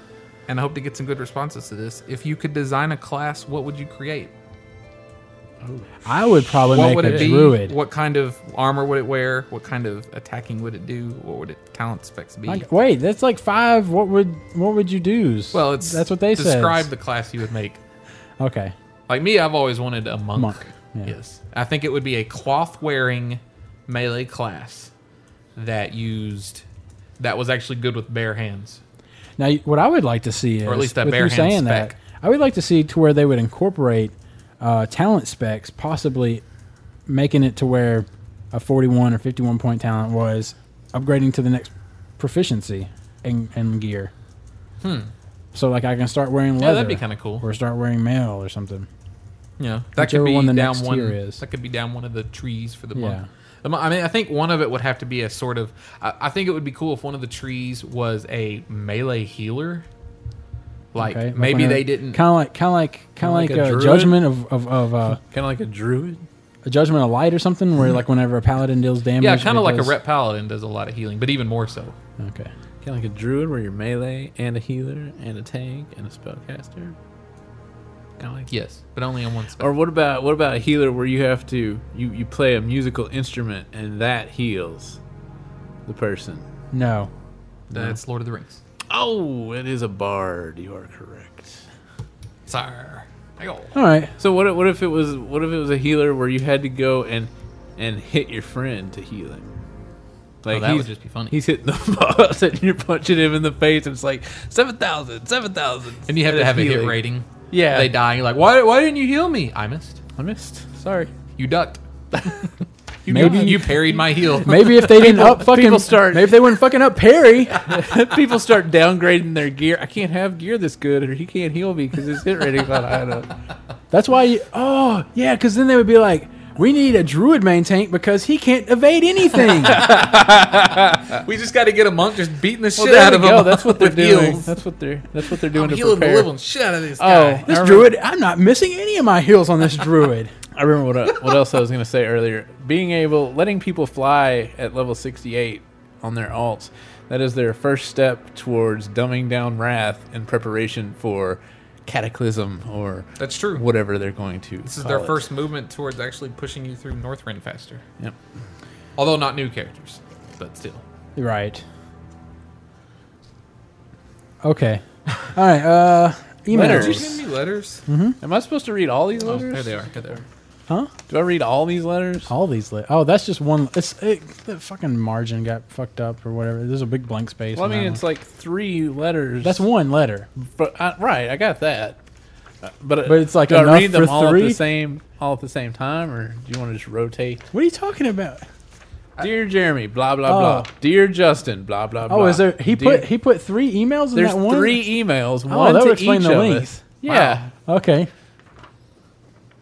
Speaker 4: and I hope to get some good responses to this. If you could design a class, what would you create?
Speaker 2: I would probably
Speaker 4: What
Speaker 2: make
Speaker 4: would
Speaker 2: a
Speaker 4: it be?
Speaker 2: druid.
Speaker 4: What kind of armor would it wear? What kind of attacking would it do? What would it talent specs be?
Speaker 2: Like, wait, that's like five. What would what would you do?
Speaker 4: well, it's
Speaker 2: that's what they said.
Speaker 4: describe the class you would make.
Speaker 2: the okay.
Speaker 4: Like me, I've always wanted a monk.
Speaker 2: Monk, yeah.
Speaker 4: Yes, I think it would be a cloth wearing melee class that used that was actually good with bare hands.
Speaker 2: Now, y- what I would like to see is,
Speaker 4: at least that
Speaker 2: with
Speaker 4: bare
Speaker 2: you
Speaker 4: hand
Speaker 2: saying that,
Speaker 4: spec.
Speaker 2: I would like to see to where they would incorporate uh, talent specs, possibly making it to where a 41 or 51 point talent was upgrading to the next proficiency in, in gear. Hmm. So, like, I can start wearing leather.
Speaker 4: Yeah, that'd be kind of cool.
Speaker 2: Or start wearing mail or something.
Speaker 4: Yeah, that could
Speaker 2: Whichever
Speaker 4: be
Speaker 2: one the
Speaker 4: down
Speaker 2: next
Speaker 4: one.
Speaker 2: tier is.
Speaker 4: That could be down one of the trees for the
Speaker 2: Yeah.
Speaker 4: monk. The mon- I mean, I think one of it would have to be a sort of. I, I think it would be cool if one of the trees was a melee healer, Like
Speaker 2: Okay? Like
Speaker 4: maybe
Speaker 2: when
Speaker 4: they
Speaker 2: a-
Speaker 4: didn't.
Speaker 2: Kind of like, kind of like, kind of like,
Speaker 3: like a
Speaker 2: a,
Speaker 3: druid?
Speaker 2: judgment of of, of uh,
Speaker 3: Kind of like a druid.
Speaker 2: a judgment of light or something, where like whenever a paladin deals damage,
Speaker 4: yeah,
Speaker 2: it
Speaker 4: kind of like a
Speaker 2: does-
Speaker 4: rep paladin does a lot of healing, but even more so.
Speaker 2: Okay,
Speaker 3: Kind of like a druid where you're melee and a healer and a tank and a spellcaster. Kind of like
Speaker 4: Yes, but only on one spell.
Speaker 3: Or what about what about a healer where you have to you, you play a musical instrument and that heals the person?
Speaker 2: no,
Speaker 4: That's Lord of the Rings.
Speaker 3: Oh, it is a bard. You are correct.
Speaker 4: Sir. Ayo.
Speaker 2: all right,
Speaker 3: So what if- what if it was what if it was a healer where you had to go and and hit your friend to heal him? Like
Speaker 4: that would
Speaker 3: he's-
Speaker 4: just be funny.
Speaker 3: He's hitting the boss and you're punching him in the face and it's like 7,000, 7,000.
Speaker 4: And you have to
Speaker 3: it's
Speaker 4: have a hit
Speaker 3: healing.
Speaker 4: rating.
Speaker 3: Yeah.
Speaker 4: They die. You're like, why, why didn't you heal me? I missed.
Speaker 3: I missed. Sorry.
Speaker 4: You ducked. you,
Speaker 2: Maybe-
Speaker 4: you parried my heal.
Speaker 2: maybe if they didn't up fucking,
Speaker 3: people start-
Speaker 2: maybe if they wouldn't fucking up Perry,
Speaker 3: People start downgrading their gear. I can't have gear this good or he can't heal me because his hit rating's not high enough.
Speaker 2: that's why. You, oh yeah, because then they would be like, we need a druid main tank because he can't evade anything.
Speaker 4: We just got to get a monk just beating the
Speaker 3: Well,
Speaker 4: shit
Speaker 3: there
Speaker 4: out
Speaker 3: we
Speaker 4: of
Speaker 3: go.
Speaker 4: him.
Speaker 3: That's what they're
Speaker 4: with
Speaker 3: doing.
Speaker 4: heals.
Speaker 3: That's what they're that's what they're doing
Speaker 4: I'm
Speaker 3: to
Speaker 4: healing
Speaker 3: prepare.
Speaker 4: the living shit out of this
Speaker 3: Oh,
Speaker 4: guy.
Speaker 2: this druid, I'm not missing any of my heals on this druid.
Speaker 3: I remember what, I, what else I was going to say earlier. Being able, letting people fly at level 68 on their alts, that is their first step towards dumbing down wrath in preparation for cataclysm or
Speaker 4: That's true.
Speaker 3: whatever they're going to.
Speaker 4: This is their first movement towards actually pushing you through Northrend faster.
Speaker 3: Yep.
Speaker 4: Although not new characters, but still.
Speaker 2: Right. Okay. All right. Uh, emails.
Speaker 3: Letters.
Speaker 4: Did you send me letters?
Speaker 3: Am I supposed to read all these
Speaker 4: Oh,
Speaker 3: letters?
Speaker 4: there they are. There they are.
Speaker 2: Huh?
Speaker 3: Do I read all these letters?
Speaker 2: All these. Li- oh, that's just one. It's it, the fucking margin got fucked up or whatever. There's a big blank space.
Speaker 3: Well, I
Speaker 2: on
Speaker 3: mean,
Speaker 2: that
Speaker 3: it's
Speaker 2: one.
Speaker 3: like three letters.
Speaker 2: that's one letter.
Speaker 3: but I, right. I got that. Uh, But, uh,
Speaker 2: But it's like
Speaker 3: do I
Speaker 2: enough
Speaker 3: read them
Speaker 2: for
Speaker 3: all at
Speaker 2: three?
Speaker 3: the same all at the same time, or do you want to just rotate?
Speaker 2: What are you talking about?
Speaker 3: Dear Jeremy, blah blah blah.
Speaker 2: Oh.
Speaker 3: Dear Justin, blah blah blah.
Speaker 2: Oh, is there? He
Speaker 3: Dear-
Speaker 2: put he put three emails in
Speaker 3: There's
Speaker 2: that one. Oh,
Speaker 3: three emails. One
Speaker 2: that
Speaker 3: to
Speaker 2: would explain
Speaker 3: each
Speaker 2: the
Speaker 3: of
Speaker 2: length.
Speaker 3: us. Yeah,
Speaker 2: Okay.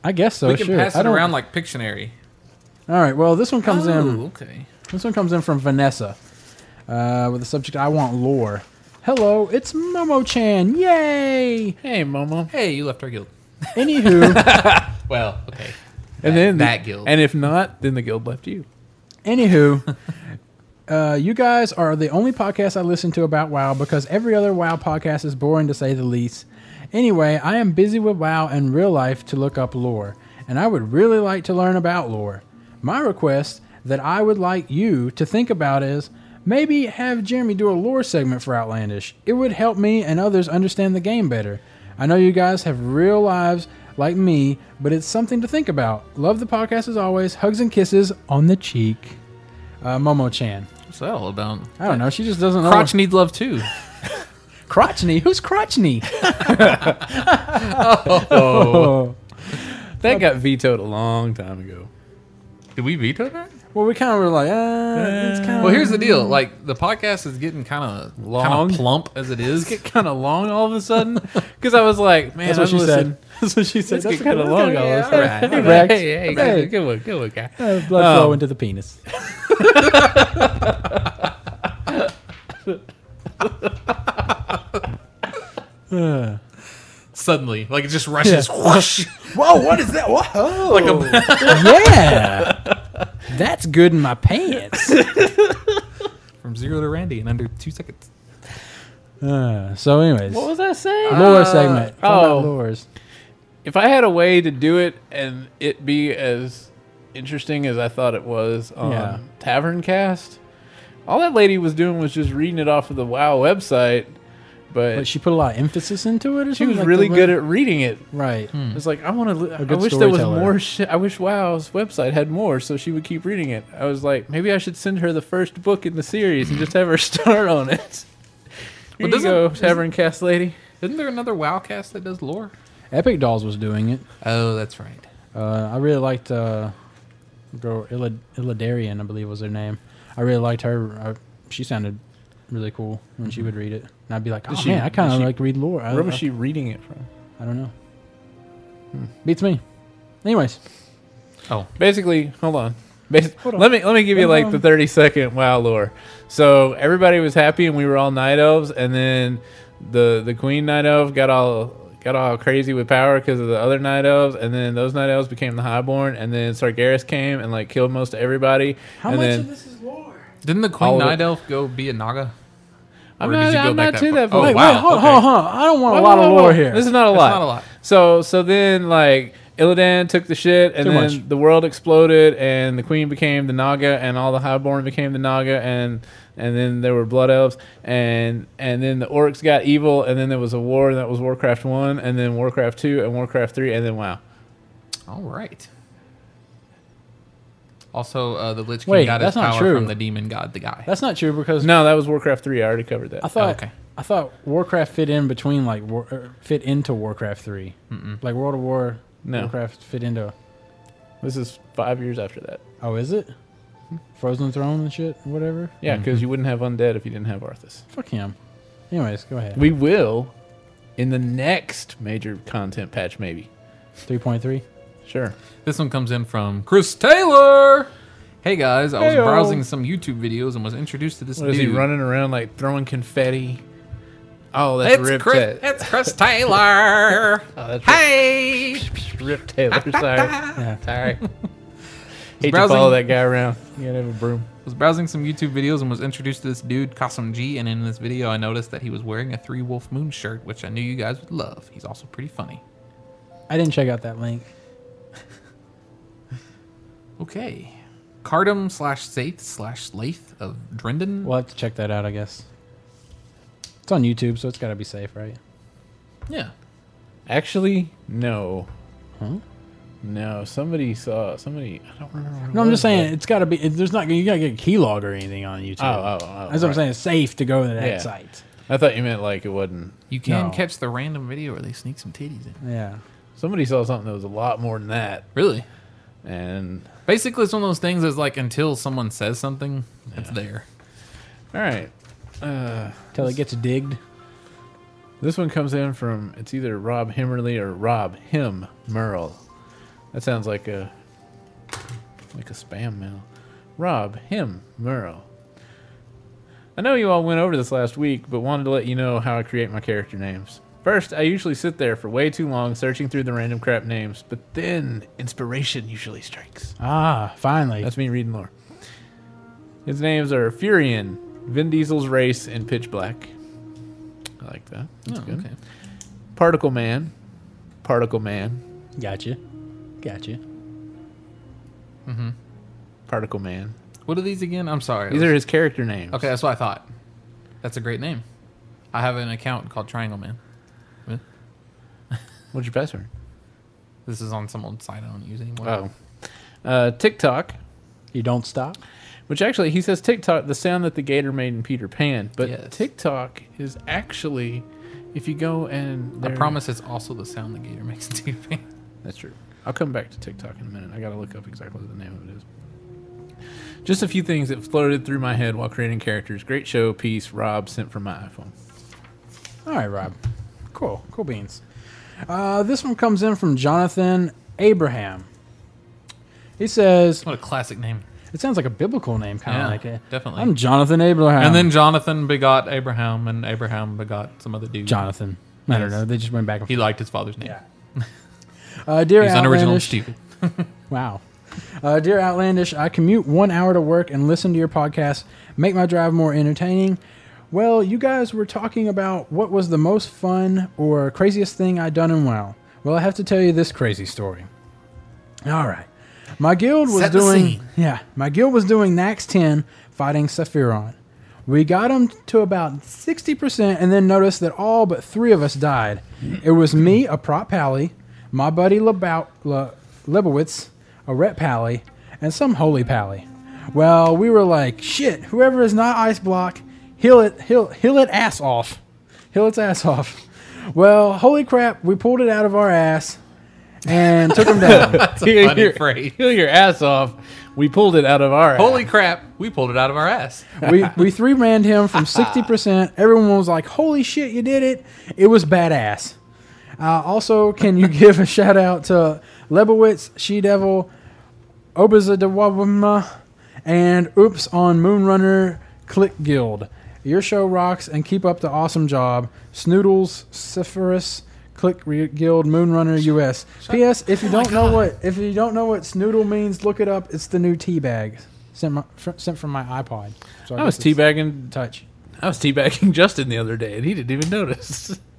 Speaker 2: I guess so.
Speaker 4: we can
Speaker 2: sure.
Speaker 4: pass
Speaker 2: I
Speaker 4: it
Speaker 2: don't-
Speaker 4: around like Pictionary.
Speaker 2: All right. Well, this one comes in.
Speaker 4: Ooh, okay.
Speaker 2: This one comes in from Vanessa uh, with the subject I want lore. Hello, it's Momo Chan. Yay!
Speaker 3: Hey, Momo.
Speaker 4: Hey, you left our guild.
Speaker 2: Anywho,
Speaker 4: Well, okay.
Speaker 3: And then
Speaker 4: that guild.
Speaker 3: And if not, then the guild left you.
Speaker 2: anywho, uh, you guys are the only podcast I listen to about WoW because every other WoW podcast is boring to say the least. Anyway, I am busy with WoW and real life to look up lore, and I would really like to learn about lore. My request that I would like you to think about is maybe have Jeremy do a lore segment for Outlandish. It would help me and others understand the game better. I know you guys have real lives like me, but it's something to think about. Love the podcast as always. Hugs and kisses on the cheek. Uh, Momo Chan.
Speaker 4: What's that all about?
Speaker 2: I don't know. She just doesn't know.
Speaker 4: Crotch needs love too.
Speaker 2: Crotchny? Who's Crotchny? oh.
Speaker 3: That got vetoed a long time ago.
Speaker 4: Did we veto that?
Speaker 2: Well, we kind of were like, uh, it's kind of.
Speaker 4: Well, here's the deal. Like the podcast is getting kind of
Speaker 3: Long.
Speaker 4: kind of plump as it is.
Speaker 3: Get kind of long all of a sudden because I was like, man,
Speaker 2: That's what
Speaker 3: I've
Speaker 2: she
Speaker 3: listened-
Speaker 2: said. That's what she said.
Speaker 3: Let's get kind of long all of a sudden.
Speaker 4: Yeah, all
Speaker 2: Hey,
Speaker 4: right.
Speaker 2: Rex.
Speaker 3: Hey, hey,
Speaker 2: Hey.
Speaker 3: good one, good one, guy.
Speaker 2: Uh, blood flow
Speaker 3: Um,
Speaker 2: into the penis. Uh,
Speaker 4: Suddenly, like it just rushes. Whoosh.
Speaker 2: whoa! What is that? Whoa! Like yeah, that's good in my pants.
Speaker 4: From zero to Randy in under two seconds.
Speaker 2: Uh, so, anyways,
Speaker 3: What was I saying?
Speaker 2: lore segment. Talk about
Speaker 3: oh.
Speaker 2: lores.
Speaker 3: if I had a way to do it and it be as interesting as I thought it was on
Speaker 2: Yeah.
Speaker 3: Tavern Cast, all that lady was doing was just reading it off of the WoW website, but,
Speaker 2: But she
Speaker 3: she,
Speaker 2: put a lot of emphasis into it. Or something
Speaker 3: was
Speaker 2: like
Speaker 3: really
Speaker 2: the
Speaker 3: good
Speaker 2: way-
Speaker 3: at Hmm. reading it.
Speaker 2: right.
Speaker 3: It's like I want to. I
Speaker 2: good
Speaker 3: wish there was
Speaker 2: storyteller.
Speaker 3: more. Shi- I wish WoW's website had more, so she would keep reading it. I was like, maybe I should send her the first book in the series and just have her start on it. Here
Speaker 4: Well,
Speaker 3: you
Speaker 4: doesn't-
Speaker 3: go, Tavern Cast lady.
Speaker 4: Isn't there another WoWcast that does lore?
Speaker 2: Epic Dolls was doing it.
Speaker 4: Oh, that's right.
Speaker 2: Uh, I really liked uh, girl Illid- Illidarian, I believe was her name. I really liked her. Uh, she sounded really cool when she would read it, and I'd be like, "Oh
Speaker 3: she-
Speaker 2: man, I
Speaker 3: Mm-hmm. did
Speaker 2: kind of
Speaker 3: she-
Speaker 2: like read lore." I,
Speaker 3: Where was
Speaker 2: I-
Speaker 3: she reading it from?
Speaker 2: I don't know. Beats me. Anyways,
Speaker 3: basically hold on. Bas-
Speaker 2: Hold on.
Speaker 3: Let me let me give you
Speaker 2: Hold
Speaker 3: like
Speaker 2: on.
Speaker 3: the thirty second wow lore. So everybody was happy and we were all night elves, and then the the queen night elf got all got all crazy with power because of the other night elves, and then those night elves became the highborn, and then Sargeras came and like killed most of everybody.
Speaker 2: How
Speaker 3: and
Speaker 2: much
Speaker 3: then,
Speaker 2: of this is lore?
Speaker 4: Didn't the Queen
Speaker 3: All of it.
Speaker 4: Night Elf go be a Naga?
Speaker 3: I'm
Speaker 4: Or did
Speaker 3: not,
Speaker 4: you go
Speaker 3: I'm
Speaker 4: back
Speaker 3: not
Speaker 4: that
Speaker 3: to
Speaker 4: far?
Speaker 3: that
Speaker 4: Oh,
Speaker 3: far.
Speaker 2: Wait,
Speaker 4: wow,
Speaker 2: wait, hold,
Speaker 4: okay.
Speaker 2: hold, hold. I don't want
Speaker 3: Whoa,
Speaker 2: a lot
Speaker 3: whoa,
Speaker 2: of
Speaker 3: whoa,
Speaker 2: lore
Speaker 3: whoa.
Speaker 2: here.
Speaker 3: This is not a lot.
Speaker 4: That's not a lot.
Speaker 3: So so then like Illidan took the shit, and
Speaker 2: Too
Speaker 3: then
Speaker 2: much.
Speaker 3: the world exploded, and the queen became the Naga, and all the Highborn became the Naga, and and then there were Blood Elves, and and then the Orcs got evil, and then there was a war, and that was Warcraft One, and then Warcraft Two, and Warcraft Three, and then wow.
Speaker 4: All right. Also, uh, the Lich King
Speaker 2: Wait,
Speaker 4: got
Speaker 2: that's
Speaker 4: his
Speaker 2: not
Speaker 4: power
Speaker 2: true.
Speaker 4: from the demon god, the guy.
Speaker 2: That's not true because
Speaker 3: No, that was Warcraft Three. I already covered that.
Speaker 2: I thought
Speaker 4: okay.
Speaker 2: I thought Warcraft fit in between like war, er, fit into Warcraft 3 like World of War.
Speaker 3: No.
Speaker 2: Warcraft fit into.
Speaker 3: this is five years after that.
Speaker 2: Oh, is it?
Speaker 3: Mm-hmm.
Speaker 2: Frozen Throne and shit, or whatever.
Speaker 3: Yeah, because you wouldn't have undead if you didn't have Arthas.
Speaker 2: Fuck him. Anyways, go ahead.
Speaker 3: We will in the next major content patch, maybe.
Speaker 2: Three point three.
Speaker 3: Sure.
Speaker 4: This one comes in from Chris Taylor. Hey guys, I was
Speaker 3: Heyo.
Speaker 4: browsing some YouTube videos and was introduced to this
Speaker 3: What is
Speaker 4: dude.
Speaker 3: he running around like throwing confetti? Oh, that's
Speaker 4: It's
Speaker 3: Rip
Speaker 4: Chris,
Speaker 3: Tat-
Speaker 4: it's Chris Taylor.
Speaker 3: that's
Speaker 4: hey,
Speaker 3: Rip Taylor. Sorry,
Speaker 2: Yeah.
Speaker 3: sorry. Hate to
Speaker 4: Browsing-
Speaker 3: follow that guy around. You gotta have a broom.
Speaker 4: was browsing some YouTube videos and was introduced to this dude, Kasim G, and in this video I noticed that he was wearing a Three Wolf Moon shirt, which I knew you guys would love. He's also pretty funny.
Speaker 2: I didn't check out that link.
Speaker 4: Okay. Cardum slash Saith slash Slaith of Drendon.
Speaker 2: We'll have to check that out, I guess. It's on YouTube, so it's got to be safe, right?
Speaker 4: Yeah.
Speaker 3: Actually, no. No, somebody saw somebody. I don't remember.
Speaker 2: No, I'm just saying it's got to be. It, there's not. You got to get a keylog or anything on YouTube.
Speaker 3: Oh, oh, oh.
Speaker 2: That's what I'm
Speaker 3: right.
Speaker 2: saying. It's safe to go to that
Speaker 3: Yeah.
Speaker 2: site.
Speaker 3: I thought you meant like it wasn't.
Speaker 4: You can
Speaker 2: No.
Speaker 4: catch the random video where they sneak some titties in.
Speaker 2: Yeah.
Speaker 3: Somebody saw something that was a lot more than that,
Speaker 4: Really?
Speaker 3: and
Speaker 4: Basically, it's one of those things is like until someone says something, it's there.
Speaker 3: all right. Uh,
Speaker 2: Till it gets digged.
Speaker 3: This one comes in from it's either Rob Himmerly or Rob Him Merle. That sounds like a like a spam mail. Rob Him Merle. I know you all went over this last week, but wanted to let you know how I create my character names. First, I usually sit there for way too long searching through the random crap names, but then inspiration usually strikes.
Speaker 2: Ah, finally.
Speaker 3: That's me reading lore. His names are Furion, Vin Diesel's race, and Pitch Black. I like that. That's
Speaker 4: Oh,
Speaker 3: good.
Speaker 4: okay.
Speaker 3: Particle Man, Particle Man,
Speaker 2: gotcha. Gotcha.
Speaker 3: Particle Man.
Speaker 4: What are these again? I'm sorry.
Speaker 3: These are his character names.
Speaker 4: okay, that's what I thought. That's a great name. I have an account called Triangle Man.
Speaker 3: What's your password?
Speaker 4: This is on some old site I don't use anymore.
Speaker 3: Oh. Uh, TikTok,
Speaker 2: You don't stop.
Speaker 3: which actually he says TikTok, the sound that the gator made in Peter Pan, but
Speaker 4: Yes.
Speaker 3: TikTok is actually, if you go and
Speaker 4: I
Speaker 3: there-
Speaker 4: promise it's also the sound the gator makes in TV.
Speaker 3: That's true. I'll come back to TikTok in a minute. I gotta look up exactly what the name of it is. Just a few things that floated through my head while creating characters. Great show, piece Rob sent from my iPhone.
Speaker 2: All right, Rob. Cool. Cool beans. Uh, this one comes in from Jonathan Abraham. He says,
Speaker 4: What a classic name.
Speaker 2: it sounds like a biblical name, kind of
Speaker 4: Yeah,
Speaker 2: like it.
Speaker 4: definitely.
Speaker 2: I'm Jonathan
Speaker 3: Um,
Speaker 2: Abraham.
Speaker 4: And then Jonathan begot Abraham, and Abraham begot some other dude.
Speaker 2: Jonathan. I don't know. They just went back and
Speaker 4: He liked his father's name.
Speaker 2: Yeah. Uh, dear
Speaker 4: He's unoriginal and
Speaker 2: Outlandish,
Speaker 4: stupid.
Speaker 2: wow. Uh, dear Outlandish, I commute one hour to work and listen to your podcast, make my drive more entertaining. Well, you guys were talking about what was the most fun or craziest thing I'd done in WoW. Well, I have to tell you this crazy story. All right. My guild was
Speaker 4: Set the
Speaker 2: doing
Speaker 4: scene.
Speaker 2: yeah, my guild was doing Nax 10 fighting Sephiron. We got him to about 60% and then noticed that all but 3 of us died. It was me, a prop pally, my buddy Lebou- Le- Lebowitz, a rep pally, and some holy pally. Well, we were like, shit, whoever is not ice block, heal it heal, heal it ass off. Heal its ass off. Well, holy crap, we pulled it out of our ass and took him down.
Speaker 4: That's a funny
Speaker 3: Your-
Speaker 4: phrase.
Speaker 3: Heal your ass off. We pulled it out of our
Speaker 4: Holy crap, we pulled it out of our ass.
Speaker 2: we we three ran him from sixty percent. Everyone was like, "Holy shit, you did it! It was badass." Uh, also, can you give a shout out to Lebowitz, She Devil, Obaza and Oops on Moonrunner Click Guild? Your show rocks and keep up the awesome job. Snoodles, Cypherus, Click Re- Guild, Moonrunner US. P.S. If you don't know what if you don't know what Snoodle means, look it up. It's the new tea bag sent my, fr- sent from my iPod. So
Speaker 3: I was
Speaker 2: guess it's
Speaker 3: teabagging.
Speaker 2: touch.
Speaker 3: I was teabagging Justin the other day, and he didn't even notice.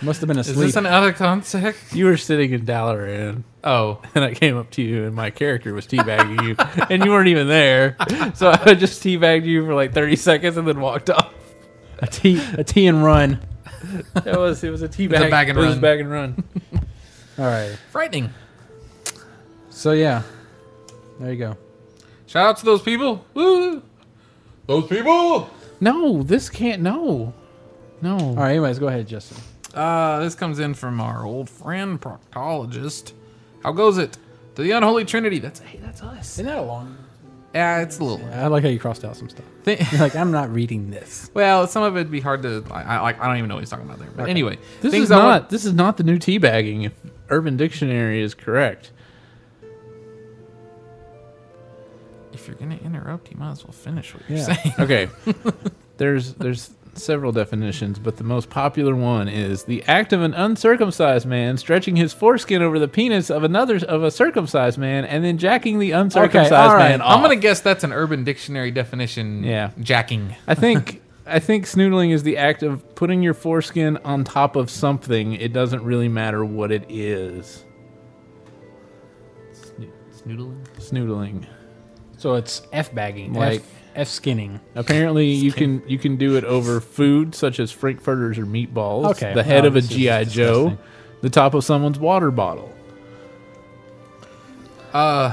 Speaker 2: Must have been
Speaker 4: Is
Speaker 2: asleep.
Speaker 4: this an out of context?
Speaker 3: You were sitting in Dalaran,
Speaker 4: Oh,
Speaker 3: and I came up to you, and my character was teabagging you, and you weren't even there. So I just teabagged you for like thirty seconds, and then walked off.
Speaker 2: a tea a tea and run.
Speaker 3: It was it was a teabag.
Speaker 4: bag and
Speaker 3: it was
Speaker 4: run.
Speaker 3: bag and run.
Speaker 2: All right.
Speaker 4: frightening.
Speaker 2: So yeah, there you go.
Speaker 4: Shout out to those people. Woo! Those people.
Speaker 3: No, this can't. No, no.
Speaker 2: All right. Anyways, go ahead, Justin.
Speaker 4: Uh, this comes in from our old friend proctologist. How goes it? To the unholy trinity. That's hey, that's us.
Speaker 2: Isn't that a long?
Speaker 4: Yeah, it's a little.
Speaker 2: I like how you crossed out some stuff.
Speaker 4: Thi-
Speaker 2: You're like I'm not reading this.
Speaker 4: well, some of it'd be hard to. I, I like. I don't even know what he's talking about there. But anyway,
Speaker 3: This
Speaker 4: things
Speaker 3: is
Speaker 4: I
Speaker 3: not.
Speaker 4: want-
Speaker 3: this is not the new teabagging. If Urban Dictionary is correct,
Speaker 4: if you're gonna interrupt, you might as well finish what you're
Speaker 2: Yeah.
Speaker 4: saying.
Speaker 3: okay. there's there's several definitions, but the most popular one is the act of an uncircumcised man stretching his foreskin over the penis of another of a circumcised man and then jacking the uncircumcised
Speaker 2: all right.
Speaker 3: man off.
Speaker 4: I'm gonna guess that's an Urban Dictionary definition.
Speaker 3: Oh. Yeah.
Speaker 4: Jacking.
Speaker 3: I think I think snoodling is the act of putting your foreskin on top of something. It doesn't really matter what it is.
Speaker 4: Snoodling.
Speaker 3: Snoodling.
Speaker 2: So it's f bagging,
Speaker 3: Like-
Speaker 2: like f skinning.
Speaker 3: Apparently, you can you can do it over food such as frankfurters or meatballs.
Speaker 2: Okay,
Speaker 3: The head
Speaker 2: no,
Speaker 3: of a
Speaker 2: this is
Speaker 3: GI Joe,
Speaker 2: disgusting.
Speaker 3: the top of someone's water bottle.
Speaker 4: Uh,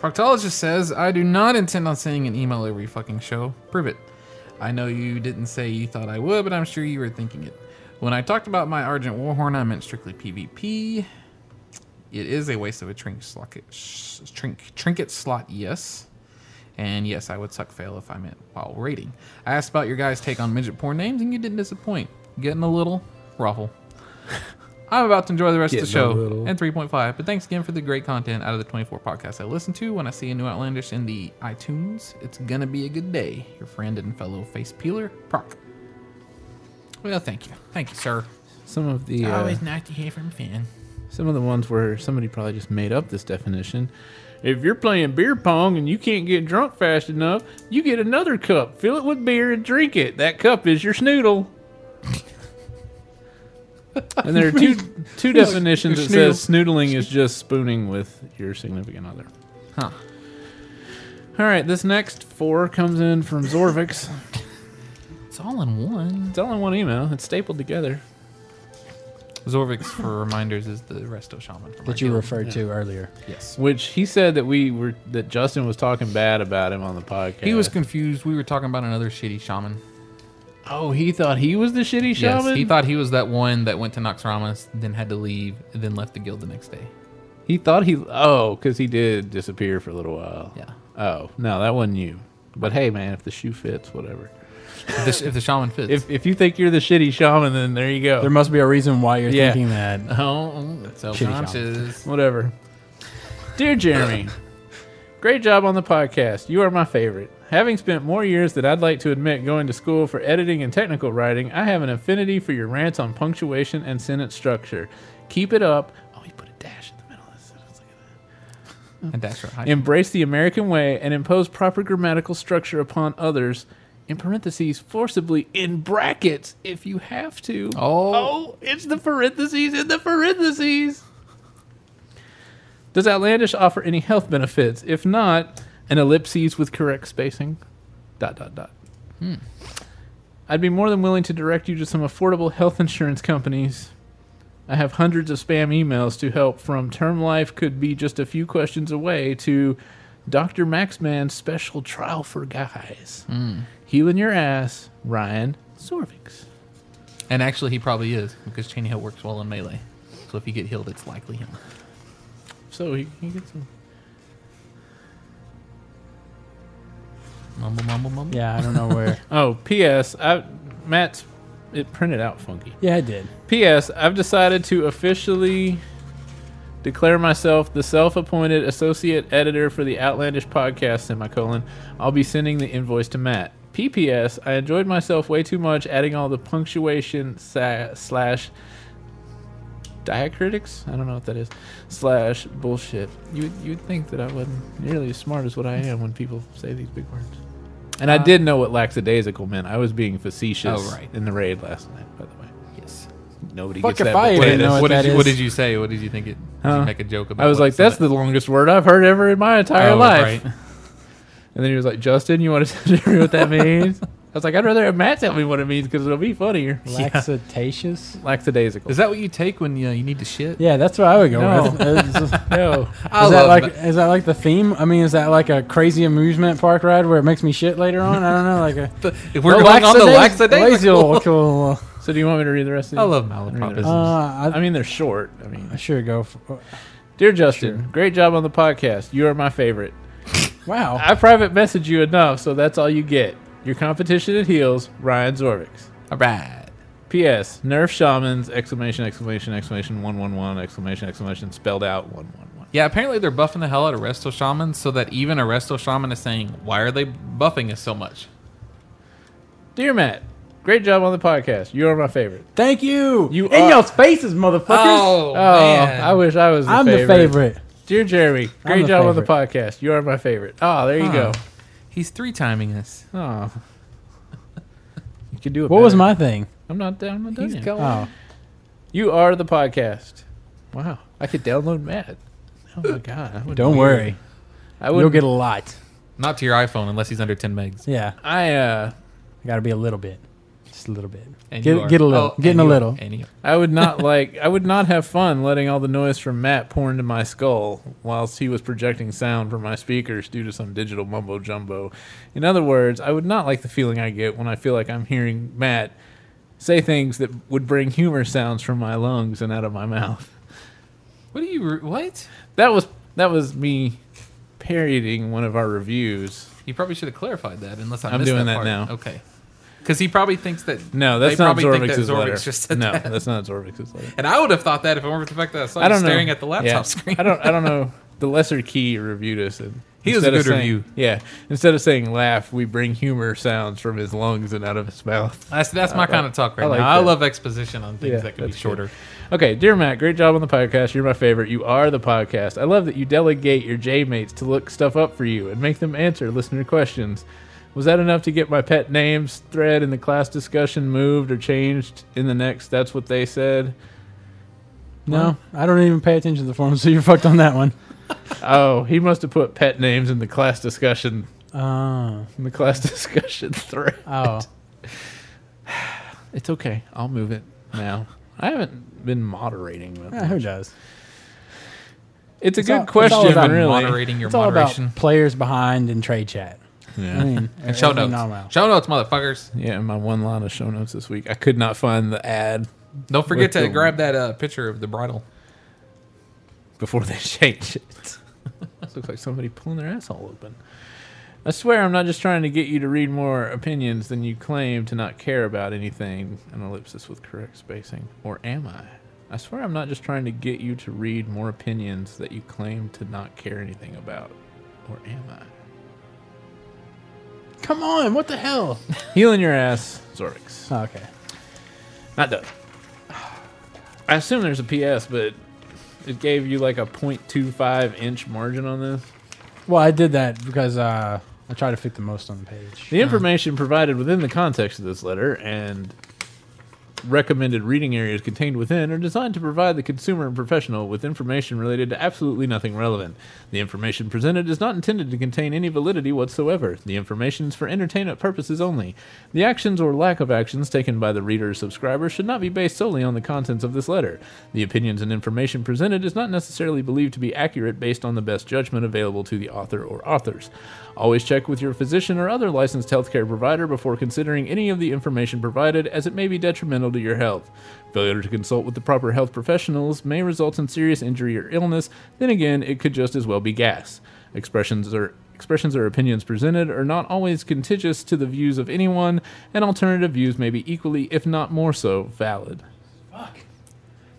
Speaker 4: proctologist says I do not intend on sending an email every fucking show. Prove it. I know you didn't say you thought I would, but I'm sure you were thinking it. When I talked about my Argent Warhorn, I meant strictly PvP. It is a waste of a trink slot, sh- trink, trinket slot, yes. And yes, I would suck fail if I meant while rating. I asked about your guys' take on midget porn names, and you didn't disappoint. Getting a little ruffle. I'm about to enjoy the rest of the
Speaker 3: Getting a
Speaker 4: show
Speaker 3: little.
Speaker 4: and 3.5, but thanks again for the great content out of the 24 podcasts I listen to. When I see a new Outlandish in the iTunes, it's gonna be a good day. Your friend and fellow face peeler, Proc. Well, thank you. Thank you, sir.
Speaker 3: Some of the uh,
Speaker 4: Always nice to hear from a fan.
Speaker 3: some of the ones where somebody probably just made up this definition. If you're playing beer pong and you can't get drunk fast enough, you get another cup, fill it with beer, and drink it. That cup is your snoodle. and there are two two definitions that says snoodling is just spooning with your significant other.
Speaker 4: Huh.
Speaker 3: All right, this next four comes in from Zorvix.
Speaker 4: It's all in one.
Speaker 3: It's all in one email. It's stapled together.
Speaker 4: Zorvix for reminders is the resto shaman. from our
Speaker 2: That you
Speaker 4: guild.
Speaker 2: referred to earlier.
Speaker 4: Yes.
Speaker 3: Which he said that we were that Justin was talking bad about him on the podcast.
Speaker 4: He was confused. We were talking about another shitty shaman.
Speaker 3: Oh, he thought he was the shitty shaman.
Speaker 4: Yes, he thought he was that one that went to Noxramas, then had to leave, and then left the guild the next day.
Speaker 3: he thought he. Oh, because he did disappear for a little while.
Speaker 4: Yeah.
Speaker 3: Oh no, that wasn't you. But hey, man, if the shoe fits, whatever.
Speaker 4: If the, sh- if the shaman fits.
Speaker 3: If if you think you're the shitty shaman, then there you go.
Speaker 2: There must be a reason why you're
Speaker 3: Yeah.
Speaker 2: thinking that.
Speaker 4: oh, it's self-conscious.
Speaker 3: Whatever. Dear Jeremy, great job on the podcast. You are my favorite. Having spent more years than I'd like to admit going to school for editing and technical writing, I have an affinity for your rants on punctuation and sentence structure. Keep it up. Oh, he put a dash in the middle of the sentence. Look at that.
Speaker 4: And that's right.
Speaker 3: Embrace the American way and impose proper grammatical structure upon others. In parentheses, forcibly in brackets, if you have to.
Speaker 4: Oh.
Speaker 3: oh it's the parentheses in the parentheses. Does Outlandish offer any health benefits? If not, an ellipses with correct spacing. Dot dot dot. I'd be more than willing to direct you to some affordable health insurance companies. I have hundreds of spam emails to help from term life could be just a few questions away to Dr. Maxman's special trial for guys. Healing your ass, Ryan Sorvix.
Speaker 4: And actually, he probably is because Cheney Hill works well in melee. So if you get healed, it's likely him.
Speaker 3: So he, he gets some.
Speaker 4: Mumble, mumble, mumble.
Speaker 2: Yeah, I don't know where.
Speaker 3: Oh, P.S. I, Matt's. It printed out funky.
Speaker 2: yeah, I did.
Speaker 3: P.S. I've decided to officially declare myself the self-appointed associate editor for the Outlandish podcast. Semicolon. I'll be sending the invoice to Matt. P.P.S. I enjoyed myself way too much adding all the punctuation sa- slash diacritics. I don't know what that is. Slash bullshit. You would- you would think that I wasn't nearly as smart as what I am when people say these big words. And I did know what lackadaisical meant. I was being facetious
Speaker 4: Uh, Oh, right.
Speaker 3: in the raid last night, by the way.
Speaker 4: Yes.
Speaker 3: Nobody
Speaker 2: Fuck
Speaker 3: gets
Speaker 2: if
Speaker 3: that.
Speaker 2: I
Speaker 3: before
Speaker 2: even
Speaker 3: this.
Speaker 2: know
Speaker 4: What
Speaker 2: that
Speaker 4: did, you,
Speaker 2: is.
Speaker 4: what did you say? What did you think? It, did
Speaker 3: Huh?
Speaker 4: you make a joke about?
Speaker 3: I was
Speaker 4: what
Speaker 3: like,
Speaker 4: it said?
Speaker 3: that's the longest word I've heard ever in my entire
Speaker 4: Oh,
Speaker 3: life.
Speaker 4: right.
Speaker 3: And then he was like, Justin, you want to tell me what that means? I was like, I'd rather have Matt tell me what it means because it'll be funnier.
Speaker 2: Laxatatious?
Speaker 3: Lackadaisical.
Speaker 4: Is that what you take when uh, you, you need to shit?
Speaker 2: Yeah, that's what I would go
Speaker 3: No.
Speaker 2: with. It's just-
Speaker 3: no.
Speaker 4: I
Speaker 2: is that
Speaker 4: love
Speaker 2: like
Speaker 4: that.
Speaker 2: is that like the theme? I mean, is that like a crazy amusement park ride where it makes me shit later on? I don't know, like a
Speaker 4: If we're going on the lackadaisical.
Speaker 2: lackadaisical.
Speaker 3: So do you want me to read the rest of
Speaker 4: I love
Speaker 2: Uh,
Speaker 4: malapropisms.
Speaker 2: I,
Speaker 3: I mean, they're short. I mean,
Speaker 2: I sure go. For,
Speaker 3: dear Justin, great job on the podcast. You are my favorite.
Speaker 2: wow,
Speaker 3: I private message you enough, so that's all you get. Your competition at heels, Ryan Zorvix.
Speaker 4: All right.
Speaker 3: P.S. Nerf Shamans! Exclamation! Exclamation! Exclamation! One one one! Exclamation! Exclamation! Spelled out one one one.
Speaker 4: Yeah, apparently they're buffing the hell out of resto shamans so that even a resto shaman is saying, "Why are they buffing us so much?"
Speaker 3: Dear Matt, great job on the podcast. You are my favorite.
Speaker 2: thank you.
Speaker 3: You
Speaker 2: in
Speaker 3: are-
Speaker 2: your faces, motherfuckers.
Speaker 3: Oh, I wish I was. The
Speaker 2: I'm
Speaker 3: favorite.
Speaker 2: the favorite.
Speaker 3: Dear Jeremy,
Speaker 2: I'm
Speaker 3: great
Speaker 2: the
Speaker 3: job on the podcast. You are my favorite. Oh, there you
Speaker 4: Huh. He's three timing us.
Speaker 3: go. Oh. You can do it.
Speaker 2: What was
Speaker 3: better.
Speaker 2: my thing?
Speaker 3: I'm not done. I'm not done. yet.
Speaker 2: Oh,
Speaker 3: You are the podcast. Wow, I could download Matt. Oh my god! I wouldn't
Speaker 2: don't
Speaker 3: be-
Speaker 2: worry,
Speaker 3: I
Speaker 2: you'll
Speaker 3: would
Speaker 2: get a lot.
Speaker 4: Not to your iPhone unless he's under ten megs.
Speaker 2: Yeah,
Speaker 3: I uh.
Speaker 2: got to be a little bit, just a little bit.
Speaker 4: And
Speaker 2: Get-
Speaker 4: you are- Oh,
Speaker 2: get a little.
Speaker 4: and
Speaker 2: Getting a
Speaker 4: you-
Speaker 2: little.
Speaker 4: and you-
Speaker 3: I would not like. I would not have fun letting all the noise from Matt pour into my skull whilst he was projecting sound from my speakers due to some digital mumbo jumbo. In other words, I would not like the feeling I get when I feel like I'm hearing Matt say things that would bring humor sounds from my lungs and out of my mouth.
Speaker 4: What do you? re- What?
Speaker 3: That was that was me parodying one of our reviews.
Speaker 4: You probably should have clarified that. Unless I
Speaker 3: I'm
Speaker 4: missed
Speaker 3: doing
Speaker 4: that, part.
Speaker 3: that now.
Speaker 4: Okay. Because he probably thinks that.
Speaker 3: No, that's
Speaker 4: they
Speaker 3: not
Speaker 4: probably think
Speaker 3: Zorvix's
Speaker 4: that Zorvix
Speaker 3: letter.
Speaker 4: Just said
Speaker 3: no,
Speaker 4: that.
Speaker 3: that's not Zorvix's letter.
Speaker 4: And I would have thought that if it weren't for the fact that I saw
Speaker 3: I
Speaker 4: you
Speaker 3: don't
Speaker 4: staring
Speaker 3: know.
Speaker 4: at the laptop
Speaker 3: Yeah.
Speaker 4: screen.
Speaker 3: I don't. I don't know. The lesser key reviewed us, and
Speaker 4: He was a
Speaker 3: instead of
Speaker 4: good
Speaker 3: saying-
Speaker 4: review.
Speaker 3: Yeah, instead of saying laugh, we bring humor sounds from his lungs and out of his mouth.
Speaker 4: That's that's my kind of talk right
Speaker 3: I like
Speaker 4: now. I
Speaker 3: that.
Speaker 4: love exposition on things
Speaker 3: Yeah,
Speaker 4: that can be
Speaker 3: that's good.
Speaker 4: shorter.
Speaker 3: Okay, dear Matt, great job on the podcast. You're my favorite. You are the podcast. I love that you delegate your J mates to look stuff up for you and make them answer listener questions. Was that enough to get my pet names thread in the class discussion moved or changed in the next? That's what they said.
Speaker 2: No, I don't even pay attention to the form, so you're fucked on that one.
Speaker 3: Oh, he must have put pet names in the class discussion
Speaker 2: Oh,
Speaker 3: in the class discussion thread.
Speaker 2: oh,
Speaker 3: It's okay. I'll move it now. I haven't been moderating. that
Speaker 2: Yeah, who
Speaker 3: much.
Speaker 2: does?
Speaker 3: It's a
Speaker 2: It's
Speaker 3: good
Speaker 2: all- it's
Speaker 3: question,
Speaker 2: all about
Speaker 3: really.
Speaker 4: Moderating your
Speaker 2: it's all
Speaker 4: moderation.
Speaker 2: about players behind and trade chat. I mean,
Speaker 4: and show
Speaker 2: everything
Speaker 4: notes.
Speaker 2: normal.
Speaker 4: Show notes, motherfuckers.
Speaker 3: Yeah, my one line of show notes this week. I could not find the ad
Speaker 4: Don't forget
Speaker 3: With
Speaker 4: to
Speaker 3: the-
Speaker 4: grab that uh, picture of the bridle.
Speaker 3: before they changed it. this looks like somebody pulling their asshole open. I swear I'm not just trying to get you to read more opinions than you claim to not care about anything. An ellipsis with correct spacing. Or am I? I swear I'm not just trying to get you to read more opinions that you claim to not care anything about. Or am I?
Speaker 2: Come on, what the hell?
Speaker 3: Healing your ass, Zorix.
Speaker 2: Okay.
Speaker 3: Not done. I assume there's a PS, but it gave you like a 0.25 inch margin on this.
Speaker 2: Well, I did that because uh, I try to fit the most on the page.
Speaker 3: The information provided within the context of this letter and recommended reading areas contained within are designed to provide the consumer and professional with information related to absolutely nothing relevant. The information presented is not intended to contain any validity whatsoever. The information is for entertainment purposes only. The actions or lack of actions taken by the reader or subscriber should not be based solely on the contents of this letter. The opinions and information presented is not necessarily believed to be accurate based on the best judgment available to the author or authors. Always check with your physician or other licensed healthcare provider before considering any of the information provided, as it may be detrimental to your health. Failure to consult with the proper health professionals may result in serious injury or illness. Then again, it could just as well be gas. Expressions or expressions or opinions presented are not always contiguous to the views of anyone, and alternative views may be equally, if not more so, valid.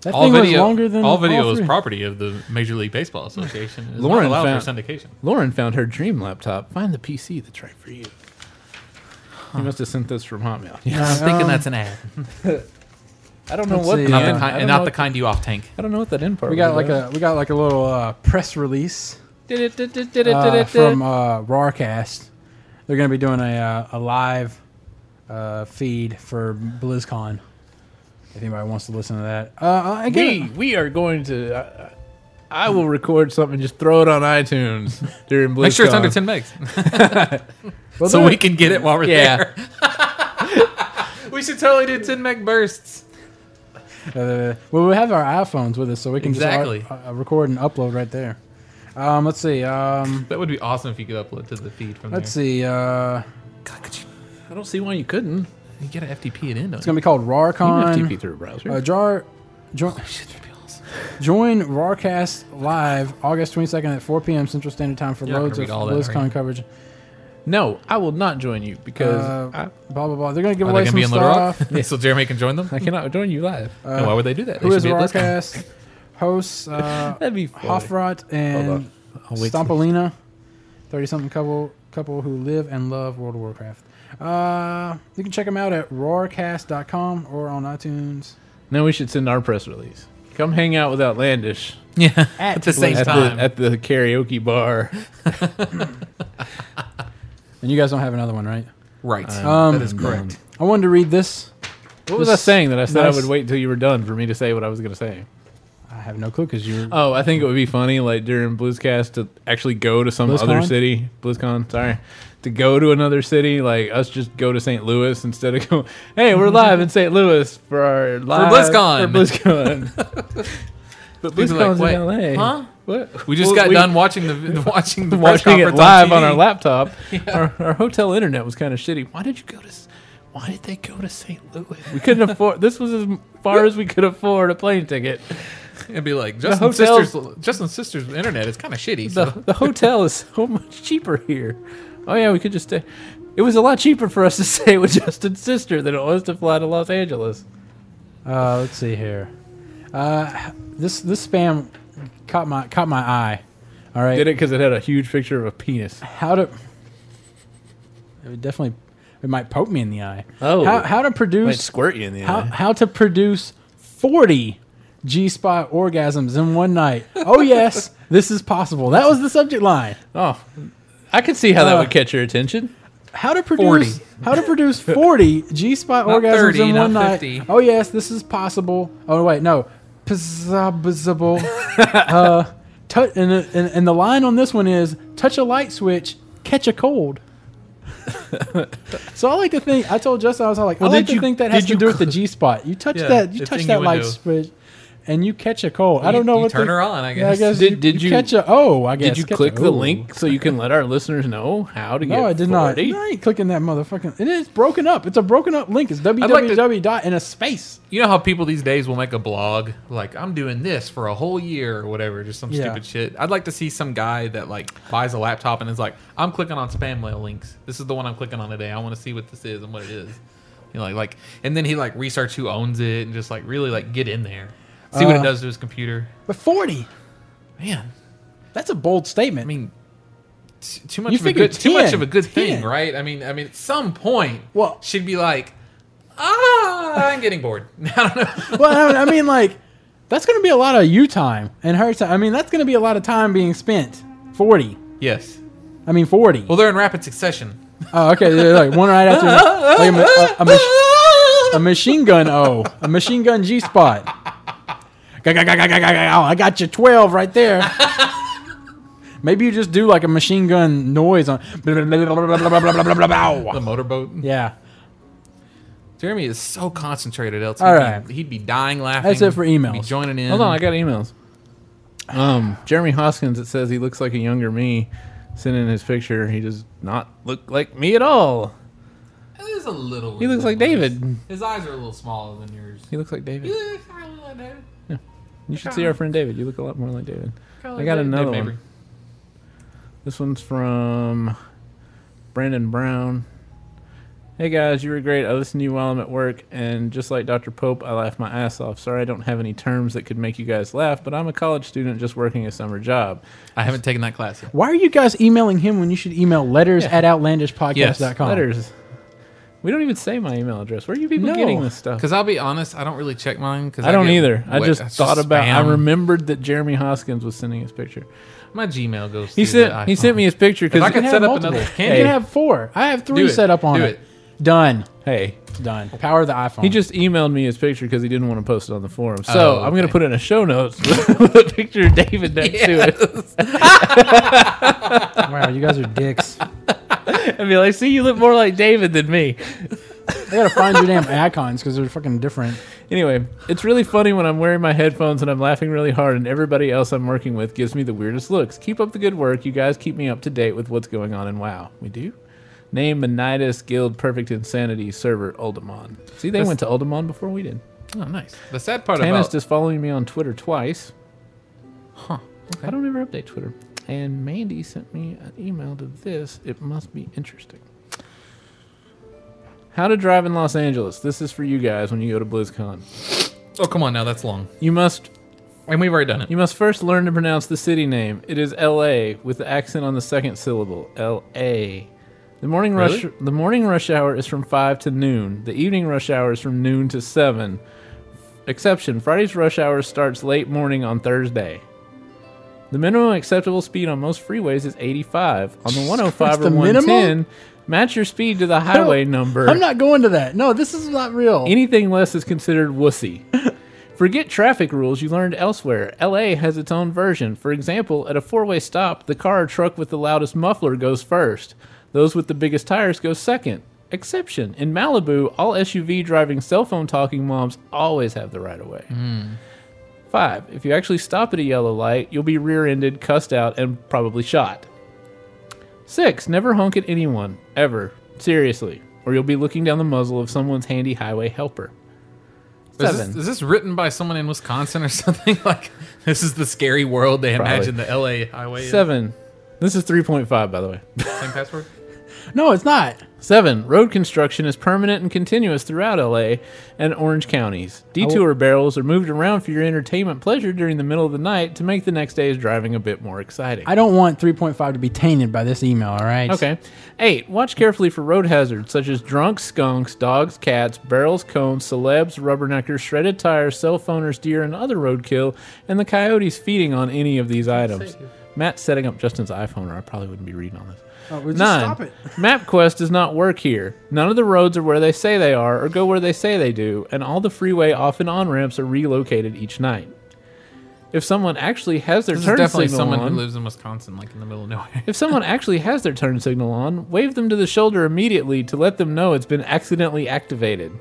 Speaker 2: That
Speaker 4: all
Speaker 2: thing
Speaker 4: video,
Speaker 2: was longer than
Speaker 4: all video is
Speaker 2: three.
Speaker 4: property of the Major League Baseball Association. It's
Speaker 3: Lauren
Speaker 4: not allowed for
Speaker 3: found-
Speaker 4: syndication.
Speaker 3: Lauren found her dream laptop. Find the PC that's right for you. You must have sent this from Hotmail. Yeah.
Speaker 4: I was thinking that's an ad,
Speaker 3: I don't know
Speaker 2: Let's
Speaker 3: what.
Speaker 2: see,
Speaker 3: the-
Speaker 2: uh,
Speaker 4: not, the,
Speaker 3: I
Speaker 4: kind,
Speaker 3: don't
Speaker 4: and not
Speaker 3: know
Speaker 4: the kind you off tank.
Speaker 3: I don't know what that end part.
Speaker 2: We got like a we got like a little uh, press release uh,
Speaker 3: a
Speaker 2: from uh, Rawcast. They're going to be doing a uh, a live uh, feed for BlizzCon. If anybody wants to listen to that, uh, I get
Speaker 3: We we are going to. I- I I will record something. Just throw it on iTunes during BlizzCon.
Speaker 4: Make sure it's under ten megs,
Speaker 2: Well,
Speaker 4: so
Speaker 2: they're-
Speaker 4: we can get it while we're
Speaker 3: Yeah.
Speaker 4: there. we should totally do ten meg bursts.
Speaker 2: Uh, well, we have our iPhones with us, so we can
Speaker 4: Exactly.
Speaker 2: just uh, uh, record and upload right there. Um, let's see. Um,
Speaker 4: That would be awesome if you could upload to the feed from
Speaker 2: let's
Speaker 4: there.
Speaker 2: see. Uh,
Speaker 4: God, could you,
Speaker 3: I don't see why you couldn't.
Speaker 4: you get an FTP it in.
Speaker 2: it's going to be called
Speaker 3: You can FTP
Speaker 2: RARCon.
Speaker 3: through a browser.
Speaker 2: Uh, jar, jo-
Speaker 4: Oh, Shit, that'd be awesome.
Speaker 2: join RARcast live August 22nd at 4 p.m. Central Standard Time for
Speaker 4: You're not
Speaker 2: loads
Speaker 4: gonna
Speaker 2: of
Speaker 4: read all that, are
Speaker 2: BlizzCon
Speaker 4: you?
Speaker 2: coverage.
Speaker 3: no, I will not join you because
Speaker 2: Uh,
Speaker 3: I,
Speaker 2: Blah blah blah. They're going to give
Speaker 4: Are they
Speaker 2: away
Speaker 4: going to
Speaker 2: some
Speaker 4: be in Little Rock?
Speaker 2: stuff.
Speaker 4: so Jeremy can join them.
Speaker 3: I cannot join you live.
Speaker 4: No, why would they do that? They
Speaker 2: Who
Speaker 4: should
Speaker 2: is
Speaker 4: be at BlizzCon.
Speaker 2: RARcast? Hosts uh,
Speaker 3: That'd be funny.
Speaker 2: Hofrat and
Speaker 3: I'll wait till-
Speaker 2: Stompolina, thirty-something couple couple who live and love World of Warcraft. Uh, you can check them out at roarcast.com or on iTunes.
Speaker 3: Now we should send our press release. Come hang out with Outlandish
Speaker 4: Yeah, at the same
Speaker 3: at the,
Speaker 4: time.
Speaker 3: at the karaoke bar.
Speaker 2: And you guys don't have another one, right?
Speaker 4: right.
Speaker 2: Um,
Speaker 4: that is correct.
Speaker 2: I wanted to read this.
Speaker 3: What was I saying that I said
Speaker 2: nice-
Speaker 3: I would wait until you were done for me to say what I was going to say?
Speaker 2: I have no clue because
Speaker 4: Uh,
Speaker 2: you.
Speaker 3: Oh, I think it would be funny, like during BlizzCast, to actually go to some other
Speaker 2: BlizzCon?
Speaker 3: city, BlizzCon, sorry, to go to another city, like us just go to St. Louis instead of going, hey, we're live in St. Louis for our live.
Speaker 4: BlizzCon."
Speaker 3: For BlizzCon. but
Speaker 4: People are
Speaker 3: BlizzCon's
Speaker 4: like,
Speaker 3: in
Speaker 4: "Wait,
Speaker 3: LA.
Speaker 4: huh?
Speaker 3: What?
Speaker 4: We just
Speaker 3: Well,
Speaker 4: got done watching the watching the press
Speaker 3: watching it
Speaker 4: conference
Speaker 3: live
Speaker 4: on, TV.
Speaker 3: on, our laptop. Our, our hotel internet was kind of shitty. Why did you go to? s- Why did they go to St. Louis? We couldn't afford. This was as far as we could afford a plane ticket.
Speaker 4: It'd be like Justin's
Speaker 3: hotel's-
Speaker 4: sisters. Justin's sisters' internet is kind of shitty.
Speaker 3: The
Speaker 4: So
Speaker 3: the hotel is so much cheaper here. Oh yeah, we could just stay. It was a lot cheaper for us to stay with Justin's sister than it was to fly to Los Angeles.
Speaker 2: Uh, let's see here. Uh, this this spam caught my caught my eye. All right.
Speaker 3: Did it because it had a huge picture of a penis.
Speaker 2: How to? It would definitely. It might poke me in the eye.
Speaker 3: Oh.
Speaker 2: How, how to produce?
Speaker 3: squirt you in the
Speaker 2: How, how to produce 40 G spot orgasms in one night. Oh, yes, this is possible. That was the subject line.
Speaker 3: Oh, I could see how that
Speaker 2: Uh,
Speaker 3: would catch your attention.
Speaker 2: How to produce
Speaker 4: 40.
Speaker 2: how to produce 40 G spot
Speaker 4: Not
Speaker 2: orgasms
Speaker 4: 30,
Speaker 2: in
Speaker 4: not
Speaker 2: one night.
Speaker 4: 50.
Speaker 2: Oh, yes, this is possible. Oh, wait, no. Possible. uh, tou- and, and, and the line on this one is touch a light switch, catch a cold. so I like to think. I told Justin I was all like,
Speaker 3: Well,
Speaker 2: I like
Speaker 3: did
Speaker 2: to
Speaker 3: you-
Speaker 2: think that has
Speaker 3: did
Speaker 2: to
Speaker 3: you
Speaker 2: do with the G spot. You touch
Speaker 4: Yeah,
Speaker 2: that, you
Speaker 4: it's
Speaker 2: touch that light
Speaker 4: innuendo.
Speaker 2: switch, and you catch a cold. I don't know
Speaker 4: you
Speaker 2: what
Speaker 4: turn
Speaker 2: the,
Speaker 4: her on. I
Speaker 2: Yeah,
Speaker 4: guess.
Speaker 3: Did-
Speaker 2: you,
Speaker 3: did
Speaker 2: you
Speaker 3: you-
Speaker 2: catch a? Oh, I guess
Speaker 3: Did you
Speaker 2: catch a-
Speaker 3: click the
Speaker 2: ooh.
Speaker 3: link so you can let our listeners know how to get?
Speaker 2: No, I did not.
Speaker 3: 40?
Speaker 2: No, I ain't clicking that motherfucking. It is broken up. It's a broken up link. It's
Speaker 4: like to-
Speaker 2: www dot in a space.
Speaker 4: You know how people these days will make a blog like I'm doing this for a whole year or whatever, just some
Speaker 2: Yeah.
Speaker 4: stupid shit. I'd like to see some guy that like buys a laptop and is like, I'm clicking on spam mail links. This is the one I'm clicking on today. I want to see what this is and what it is. You know, like like, and then he like research who owns it and just like really like get in there, see what
Speaker 2: Uh,
Speaker 4: it does to his computer.
Speaker 2: But forty.
Speaker 4: Man,
Speaker 2: That's a bold statement.
Speaker 4: I mean, t- too much
Speaker 2: You
Speaker 4: of a
Speaker 2: figure
Speaker 4: good, too much
Speaker 2: 10,
Speaker 4: of a good thing,
Speaker 2: 10.
Speaker 4: right? I mean, I mean, at some point,
Speaker 2: Well-
Speaker 4: she'd be like, ah, I'm getting bored. I don't know.
Speaker 2: well, I, I mean, like that's going to be a lot of you time and her time. I mean, that's going to be a lot of time being spent. Forty.
Speaker 4: Yes.
Speaker 2: I mean, forty.
Speaker 4: Well, they're in rapid succession.
Speaker 2: oh, okay. they're Like one right after like a, ma- a- a mach- a machine gun. Oh, a machine gun G spot. Ga- ga- ga- ga- ga- ga- ga- oh, I got you twelve right there. Maybe you just do like a machine gun noise on.
Speaker 4: The motorboat.
Speaker 2: Yeah.
Speaker 4: Jeremy is so concentrated, else
Speaker 2: All
Speaker 4: he'd,
Speaker 2: right.
Speaker 4: be, he'd be dying laughing.
Speaker 2: That's it for
Speaker 4: He'd Be
Speaker 2: emails.
Speaker 4: joining in.
Speaker 3: Hold on, I got emails. Um, Jeremy Hoskins, it says he looks like a younger me. Sent in his picture. He does not look like me at all.
Speaker 4: It is a little.
Speaker 3: He looks like
Speaker 4: ridiculous.
Speaker 3: David.
Speaker 4: His eyes are a little smaller than yours.
Speaker 3: He looks like David.
Speaker 4: You look kinda like David.
Speaker 3: You should see our friend David. You look a lot more like David.
Speaker 4: Kinda
Speaker 3: I
Speaker 4: like
Speaker 3: got
Speaker 4: David.
Speaker 3: another
Speaker 4: David
Speaker 3: one.
Speaker 4: Mabry.
Speaker 3: This one's from Brandon Brown. Hey guys, you were great. I listen to you while I'm at work, and just like Dr. Pope, I laugh my ass off. Sorry I don't have any terms that could make you guys laugh, but I'm a college student just working a summer job.
Speaker 4: I haven't taken that class yet.
Speaker 2: Why are you guys emailing him when you should email letters at outlandishpodcast.com?
Speaker 4: Yes,
Speaker 3: Letters. We don't even say my email address. Where are you people
Speaker 2: No,
Speaker 3: getting this stuff?
Speaker 4: Because I'll be honest, I don't really check mine. Because
Speaker 3: I don't either. I just thought about. I
Speaker 4: remember
Speaker 3: remembered that Jeremy Hoskins was sending his picture.
Speaker 4: my Gmail goes.
Speaker 3: He
Speaker 4: through the
Speaker 3: sent he
Speaker 4: iPhone.
Speaker 3: sent me his picture
Speaker 4: If
Speaker 3: because
Speaker 4: I could
Speaker 2: can
Speaker 4: set
Speaker 2: have
Speaker 4: up
Speaker 2: multiple.
Speaker 4: another.
Speaker 2: You
Speaker 4: Can
Speaker 2: can
Speaker 4: you?
Speaker 2: have four. I have three
Speaker 4: Do it.
Speaker 2: set up on
Speaker 4: Do
Speaker 2: it. Done.
Speaker 3: hey,
Speaker 2: It's done. Power of the iPhone.
Speaker 3: he just emailed me his picture because he didn't want to post it on the forum. So
Speaker 4: Oh,
Speaker 3: I'm going
Speaker 4: okay.
Speaker 3: to put it in a show notes with a picture of David next to it
Speaker 2: wow, you guys are dicks. I
Speaker 3: and be like, "See, you look more like David than me."
Speaker 2: gotta find your damn icons because they're fucking different.
Speaker 3: Anyway, it's really funny when I'm wearing my headphones and I'm laughing really hard, and everybody else I'm working with gives me the weirdest looks. Keep up the good work. You guys keep me up to date with what's going on in WoW. We do? Name Menitis Guild Perfect Insanity server Uldamon. See, they
Speaker 4: That's-
Speaker 3: went to Uldamon before we did.
Speaker 4: Oh, nice. The sad part about
Speaker 3: Tanist is following me on Twitter twice. Huh. I don't ever update Twitter. And Mandy sent me an email to this. It must be interesting. How to drive in Los Angeles. This is for you guys when you go to BlizzCon.
Speaker 4: oh come on now that's long
Speaker 3: You must
Speaker 4: and we've already done it.
Speaker 3: you must first learn to pronounce the city name. It is L.A. with the accent on the second syllable. L.A. The morning rush
Speaker 4: Really?
Speaker 3: the morning rush hour is from five to noon. The evening rush hour is from noon to seven. Exception: Friday's rush hour starts late morning on Thursday. The minimum acceptable speed on most freeways is 85. On the 105
Speaker 2: the
Speaker 3: or
Speaker 2: minimum?
Speaker 3: 110, match your speed to the highway number.
Speaker 2: I'm not going to that. No, this is not real.
Speaker 3: Anything less is considered wussy. Forget traffic rules you learned elsewhere. LA has its own version. For example, at a four way stop, the car or truck with the loudest muffler goes first, those with the biggest tires go second. Exception In Malibu, all SUV driving cell phone talking moms always have the right of way. Five, if you actually stop at a yellow light, you'll be rear ended, cussed out, and probably shot. Six, never honk at anyone, ever. Seriously. Or you'll be looking down the muzzle of someone's handy highway helper.
Speaker 4: Is
Speaker 3: Seven.
Speaker 4: this, is this written by someone in Wisconsin or something? like this is the scary world they
Speaker 3: Probably.
Speaker 4: imagine the L.A. highway. is?
Speaker 3: Seven, this is 3.5, by the way.
Speaker 4: Same password.
Speaker 2: no, it's not.
Speaker 3: Seven, road construction is permanent and continuous throughout LA and Orange counties. Detour barrels are moved around for your entertainment pleasure during the middle of the night to make the next day's driving a bit more exciting.
Speaker 2: I don't want 3.5 to be tainted by this email. All right.
Speaker 3: Okay. Eight, watch carefully for road hazards such as drunks, skunks, dogs, cats, barrels, cones, celebs, rubberneckers, shredded tires, cell phoners, deer, and other roadkill, and the coyotes feeding on any of these items. Matt's setting up Justin's iPhone, or I probably wouldn't be reading all this.
Speaker 2: Oh, well, just
Speaker 3: Nine.
Speaker 2: stop it.
Speaker 3: MapQuest does not work here. None of the roads are where they say they are, or go where they say they do, and all the freeway off and on ramps are relocated each night. If someone actually has their
Speaker 4: This
Speaker 3: turn
Speaker 4: is definitely
Speaker 3: signal
Speaker 4: someone
Speaker 3: on,
Speaker 4: who lives in Wisconsin, like in the middle of nowhere.
Speaker 3: if someone actually has their turn signal on, wave them to the shoulder immediately to let them know it's been accidentally activated.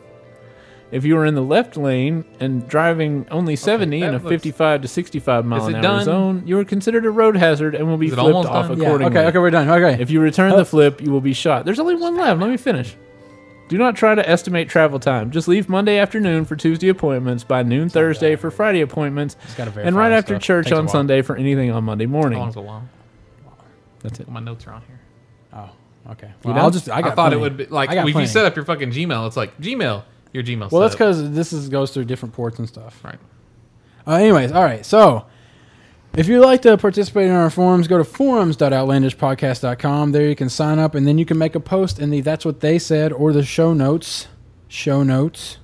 Speaker 3: If you are in the left lane and driving only 70 in
Speaker 4: that
Speaker 3: a
Speaker 4: looks-
Speaker 3: 55 to 65 mile
Speaker 4: Is it
Speaker 3: an hour
Speaker 4: done?
Speaker 3: zone, you are considered a road hazard and will be
Speaker 4: Is it
Speaker 3: flipped
Speaker 4: almost
Speaker 3: off
Speaker 4: done?
Speaker 2: Yeah,
Speaker 3: accordingly.
Speaker 2: okay. Okay. We're done. Okay.
Speaker 3: If you return
Speaker 4: Uh,
Speaker 3: the flip, you will be shot. There's only one left. Let me finish. Do not try to estimate travel time. Just leave Monday afternoon for Tuesday appointments, by noon Thursday for Friday appointments,
Speaker 2: gotta verify
Speaker 3: and right
Speaker 2: this
Speaker 3: after
Speaker 2: stuff.
Speaker 3: church
Speaker 4: Takes a
Speaker 3: on
Speaker 4: while.
Speaker 3: Sunday for anything on Monday
Speaker 4: How long's
Speaker 3: morning.
Speaker 4: a while?
Speaker 3: That's it.
Speaker 4: My notes are on here.
Speaker 2: oh. Okay.
Speaker 3: You
Speaker 2: Well,
Speaker 3: know?
Speaker 2: I'll just. I,
Speaker 4: I,
Speaker 2: got
Speaker 4: thought it
Speaker 2: plenty.
Speaker 4: would be like
Speaker 2: I got
Speaker 4: if you
Speaker 2: plenty.
Speaker 4: set up your fucking Gmail, it's like Gmail, your Gmail.
Speaker 2: Well, that's
Speaker 4: setup.
Speaker 2: because this is goes through different ports and stuff.
Speaker 4: right.
Speaker 2: Uh, anyways, all right. So, if you'd like to participate in our forums, go to forums.outlandishpodcast.com. There you can sign up, and then you can make a post in the "That's What They Said" or the show notes. Show notes.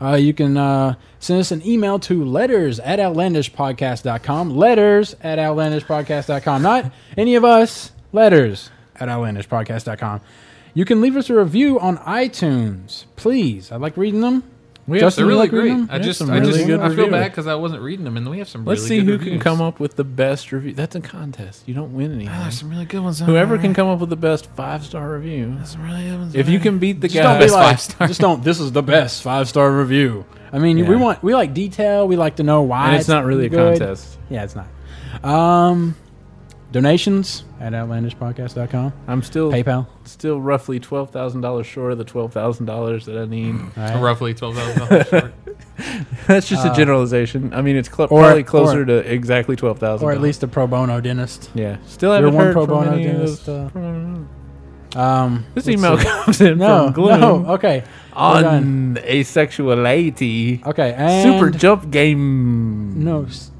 Speaker 2: Uh, you can uh, send us an email to letters at outlandishpodcast.com. Letters at outlandishpodcast.com. Not any of us. Letters at outlandishpodcast.com. You can leave us a review on iTunes, please. I like reading them.
Speaker 3: We
Speaker 2: Justin,
Speaker 4: They're
Speaker 2: you
Speaker 4: really
Speaker 2: like
Speaker 4: great.
Speaker 2: reading them?
Speaker 4: I
Speaker 3: Yeah,
Speaker 4: just,
Speaker 3: some
Speaker 4: I just,
Speaker 3: really good
Speaker 4: I feel
Speaker 3: reviews.
Speaker 4: bad because I wasn't reading them, and then we have some.
Speaker 3: Let's
Speaker 4: really
Speaker 3: see
Speaker 4: good
Speaker 3: who
Speaker 4: reviews.
Speaker 3: can come up with the best review. That's a contest. You don't win anything.
Speaker 4: Ah, there's some really good ones. on
Speaker 3: Whoever
Speaker 4: there.
Speaker 3: can come up with the best five star review.
Speaker 4: Some really good ones
Speaker 3: If
Speaker 4: on
Speaker 3: you
Speaker 4: there.
Speaker 3: can beat the
Speaker 2: just don't
Speaker 3: guy,
Speaker 2: be like,
Speaker 4: five star.
Speaker 2: just don't. This is the best five star review. I mean, we
Speaker 3: Yeah.
Speaker 2: want we like detail. We like to know why.
Speaker 3: and it's not really a
Speaker 2: good.
Speaker 3: contest.
Speaker 2: Yeah, it's not. Um, donations at outlandishpodcast.com.
Speaker 3: I'm still
Speaker 2: PayPal.
Speaker 3: still roughly twelve thousand dollars short of the twelve thousand dollars that I need.
Speaker 2: All right.
Speaker 4: roughly twelve thousand dollars short.
Speaker 3: That's just a generalization. I mean, it's cl-
Speaker 2: or-
Speaker 3: probably closer
Speaker 2: or-
Speaker 3: to exactly twelve thousand,
Speaker 2: Or at least a pro bono dentist.
Speaker 3: yeah. Still
Speaker 2: You're
Speaker 3: haven't
Speaker 2: one
Speaker 3: heard
Speaker 2: pro
Speaker 3: from
Speaker 2: bono
Speaker 3: any of
Speaker 2: dentist,
Speaker 3: those-
Speaker 2: uh,
Speaker 3: from-
Speaker 2: Um,
Speaker 3: This
Speaker 2: let's
Speaker 3: email
Speaker 2: see.
Speaker 3: comes in
Speaker 2: No,
Speaker 3: from Gloom
Speaker 2: no. Okay, we're done.
Speaker 3: on asexuality.
Speaker 2: Okay, and
Speaker 3: Super jump game.
Speaker 2: No. s-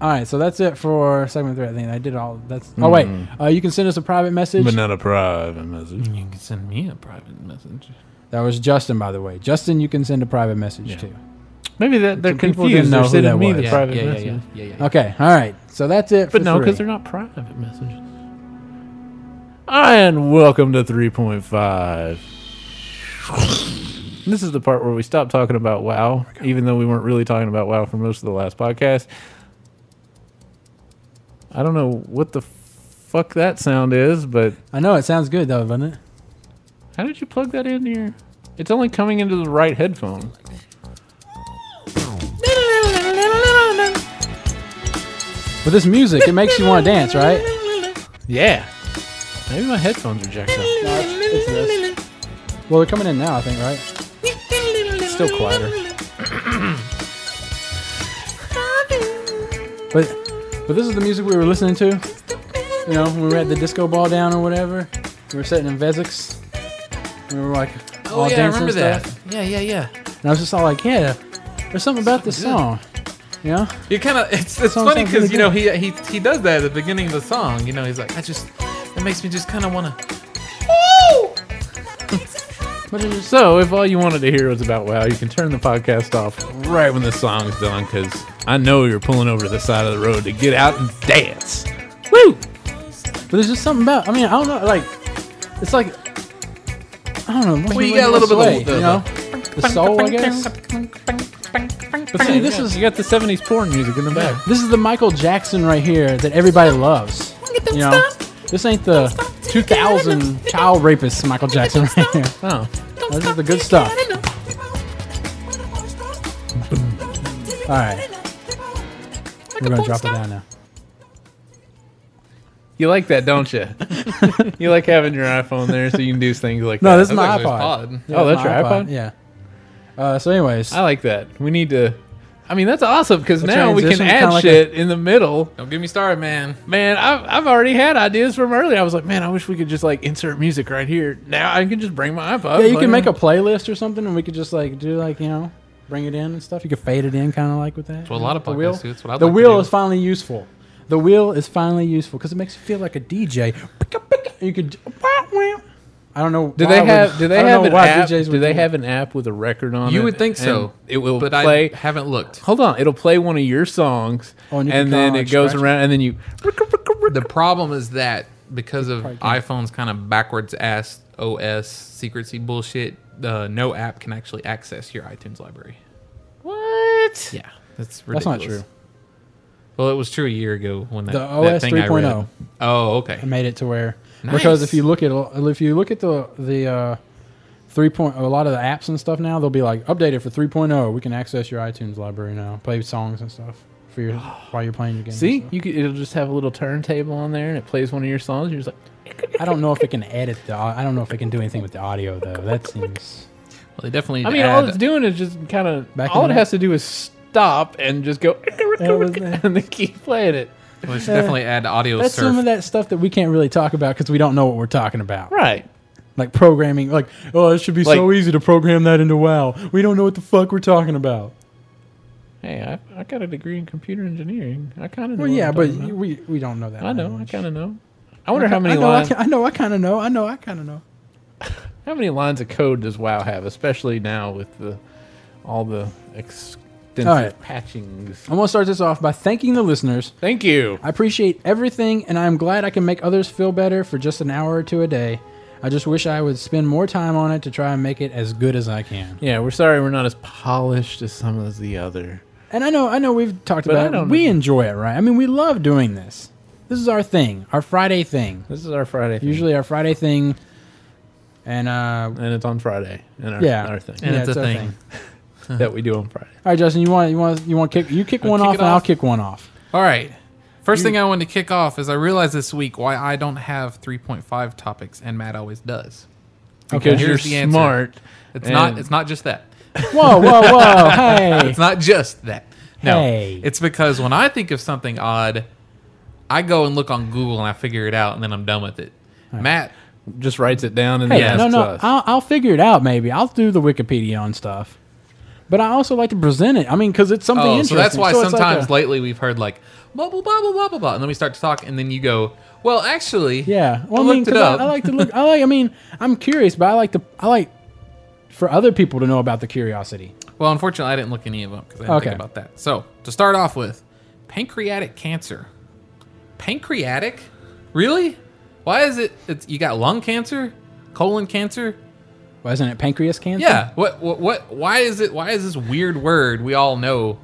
Speaker 2: All right, so that's it for segment three. I think I did all. That's. Oh wait,
Speaker 3: Mm-hmm.
Speaker 2: uh, you can send us a private message.
Speaker 5: but not a private message.
Speaker 3: You can send me a private message.
Speaker 2: that was Justin, by the way. Justin, you can send a private message too.
Speaker 3: Maybe that they're
Speaker 2: people
Speaker 3: confused.
Speaker 2: didn't know
Speaker 3: They're
Speaker 2: who
Speaker 3: sending
Speaker 2: that
Speaker 3: me
Speaker 2: was.
Speaker 3: the
Speaker 2: Yeah,
Speaker 3: private
Speaker 4: yeah,
Speaker 3: message.
Speaker 4: yeah, yeah, yeah, yeah.
Speaker 2: Okay, all right. So that's it.
Speaker 3: But
Speaker 2: for
Speaker 3: no, because
Speaker 2: three.
Speaker 3: they're not private messages. And welcome to 3.5. This is the part where we stop talking about
Speaker 5: Oh
Speaker 3: WoW, even though we weren't really talking about WoW for most of the last podcast. I don't know what the fuck that sound is, but
Speaker 2: I know it sounds good though, doesn't it?
Speaker 3: how did you plug that in here? It's only coming into the right headphone.
Speaker 2: But this music, it makes you want to dance, right?
Speaker 3: Yeah. Maybe my headphones are jacked up.
Speaker 2: It's this. Well, they're coming in now, I think, right?
Speaker 3: It's still quieter.
Speaker 2: But, but this is the music we were listening to. You know, when we were at the disco ball down or whatever. We were sitting in Vezix. We were like all
Speaker 4: Oh yeah, I
Speaker 2: dancing
Speaker 4: remember
Speaker 2: and stuff.
Speaker 4: that. Yeah, yeah, yeah.
Speaker 2: And I was just all like, yeah, there's something about this song. You know?
Speaker 4: You kind of it's it's
Speaker 2: Song
Speaker 4: funny
Speaker 2: sounds really
Speaker 4: because you know he he he does that at the beginning of the song. You know he's like I just it makes me just kind of want to.
Speaker 3: So, if all you wanted to hear was about WoW, you can turn the podcast off right when the song's done because I know you're pulling over to the side of the road to get out and dance. Woo!
Speaker 2: But there's just something about, I mean, I don't know, like, it's like, I don't know.
Speaker 4: Well, you got a little bit of
Speaker 2: way,
Speaker 4: the-
Speaker 2: you know? The soul, I guess. But see, this is
Speaker 3: You got the 70s porn music in the back.
Speaker 2: this is the Michael Jackson right here that everybody loves. You know, this ain't the 2000 child rapist Michael Jackson right here.
Speaker 3: Oh.
Speaker 2: This is the good stuff. All right, we're gonna drop it down now.
Speaker 3: You like that, don't you? you like having your iPhone there so you can do things like
Speaker 2: No,
Speaker 3: that.
Speaker 2: this is my
Speaker 4: actually his
Speaker 2: iPod.
Speaker 4: pod.
Speaker 2: Yeah,
Speaker 3: Oh, that's
Speaker 2: my
Speaker 3: your iPod?
Speaker 2: Yeah. Uh, so, anyways,
Speaker 3: I like that. We need to. I mean, that's awesome because now we can
Speaker 2: transition, kinda
Speaker 3: add
Speaker 2: like a-
Speaker 3: shit in the middle.
Speaker 4: Don't get me started, man.
Speaker 3: Man, I've, I've already had ideas from earlier. I was like, man, I wish we could just like insert music right here. Now I can just bring my iPod.
Speaker 2: yeah, you
Speaker 3: play
Speaker 2: can make
Speaker 3: it.
Speaker 2: a playlist or something, and we could just like do like you know, bring it in and stuff. You could fade it in, kind of like with that.
Speaker 4: what a lot of
Speaker 2: the
Speaker 4: podcasts
Speaker 2: wheel.
Speaker 4: do. That's what I'd
Speaker 2: the
Speaker 4: like to
Speaker 2: wheel
Speaker 4: do.
Speaker 2: is finally useful. The wheel is finally useful because it makes you feel like a DJ. You could. I don't know.
Speaker 3: Do
Speaker 2: why I
Speaker 3: they
Speaker 2: would-
Speaker 3: have? Do they
Speaker 2: I don't
Speaker 3: have
Speaker 2: know
Speaker 3: an
Speaker 2: why
Speaker 3: app?
Speaker 2: DJs
Speaker 3: Do
Speaker 2: would
Speaker 3: they
Speaker 2: it.
Speaker 3: have an app with a record on it?
Speaker 4: You would think so.
Speaker 3: and It will
Speaker 4: but
Speaker 3: play.
Speaker 4: I haven't looked.
Speaker 3: hold on, it'll play one of your songs,
Speaker 2: Oh, and
Speaker 3: and,
Speaker 2: you can
Speaker 3: then
Speaker 2: kinda,
Speaker 3: it
Speaker 2: like,
Speaker 3: goes
Speaker 2: scratch
Speaker 3: around, and then you.
Speaker 4: The problem is that because of iPhone's kind of backwards ass OS secrecy bullshit, uh, no app can actually access your iTunes library.
Speaker 3: What?
Speaker 4: Yeah, that's
Speaker 2: That's
Speaker 4: ridiculous.
Speaker 2: not true.
Speaker 4: Well, it was true a year ago when that
Speaker 2: The
Speaker 4: that
Speaker 2: OS
Speaker 4: thing I read.
Speaker 2: 3.0.
Speaker 4: Oh, okay.
Speaker 2: I made it to where because if
Speaker 4: Nice.
Speaker 2: you look at if you look at the the uh, three point a lot of the apps and stuff now they'll be like updated for 3.0 we can access your iTunes library now play songs and stuff for your while you're playing your game and
Speaker 3: See,
Speaker 2: stuff.
Speaker 3: you could, it'll just have a little turntable on there, and it plays one of your songs. You're just like,
Speaker 2: I don't know if it can edit the au- I don't know if it can do anything with the audio though that seems
Speaker 4: Well, they definitely.
Speaker 3: I mean, all it's doing is just kind of.
Speaker 2: Back
Speaker 3: All
Speaker 2: it
Speaker 3: it
Speaker 2: up.
Speaker 3: has to do is stop and just go,
Speaker 2: was that?
Speaker 3: and then keep playing it.
Speaker 4: Well, they should definitely add audio
Speaker 2: that's some of
Speaker 4: surf.
Speaker 2: that stuff that we can't really talk about because we don't know what we're talking about
Speaker 3: Right.
Speaker 2: like programming like oh it should be so
Speaker 3: Like-
Speaker 2: easy to program that into WoW we don't know what the fuck we're talking about
Speaker 3: Hey, I, I got a degree in computer engineering. I kind of.
Speaker 2: well yeah but we we don't know that
Speaker 3: I know. I
Speaker 2: language.
Speaker 3: kind of know. I wonder how many
Speaker 2: I know,
Speaker 3: lines.
Speaker 2: I, ki- I know. I kind of know. I know. I kind of know.
Speaker 3: How many lines of code does WoW have, especially now with the all the extensive
Speaker 2: All right.
Speaker 3: patchings?
Speaker 2: I want to start this off by thanking the listeners.
Speaker 3: Thank you.
Speaker 2: I appreciate everything, and I'm glad I can make others feel better for just an hour or two a day. I just wish I would spend more time on it to try and make it as good as I can.
Speaker 3: Yeah, we're sorry we're not as polished as some of the other.
Speaker 2: And I know, I know, we've talked
Speaker 3: But I
Speaker 2: about it.
Speaker 3: don't
Speaker 2: We
Speaker 3: know.
Speaker 2: enjoy it, right? I mean, we love doing this. This is our thing, our Friday thing.
Speaker 3: This is our Friday. thing,
Speaker 2: Usually, our Friday thing, and uh,
Speaker 3: and it's on Friday. And our,
Speaker 2: yeah,
Speaker 3: our thing
Speaker 4: And
Speaker 2: Yeah,
Speaker 4: it's a
Speaker 2: our
Speaker 4: thing. Uh-huh.
Speaker 3: that we do on Friday.
Speaker 2: All right, Justin, you want you want you want kick you kick one
Speaker 4: kick
Speaker 2: off,
Speaker 4: it
Speaker 2: and I'll
Speaker 4: off.
Speaker 2: kick one off.
Speaker 4: All right. First thing I wanted to kick off is I realized this week why I don't have 3.5 topics and Matt always does.
Speaker 3: Because
Speaker 4: Here's the
Speaker 3: you're
Speaker 4: answer.
Speaker 3: smart.
Speaker 4: It's
Speaker 3: and-
Speaker 4: not. It's not just that.
Speaker 2: Whoa, whoa, whoa! Hey,
Speaker 4: It's not just that. No,
Speaker 2: Hey.
Speaker 4: it's because when I think of something odd, I go and look on Google and I figure it out, and then I'm done with it. Matt
Speaker 3: just writes it down and
Speaker 2: Hey,
Speaker 3: then
Speaker 2: no,
Speaker 3: asks
Speaker 2: no,
Speaker 3: us.
Speaker 2: I'll, I'll figure it out. Maybe I'll do the Wikipedia on stuff. But I also like to present it. I mean, because it's something
Speaker 4: Oh, so
Speaker 2: interesting.
Speaker 4: that's why
Speaker 2: it's like
Speaker 4: sometimes
Speaker 2: a-
Speaker 4: lately we've heard like blah blah blah blah blah blah blah, and then we start to talk, and then you go, "Well, actually,
Speaker 2: yeah. Well, I,
Speaker 4: I
Speaker 2: mean,
Speaker 4: looked it
Speaker 2: 'cause I-
Speaker 4: up.
Speaker 2: I, like to look. I like. I mean, I'm curious, but I like to. I like for other people to know about the curiosity.
Speaker 4: Well, unfortunately, I didn't look any of them because I didn't
Speaker 2: Okay.
Speaker 4: think about that. So to start off with, pancreatic cancer. Pancreatic? Really? Why is it? It's, you got lung cancer, colon cancer.
Speaker 2: Wasn't it pancreas cancer?
Speaker 4: Yeah. What? What? What? Why is it? Why is this weird word we all know?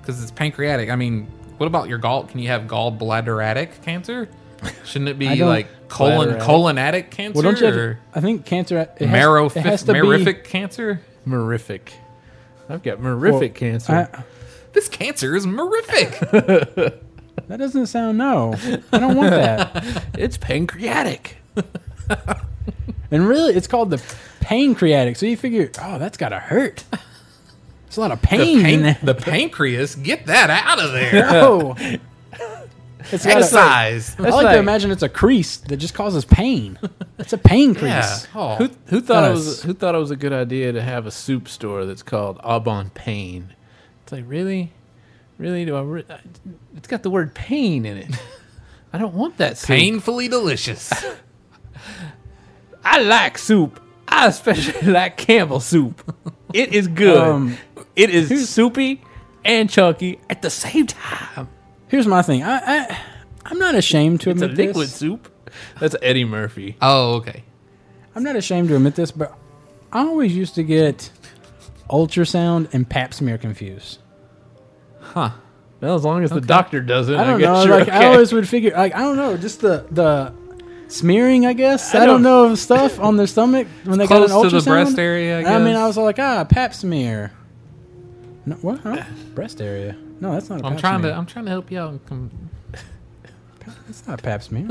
Speaker 4: Because it's pancreatic. I mean, what about your gall? Can you have gallbladderatic cancer? Shouldn't it
Speaker 2: I
Speaker 4: be
Speaker 2: don't-
Speaker 4: like colon
Speaker 3: Bladderatic.
Speaker 4: colonatic cancer
Speaker 2: Well, don't you? Have to-
Speaker 4: or
Speaker 2: I think cancer. It has,
Speaker 4: marrow
Speaker 2: it has to be-
Speaker 4: merific cancer?
Speaker 3: Merific. I've got
Speaker 2: well,
Speaker 3: merific cancer.
Speaker 2: I-
Speaker 4: This cancer is merific.
Speaker 2: that doesn't sound no. I don't want that.
Speaker 3: it's pancreatic.
Speaker 2: And really, it's called the pancreatic. So you figure, oh, that's gotta hurt. It's a lot of pain
Speaker 4: the,
Speaker 2: in
Speaker 4: pan-
Speaker 2: there.
Speaker 4: the pancreas, get that out of there.
Speaker 2: Oh. It's gotta-
Speaker 4: Exercise.
Speaker 2: I like, to
Speaker 3: like-
Speaker 2: imagine it's a crease that just causes pain. It's a pain
Speaker 4: Yeah.
Speaker 2: crease.
Speaker 4: Oh.
Speaker 3: Who who thought it was
Speaker 2: Us.
Speaker 3: who thought it was a good idea to have a soup store that's called Aubon Pain? It's like really, really do I? Re- I- it's got the word pain in it. I don't want that soup.
Speaker 4: Painfully delicious.
Speaker 3: I like soup. I especially like Campbell soup. It is good.
Speaker 2: Um,
Speaker 3: it is soupy and chunky at the same time.
Speaker 2: Here's my thing. I, I I'm not ashamed to
Speaker 3: It's a
Speaker 2: admit
Speaker 3: liquid
Speaker 2: this.
Speaker 3: soup. That's Eddie Murphy.
Speaker 4: oh, okay.
Speaker 2: I'm not ashamed to admit this, but I always used to get ultrasound and pap smear confused.
Speaker 3: Well, as long as the doctor does it,
Speaker 2: I
Speaker 3: I,
Speaker 2: don't
Speaker 3: guess
Speaker 2: know.
Speaker 3: you're
Speaker 2: Like
Speaker 3: okay.
Speaker 2: I always would figure. Like I don't know. Just the the smearing. I guess I, don't,
Speaker 3: don't-
Speaker 2: know of stuff on their stomach when they got an
Speaker 4: Close
Speaker 2: ultrasound.
Speaker 4: to the breast area, I
Speaker 2: I mean,
Speaker 4: guess.
Speaker 2: I was like, ah, pap smear. No, what? Huh? breast area? No, that's not. A
Speaker 4: I'm
Speaker 2: pap
Speaker 4: trying
Speaker 2: smear.
Speaker 4: to I'm trying to help you out and come
Speaker 2: It's not a pap smear.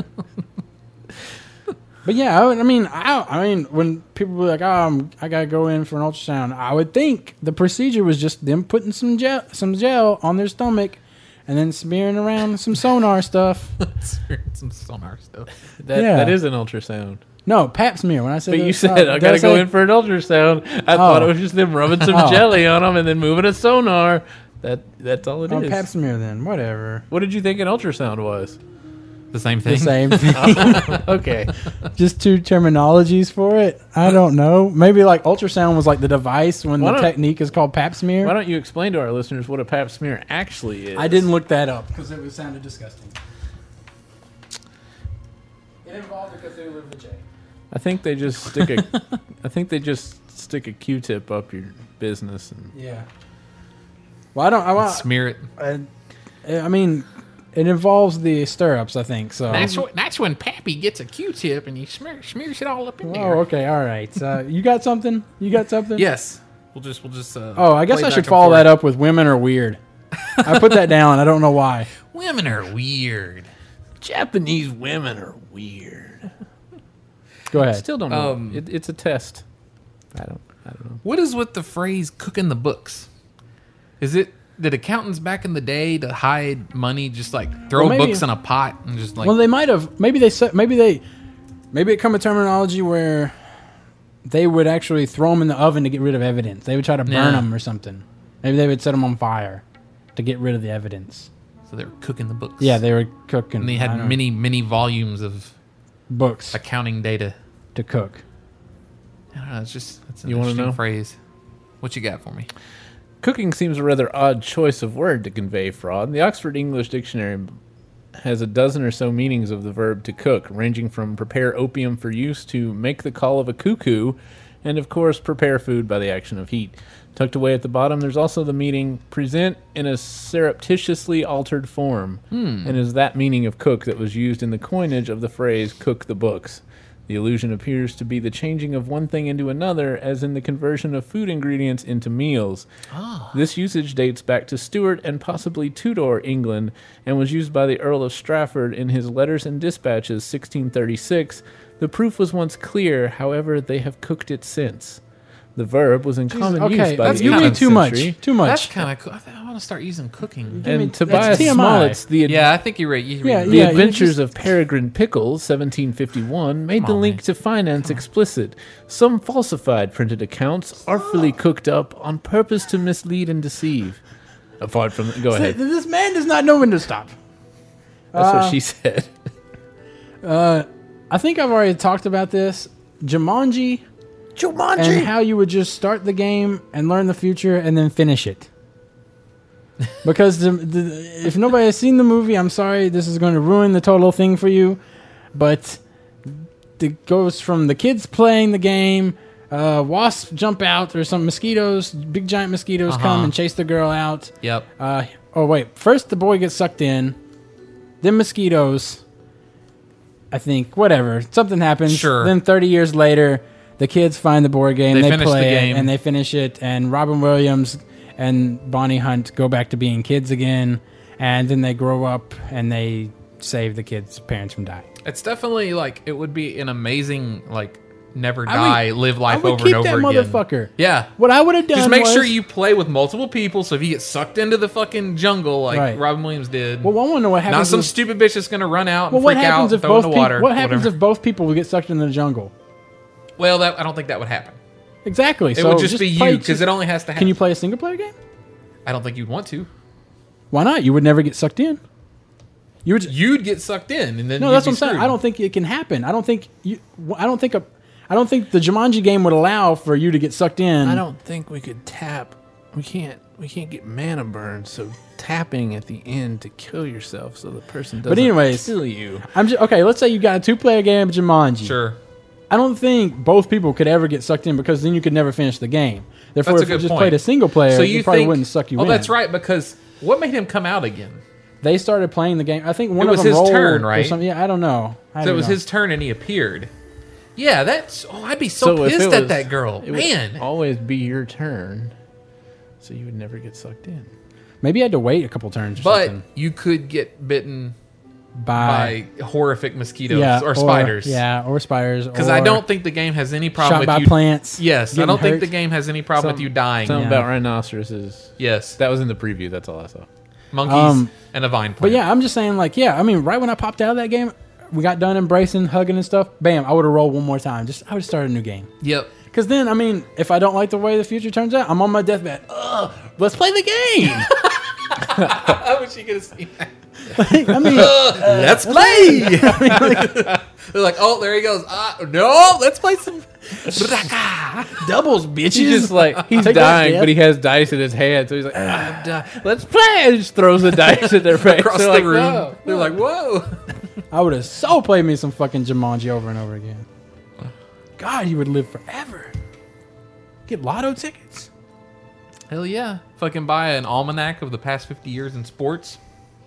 Speaker 2: but yeah, I, would, I mean, I, I mean, when people were like, "Oh, I'm, I gotta go in for an ultrasound," I would think the procedure was just them putting some gel, some gel on their stomach, and then smearing around some sonar stuff.
Speaker 4: some sonar stuff.
Speaker 3: that,
Speaker 2: yeah.
Speaker 3: that is an ultrasound.
Speaker 2: No, pap smear. When I said,
Speaker 3: But
Speaker 2: that-
Speaker 3: you said
Speaker 2: oh,
Speaker 3: I
Speaker 2: did
Speaker 3: gotta go
Speaker 2: say-
Speaker 3: in for an ultrasound. I thought it
Speaker 2: Oh.
Speaker 3: was just them rubbing some
Speaker 2: Oh.
Speaker 3: jelly on them and then moving a sonar. That that's all it
Speaker 2: Oh,
Speaker 3: is.
Speaker 2: pap smear. Then whatever.
Speaker 3: What did you think an ultrasound was?
Speaker 4: The same thing.
Speaker 2: The same thing.
Speaker 3: Okay,
Speaker 2: just two terminologies for it. I don't know. Maybe like ultrasound was like the device when
Speaker 3: Why
Speaker 2: the
Speaker 3: don't-
Speaker 2: technique is called pap smear.
Speaker 3: why don't you explain to our listeners what a pap smear actually is?
Speaker 2: I didn't look that up because it was sounded disgusting. It involved a Cthulhu Vijay.
Speaker 3: I think they just stick a. I think they just stick a Q-tip up your business. And
Speaker 2: Yeah. Well, I don't. I, want.
Speaker 4: Smear it.
Speaker 2: I, I mean, it involves the stirrups, I think. So.
Speaker 4: That's, wh- that's when Pappy gets a Q-tip and he smear, smears it all up in there.
Speaker 2: Oh, okay. All right. So you got something? You got something?
Speaker 4: Yes. We'll just we'll just. Uh,
Speaker 2: Oh, I guess I should follow that up with women are weird. I put that down. I don't know why.
Speaker 4: Women are weird.
Speaker 3: Japanese women are weird.
Speaker 2: Go ahead.
Speaker 3: Still don't know.
Speaker 4: Um,
Speaker 3: it, it's a test. I don't. I don't know.
Speaker 4: What is with the phrase "cooking the books"? Is it did accountants back in the day to hide money just like throw
Speaker 2: Well, maybe-
Speaker 4: books in a pot and just like
Speaker 2: Well, they might have. Maybe they said. Maybe they. Maybe it come a terminology where they would actually throw them in the oven to get rid of evidence. They would try to burn
Speaker 4: Yeah.
Speaker 2: them or something. Maybe they would set them on fire to get rid of the evidence.
Speaker 4: so they were cooking the books?
Speaker 2: Yeah, they were cooking.
Speaker 4: and they
Speaker 2: I
Speaker 4: had
Speaker 2: don't-
Speaker 4: many many volumes of
Speaker 2: books
Speaker 4: accounting data.
Speaker 2: to cook.
Speaker 4: I don't know. It's just it's an
Speaker 3: You wanna
Speaker 4: interesting
Speaker 3: know?
Speaker 4: phrase. What you got for me?
Speaker 3: Cooking seems a rather odd choice of word to convey fraud. The Oxford English Dictionary has a dozen or so meanings of the verb to cook, ranging from prepare opium for use to make the call of a cuckoo, and of course, prepare food by the action of heat. Tucked away at the bottom, there's also the meaning present in a surreptitiously altered form, and is that meaning of cook that was used in the coinage of the phrase cook the books. The illusion appears to be the changing of one thing into another, as in the conversion of food ingredients into meals.
Speaker 2: Ah.
Speaker 3: This usage dates back to Stuart and possibly Tudor England, and was used by the Earl of Strafford in his Letters and Dispatches, 1636. The proof was once clear, however, they have cooked it since. The verb was in common
Speaker 2: okay,
Speaker 3: use by
Speaker 4: that's
Speaker 3: the
Speaker 2: you read
Speaker 4: kinda-
Speaker 3: 18th
Speaker 2: too
Speaker 3: century.
Speaker 2: much. Too
Speaker 4: That's
Speaker 2: much.
Speaker 4: kind of cool. I, th- I want to start using cooking.
Speaker 2: I mean,
Speaker 3: And
Speaker 2: that's
Speaker 3: Tobias
Speaker 2: TMI.
Speaker 3: Smollett's The, Ad-
Speaker 4: Yeah, I think you're right. You,
Speaker 2: Yeah,
Speaker 3: the
Speaker 2: yeah. you
Speaker 3: Adventures
Speaker 2: just-
Speaker 3: of Peregrine Pickles, 1751, made the
Speaker 4: on,
Speaker 3: link
Speaker 4: man.
Speaker 3: to finance explicit. Some falsified printed accounts, artfully cooked up on purpose to mislead and deceive. Apart from, go
Speaker 2: Th-
Speaker 3: ahead.
Speaker 2: This man does not know when to stop.
Speaker 3: That's
Speaker 5: Uh,
Speaker 3: what she said.
Speaker 2: I think I've already talked about this. Jumanji and how you would just start the game and learn the future and then finish it. Because the, the, if nobody has seen the movie, I'm sorry, this is going to ruin the total thing for you. But it goes from the kids playing the game, uh, wasps jump out, or some mosquitoes, big giant mosquitoes come
Speaker 4: Uh-huh.
Speaker 2: and chase the girl out.
Speaker 4: Yep.
Speaker 2: Uh, oh wait, first the boy gets sucked in, then mosquitoes. I think whatever something happens.
Speaker 4: Sure.
Speaker 2: Then thirty years later, the kids find the board game,
Speaker 4: They
Speaker 2: they,
Speaker 4: finish the
Speaker 2: play
Speaker 4: game.
Speaker 2: it, and they finish it. And Robin Williams and Bonnie Hunt go back to being kids again, and then they grow up and they save the kids' parents from dying.
Speaker 4: It's definitely like it would be an amazing like never
Speaker 2: I would-
Speaker 4: die, live life
Speaker 2: I would
Speaker 4: over
Speaker 2: keep
Speaker 4: and
Speaker 2: that
Speaker 4: over again.
Speaker 2: motherfucker.
Speaker 4: Yeah.
Speaker 2: What I would have done
Speaker 4: Just make
Speaker 2: was-
Speaker 4: sure you play with multiple people. So if you get sucked into the fucking jungle like
Speaker 2: Right.
Speaker 4: Robin Williams did,
Speaker 2: Well, I want to know what happens.
Speaker 4: not some
Speaker 2: if-
Speaker 4: stupid bitch that's gonna run out
Speaker 2: well,
Speaker 4: and
Speaker 2: what
Speaker 4: freak
Speaker 2: happens
Speaker 4: out,
Speaker 2: if
Speaker 4: and throw in
Speaker 2: both
Speaker 4: the
Speaker 2: people?
Speaker 4: water.
Speaker 2: What happens
Speaker 4: whatever.
Speaker 2: if both people would get sucked into the jungle?
Speaker 4: Well, that I don't think that would happen.
Speaker 2: Exactly.
Speaker 4: It
Speaker 2: so
Speaker 4: would just, be
Speaker 2: play
Speaker 4: you because
Speaker 2: just-
Speaker 4: it only has to. happen.
Speaker 2: Can you play a single player game?
Speaker 4: I don't think you'd want to.
Speaker 2: Why not? You would never get sucked in. You would.
Speaker 4: You'd get sucked in, and then
Speaker 2: no,
Speaker 4: you'd
Speaker 2: that's
Speaker 4: be
Speaker 2: what I'm saying.
Speaker 4: screwed.
Speaker 2: I don't think it can happen. I don't think you. I don't think a. I don't think the Jumanji game would allow for you to get sucked in.
Speaker 5: I don't think we could tap. We can't. We can't get mana burn. So tapping at the end to kill yourself, so the person doesn't
Speaker 2: anyways-
Speaker 5: kill you.
Speaker 2: I'm just okay. Let's say you got a two-player game of Jumanji.
Speaker 4: Sure.
Speaker 2: I don't think both people could ever get sucked in because then you could never finish the game. Therefore,
Speaker 4: That's a
Speaker 2: if you
Speaker 4: good
Speaker 2: just
Speaker 4: point.
Speaker 2: played a single player,
Speaker 4: So
Speaker 2: it
Speaker 4: you
Speaker 2: probably
Speaker 4: think-
Speaker 2: wouldn't suck you
Speaker 4: oh,
Speaker 2: in.
Speaker 4: that's right. Because what made him come out again?
Speaker 2: They started playing the game. I think one
Speaker 4: It
Speaker 2: of
Speaker 4: was
Speaker 2: them
Speaker 4: his
Speaker 2: rolled
Speaker 4: turn,
Speaker 2: or
Speaker 4: right?
Speaker 2: something. Yeah, I don't know. I
Speaker 4: So
Speaker 2: don't
Speaker 4: it was
Speaker 2: know.
Speaker 4: his turn, and he appeared. Yeah, that's. Oh, I'd be so,
Speaker 3: So if it
Speaker 4: pissed
Speaker 3: was-
Speaker 4: at that girl,
Speaker 3: it would
Speaker 4: man.
Speaker 3: always be your turn, so you would never get sucked in.
Speaker 2: Maybe I had to wait a couple turns. Or
Speaker 4: But
Speaker 2: something.
Speaker 4: you could get bitten
Speaker 2: by,
Speaker 4: by horrific mosquitoes
Speaker 2: yeah,
Speaker 4: or spiders.
Speaker 2: Yeah, or spiders.
Speaker 4: Because I don't think the game has any problem
Speaker 2: shot
Speaker 4: with
Speaker 2: by
Speaker 4: you.
Speaker 2: plants.
Speaker 4: Yes, I
Speaker 2: getting
Speaker 4: don't think
Speaker 2: hurt.
Speaker 4: the game has any problem with you dying.
Speaker 3: Something
Speaker 2: Yeah.
Speaker 3: about rhinoceroses.
Speaker 4: Yes,
Speaker 3: That was in the preview. That's all I saw.
Speaker 4: monkeys
Speaker 2: Um,
Speaker 4: and a vine plant.
Speaker 2: But yeah, I'm just saying, like, yeah, I mean, right when I popped out of that game, we got done embracing, hugging, and stuff. Bam, I would have rolled one more time. Just I would start a new game.
Speaker 4: yep.
Speaker 2: Because then, I mean, if I don't like the way the future turns out, I'm on my deathbed. Ugh, let's play the game.
Speaker 4: I wish you could have seen that.
Speaker 2: I mean,
Speaker 4: let's play. They're like, oh, there he goes. Uh, no, let's play some.
Speaker 2: doubles, bitches.
Speaker 3: He's just like he's
Speaker 2: Take that,
Speaker 3: dying,
Speaker 2: Dad.
Speaker 3: but he has dice in his hand, so he's like, "I'm
Speaker 4: uh,
Speaker 3: di- "Let's play!" And just throws the dice at their face.
Speaker 4: across
Speaker 3: They're
Speaker 4: the
Speaker 3: like,
Speaker 4: room.
Speaker 3: "No."
Speaker 4: They're like, whoa.
Speaker 2: I would have so played me some fucking Jumanji over and over again. God, you would live forever. Get lotto tickets.
Speaker 4: Hell yeah. Fucking buy an almanac of the past 50 years in sports.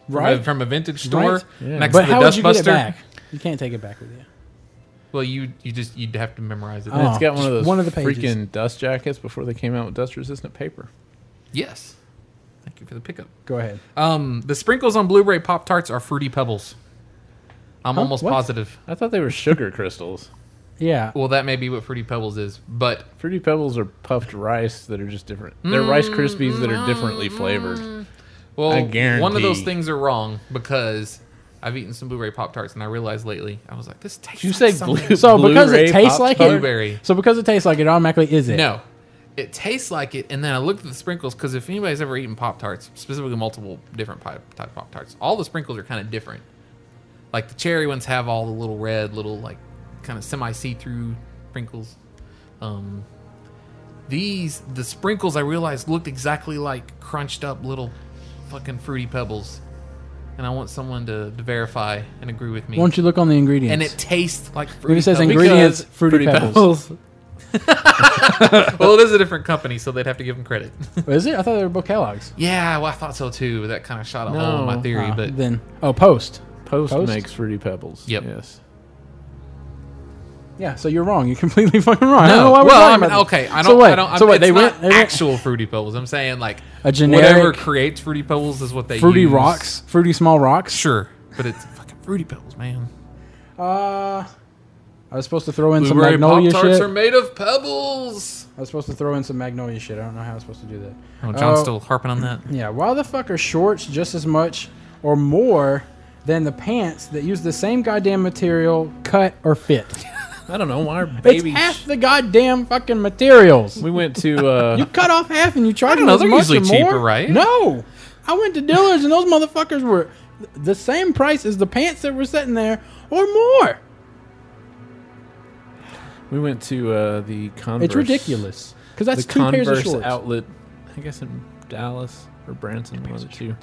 Speaker 4: from a-
Speaker 2: Right.
Speaker 4: From a, vintage store
Speaker 2: Right.
Speaker 3: Yeah.
Speaker 4: next
Speaker 2: But
Speaker 4: to the
Speaker 2: how would you
Speaker 4: Dustbuster.
Speaker 2: get it back? You can't take it back with you.
Speaker 4: Well, you you just you'd have to memorize it.
Speaker 2: Oh.
Speaker 3: It's got one of those
Speaker 2: One of the pages.
Speaker 3: freaking dust jackets before they came out with dust resistant paper.
Speaker 4: Yes. Thank you for the pickup.
Speaker 2: Go ahead.
Speaker 4: Um, the sprinkles on Blu-ray Pop Tarts are fruity pebbles. I'm almost
Speaker 2: What?
Speaker 4: positive.
Speaker 3: I thought they were sugar crystals.
Speaker 2: Yeah.
Speaker 4: Well, that may be what fruity pebbles is, but
Speaker 3: Fruity Pebbles are puffed rice that are just different. They're
Speaker 2: Mm,
Speaker 3: Rice Krispies that are differently flavored.
Speaker 4: Well,
Speaker 3: I
Speaker 4: one of those
Speaker 3: guarantee.
Speaker 4: things are wrong because I've eaten some Blueberry Pop Tarts and I realized lately I was like, this tastes.
Speaker 3: Did you
Speaker 4: like
Speaker 3: say
Speaker 4: something.
Speaker 3: blue?
Speaker 2: So because it
Speaker 3: Blu-ray
Speaker 2: tastes like
Speaker 3: Pop-Tart?
Speaker 2: it,
Speaker 4: Blueberry.
Speaker 2: so because it tastes like it, automatically is it?
Speaker 4: No, it tastes like it. And then I looked at the sprinkles because if anybody's ever eaten Pop Tarts, specifically multiple different pi- type Pop Tarts, all the sprinkles are kind of different. Like the cherry ones have all the little red, little like kind of semi see through sprinkles. Um, these the sprinkles I realized looked exactly like crunched up little fucking fruity pebbles. And I want someone to, to verify and agree with me.
Speaker 2: Why don't you look on the ingredients?
Speaker 4: and it tastes like fruity
Speaker 2: when it says
Speaker 4: Pebbles.
Speaker 2: ingredients,
Speaker 3: Because
Speaker 2: fruity, pebbles.
Speaker 4: well, it is a different company, so they'd have to give them credit.
Speaker 2: Is it? I thought they were both Kellogg's.
Speaker 4: Yeah, well, I thought so too. but That kind of shot a hole in my
Speaker 3: No.
Speaker 4: theory,
Speaker 2: Ah,
Speaker 4: but
Speaker 2: then oh, post.
Speaker 3: Post,
Speaker 2: Post?
Speaker 3: makes Fruity Pebbles.
Speaker 4: Yep.
Speaker 3: Yes.
Speaker 2: Yeah, so you're wrong. You're completely fucking wrong. I don't know
Speaker 4: no.
Speaker 2: why we're
Speaker 4: Well, I
Speaker 2: talking
Speaker 4: mean,
Speaker 2: about
Speaker 4: okay,
Speaker 2: this.
Speaker 4: I don't.
Speaker 2: So what?
Speaker 4: I don't.
Speaker 2: so
Speaker 4: I'm,
Speaker 2: what?
Speaker 4: it's
Speaker 2: They
Speaker 4: not
Speaker 2: went they went
Speaker 4: actual fruity pebbles. I'm saying like
Speaker 2: a
Speaker 4: whatever
Speaker 2: generic
Speaker 4: creates fruity pebbles is what they
Speaker 2: fruity
Speaker 4: use.
Speaker 2: rocks, fruity small rocks.
Speaker 4: Sure, but it's fucking fruity pebbles, man.
Speaker 2: Uh, I was supposed to throw in some
Speaker 4: Blueberry Pop
Speaker 2: magnolia
Speaker 4: Tarts
Speaker 2: shit.
Speaker 4: are made of pebbles.
Speaker 2: I was supposed to throw in some magnolia shit. I don't know how I was supposed to do that.
Speaker 4: Oh, John's
Speaker 2: Oh.
Speaker 4: still harping on that.
Speaker 2: Yeah, why the fuck are shorts just as much or more than the pants that use the same goddamn material, cut or fit?
Speaker 3: I don't know why our
Speaker 2: It's
Speaker 3: babies.
Speaker 2: half the goddamn fucking materials.
Speaker 3: we went to uh,
Speaker 2: You cut off half and you charge them
Speaker 4: don't know,
Speaker 2: as
Speaker 4: they're
Speaker 2: much
Speaker 4: usually
Speaker 2: or more?
Speaker 4: cheaper, right?
Speaker 2: No, I went to Dillard's and those motherfuckers were th- the same price as the pants that were sitting there or more.
Speaker 3: we went to uh, the Converse.
Speaker 2: It's ridiculous because that's
Speaker 3: the
Speaker 2: two
Speaker 3: Converse
Speaker 2: pairs of shorts.
Speaker 3: outlet, I guess in Dallas or Branson, one of the two.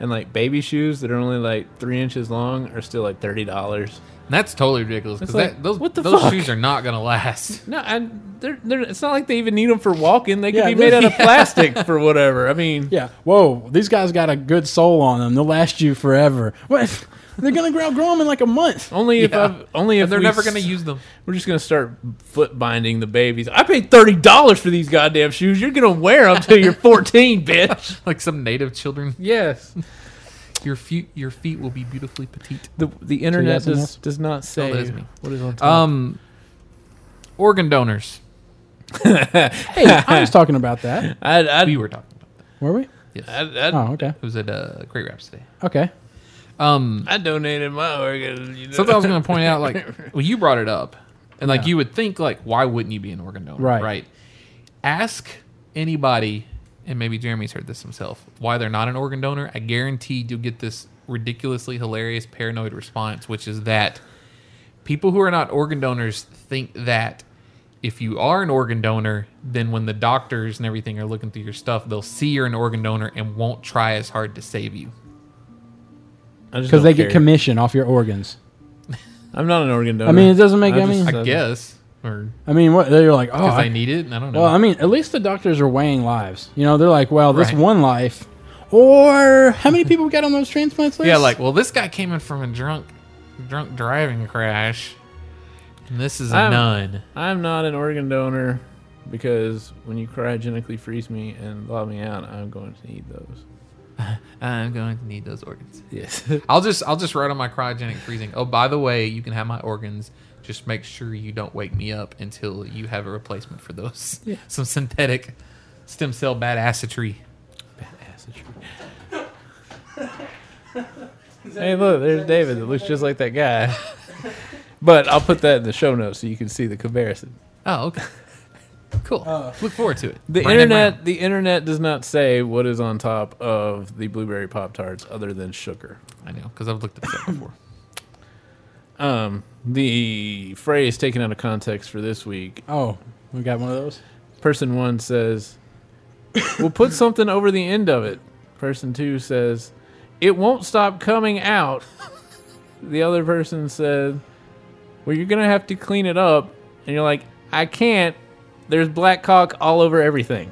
Speaker 3: And like baby shoes that are only like three inches long are still like thirty dollars.
Speaker 4: And That's totally ridiculous. 'cause
Speaker 3: It's like,
Speaker 4: that, those
Speaker 3: what the
Speaker 4: those
Speaker 3: fuck?
Speaker 4: shoes are not gonna last.
Speaker 3: No, and they're, they're, it's not like they even need them for walking. They could
Speaker 2: Yeah,
Speaker 3: be made
Speaker 2: they're-
Speaker 3: out of plastic for whatever. I mean,
Speaker 2: Yeah. Whoa, these guys got a good soul on them. They'll last you forever. What? They're gonna grow, grow them in like a month.
Speaker 3: only if
Speaker 4: Yeah.
Speaker 3: I've, only if
Speaker 4: They're
Speaker 3: we
Speaker 4: never
Speaker 3: s-
Speaker 4: gonna use them.
Speaker 3: We're just gonna start foot binding the babies. I paid thirty dollars for these goddamn shoes. You're gonna wear them till you're fourteen, bitch.
Speaker 4: Like some native children,
Speaker 3: Yes.
Speaker 4: your feet your feet will be beautifully petite.
Speaker 3: The the internet
Speaker 2: that's
Speaker 3: does, does not say
Speaker 4: that is me.
Speaker 3: what is on top.
Speaker 4: Um, organ donors.
Speaker 2: Hey, I was talking about that.
Speaker 3: I, I,
Speaker 4: We were talking about.
Speaker 2: Were we?
Speaker 4: Yes,
Speaker 3: I,
Speaker 4: it
Speaker 3: I,
Speaker 2: Oh, okay.
Speaker 4: was at uh, Great Raps today.
Speaker 2: Okay.
Speaker 4: Um,
Speaker 3: I donated my organ. You know?
Speaker 4: something I was gonna point out, like, well, you brought it up, and like you would think, like, why wouldn't you be an organ donor,
Speaker 2: Right.
Speaker 4: Right? Ask anybody, and maybe Jeremy's heard this himself, why they're not an organ donor. I guarantee you'll get this ridiculously hilarious paranoid response, which is that people who are not organ donors think that if you are an organ donor, then when the doctors and everything are looking through your stuff, they'll see you're an organ donor and won't try as hard to save you.
Speaker 3: I just
Speaker 2: Because they
Speaker 3: don't
Speaker 2: get
Speaker 3: care.
Speaker 2: commission off your organs.
Speaker 3: I'm not an organ donor.
Speaker 2: I mean, it doesn't make.
Speaker 3: I
Speaker 2: I, mean,
Speaker 3: just-
Speaker 4: I guess, or
Speaker 2: I mean, what they're like. Oh,
Speaker 4: because
Speaker 2: I,
Speaker 4: they need it. I don't know.
Speaker 2: well, I mean, at least the doctors are weighing lives. You know, they're like, well, this
Speaker 4: Right.
Speaker 2: one life, or how many people we got on those transplants? Lists?
Speaker 4: yeah, like well, this guy came in from a drunk, drunk driving crash. And this is a
Speaker 3: I'm-
Speaker 4: none.
Speaker 3: I'm not an organ donor because when you cryogenically freeze me and thaw me out, I'm going to need those.
Speaker 4: I'm going to need those organs.
Speaker 3: Yes.
Speaker 4: I'll just I'll just write on my cryogenic freezing. Oh, by the way, you can have my organs. Just make sure you don't wake me up until you have a replacement for those. Some synthetic stem cell bad assetry.
Speaker 3: hey, look, there's David that looks just like that guy. but I'll put that in the show notes so you can see the comparison.
Speaker 4: Oh, okay. Cool. Look forward to it.
Speaker 3: The
Speaker 4: Brandon
Speaker 3: internet,
Speaker 4: Brown.
Speaker 3: the internet does not say what is on top of the blueberry pop tarts other than sugar.
Speaker 4: I know because I've looked at that before.
Speaker 3: Um, the phrase taken out of context for this week
Speaker 2: oh, we got one of those.
Speaker 3: Person one says, We'll put something over the end of it. Person two says, It won't stop coming out. The other person said, Well, you're going to have to clean it up. And you're like, I can't. There's black cock all over everything.